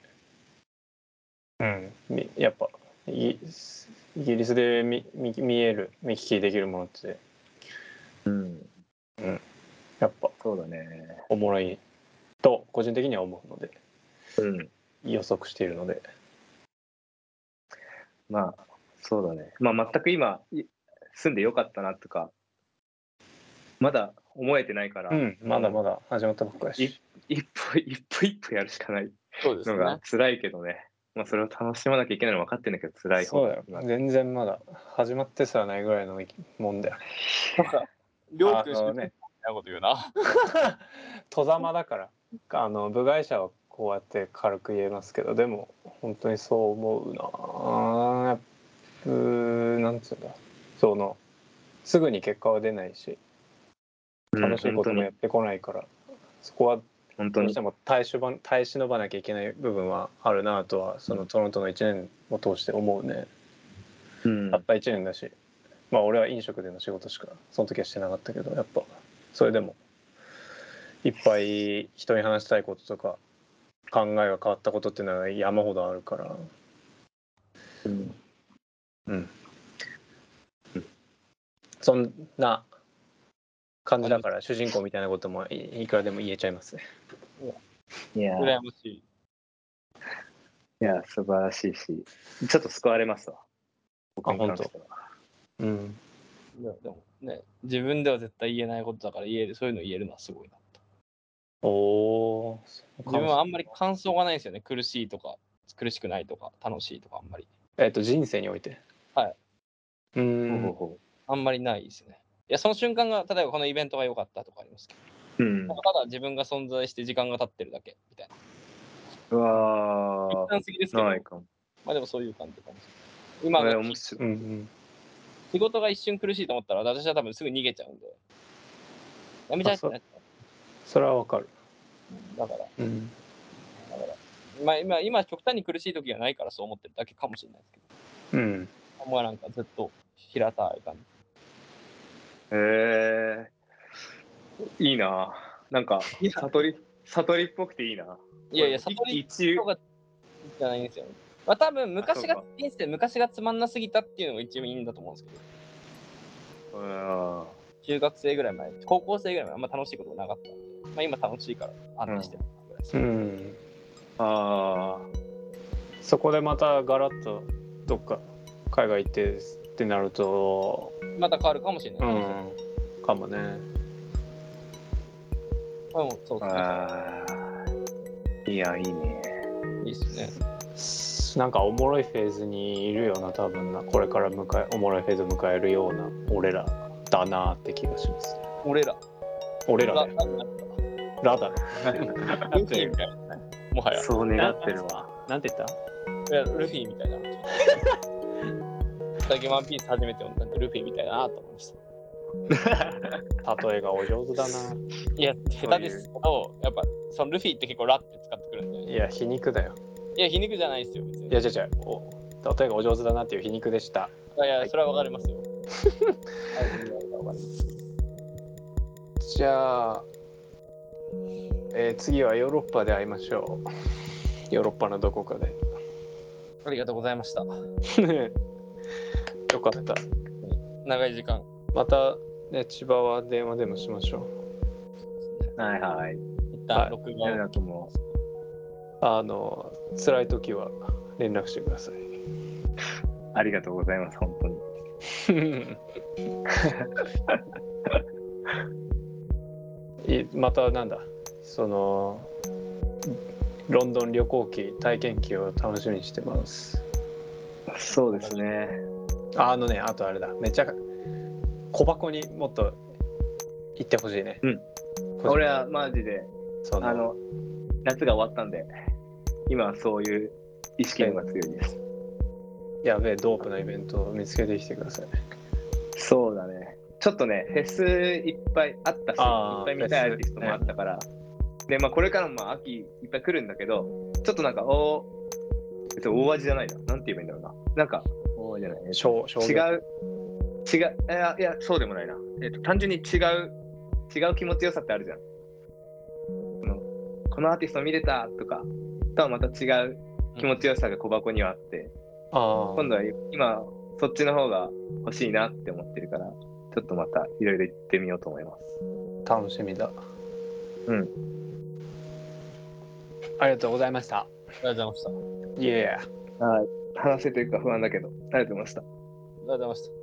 Speaker 1: うんみやっぱイギリスイギリスで見見見える見聞きできるものって
Speaker 2: うん
Speaker 1: やっぱ
Speaker 2: そうだね
Speaker 1: おもろいと個人的には思うので
Speaker 2: うん
Speaker 1: 予測しているので
Speaker 2: まあそうだねまあ全く今い住んでよかったなとかまだ思えてないから、
Speaker 1: うん、まだまだ始まったばっかりし。
Speaker 2: 一歩一歩一歩やるしかない
Speaker 3: そうで
Speaker 2: のが。辛いけどねまあそれを楽しまなきゃいけないの分かってんだけど辛い
Speaker 1: そうだよ
Speaker 2: 今。
Speaker 1: 全然まだ始まってさないぐらいのもんだよ。
Speaker 3: なんか、りょうくんし
Speaker 1: あ
Speaker 3: か
Speaker 1: の
Speaker 3: みたい
Speaker 1: ね、
Speaker 3: なこと言うな。
Speaker 1: 戸ざまだから。あの部外者はこうやって軽く言えますけど、でも本当にそう思うな。うーなんつうんだ。そのすぐに結果は出ないし、
Speaker 2: うん
Speaker 1: 楽しいこともやってこないから、そこは
Speaker 2: 本当
Speaker 1: どう
Speaker 2: に
Speaker 1: しても耐えしば耐え忍ばなきゃいけない部分はあるなとはそのトロントの一年を通して思うね。
Speaker 2: うん
Speaker 1: たった1年だしまあ俺は飲食での仕事しかその時はしてなかったけどやっぱそれでもいっぱい人に話したいこととか考えが変わったことっていうのは山ほどあるから
Speaker 2: うん
Speaker 1: うんそんな感じだから主人公みたいなこともいいくらでも言えちゃいますね
Speaker 2: いやー
Speaker 3: 羨ましい。
Speaker 2: いや、素晴らしいし、ちょっと救われますわ。
Speaker 1: あ本当
Speaker 2: 僕に関しては
Speaker 1: うん
Speaker 3: いやでもね、自分では絶対言えないことだから言える、そういうの言えるのはすごいな。
Speaker 1: おお
Speaker 3: 自分はあんまり感想がないんですよね。苦しいとか、苦しくないとか、楽しいとか、あんまり。
Speaker 1: えっ、と人生において
Speaker 3: はい
Speaker 1: うん
Speaker 2: ほうほ
Speaker 3: あんまりないですね。いや、その瞬間が、例えばこのイベントが良かったとかありますけ
Speaker 2: う
Speaker 3: ど、
Speaker 2: うん
Speaker 3: なんかただ自分が存在して時間が経ってるだけみたいな。
Speaker 2: うわ
Speaker 3: 一
Speaker 2: ー
Speaker 3: 旦過ぎですけど、
Speaker 2: ないかも。
Speaker 3: まあでもそういう感じかもしれ
Speaker 2: こ
Speaker 3: ない。
Speaker 2: れ
Speaker 3: 今の
Speaker 2: 面白
Speaker 1: う
Speaker 2: い。
Speaker 1: んうん
Speaker 3: 仕事が一瞬苦しいと思ったら、私は多分すぐ逃げちゃうんで、やめちゃえってなっちゃ
Speaker 1: それはわかる
Speaker 3: う。だから、
Speaker 1: うん
Speaker 3: まあ今、今、極端に苦しい時がないからそう思ってるだけかもしれないですけど、
Speaker 1: うん
Speaker 3: もはなんかずっと平たい感じ。
Speaker 2: えー、いいななんか悟り悟りっぽくていいない
Speaker 3: やいや、悟り
Speaker 2: 一
Speaker 3: とかじゃないんですよ、ね。まあ多分昔が人生昔がつまんなすぎたっていうのが一番いいんだと思うんですけど、
Speaker 2: うん
Speaker 3: 中学生ぐらい前、高校生ぐらい前あんま楽しいことなかったんで、まあ今楽しいから安定してるぐらいです、
Speaker 1: うん、
Speaker 2: あー
Speaker 1: そこでまたガラッとどっか海外行ってってなると
Speaker 3: また変わるかもしれな
Speaker 1: う
Speaker 3: いですね。
Speaker 1: んかもね
Speaker 3: まあもうそうですね。
Speaker 2: あーいやいいね
Speaker 3: いいですね。
Speaker 1: なんかおもろいフェーズにいるよな多分なこれから迎えおもろいフェーズ迎えるような俺らだなって気がします
Speaker 3: 俺ら。
Speaker 1: 俺らだよラだね
Speaker 3: ルフィみたいな。もはや。
Speaker 2: そう願ってるわ
Speaker 1: なんて言った
Speaker 3: いやルフィみたいな。最近ワンピース初めて読んだんで、ルフィみたいだなと思いました。
Speaker 1: 例えがお上手だない
Speaker 3: や、下手ですけど、やっぱ、そのルフィって結構ラって使ってくるんで、
Speaker 1: いや皮肉だよ
Speaker 3: いや、皮肉じゃないですよ、別に。
Speaker 1: いや違う違うお例えがお上手だなっていう皮肉でした
Speaker 3: いやいや、それはわかりますよ。はいわかります
Speaker 1: じゃあ、えー次はヨーロッパで会いましょうヨーロッパのどこかで
Speaker 3: ありがとうございました。
Speaker 1: よかった
Speaker 3: 長い時間。
Speaker 1: また、ね、千葉は電話でもしましょう
Speaker 2: はいはい
Speaker 3: 一
Speaker 1: は
Speaker 3: 旦
Speaker 1: い
Speaker 3: 録
Speaker 2: あ
Speaker 3: 画
Speaker 2: り
Speaker 3: を
Speaker 2: がとうも
Speaker 1: あの辛い時は連絡してください
Speaker 2: ありがとうございます本当に
Speaker 1: いまたなんだそのロンドン旅行記体験記を楽しみにしてます
Speaker 2: そうですね
Speaker 1: ああのねあとあれだめっちゃ小箱にもっと行ってほしいね
Speaker 2: うん
Speaker 1: 個人
Speaker 2: 俺はマジで
Speaker 1: その
Speaker 2: あの夏が終わったんで今はそういう意識の方が強いです
Speaker 1: やべえドープなイベントを見つけてきてください
Speaker 2: そうだね。ちょっとね、フェスいっぱいあったし、
Speaker 1: あー
Speaker 2: いっぱい見たいアーティストもあったから、で、まあ、これからもまあ秋いっぱい来るんだけど、ちょっとなんか、お別に大味じゃないな。なんて言えばいいんだろうな。なんか、大味じゃないね。
Speaker 1: 小小
Speaker 2: 違う、違う、いや、いやそうでもないな。えっと、単純に違う、違う気持ちよさってあるじゃん。そのこのアーティスト見れたとか、とはまた違う気持ちよさが小箱にはあって、
Speaker 1: あ
Speaker 2: 今度は今そっちの方が欲しいなって思ってるからちょっとまたいろいろ行ってみようと思います
Speaker 1: あ楽しみだ
Speaker 2: うん
Speaker 1: ありがとうございました
Speaker 3: ありがとうございました。あ
Speaker 1: イエー
Speaker 2: はい話せてるか不安だけどありがとうございました
Speaker 3: りがとうございました。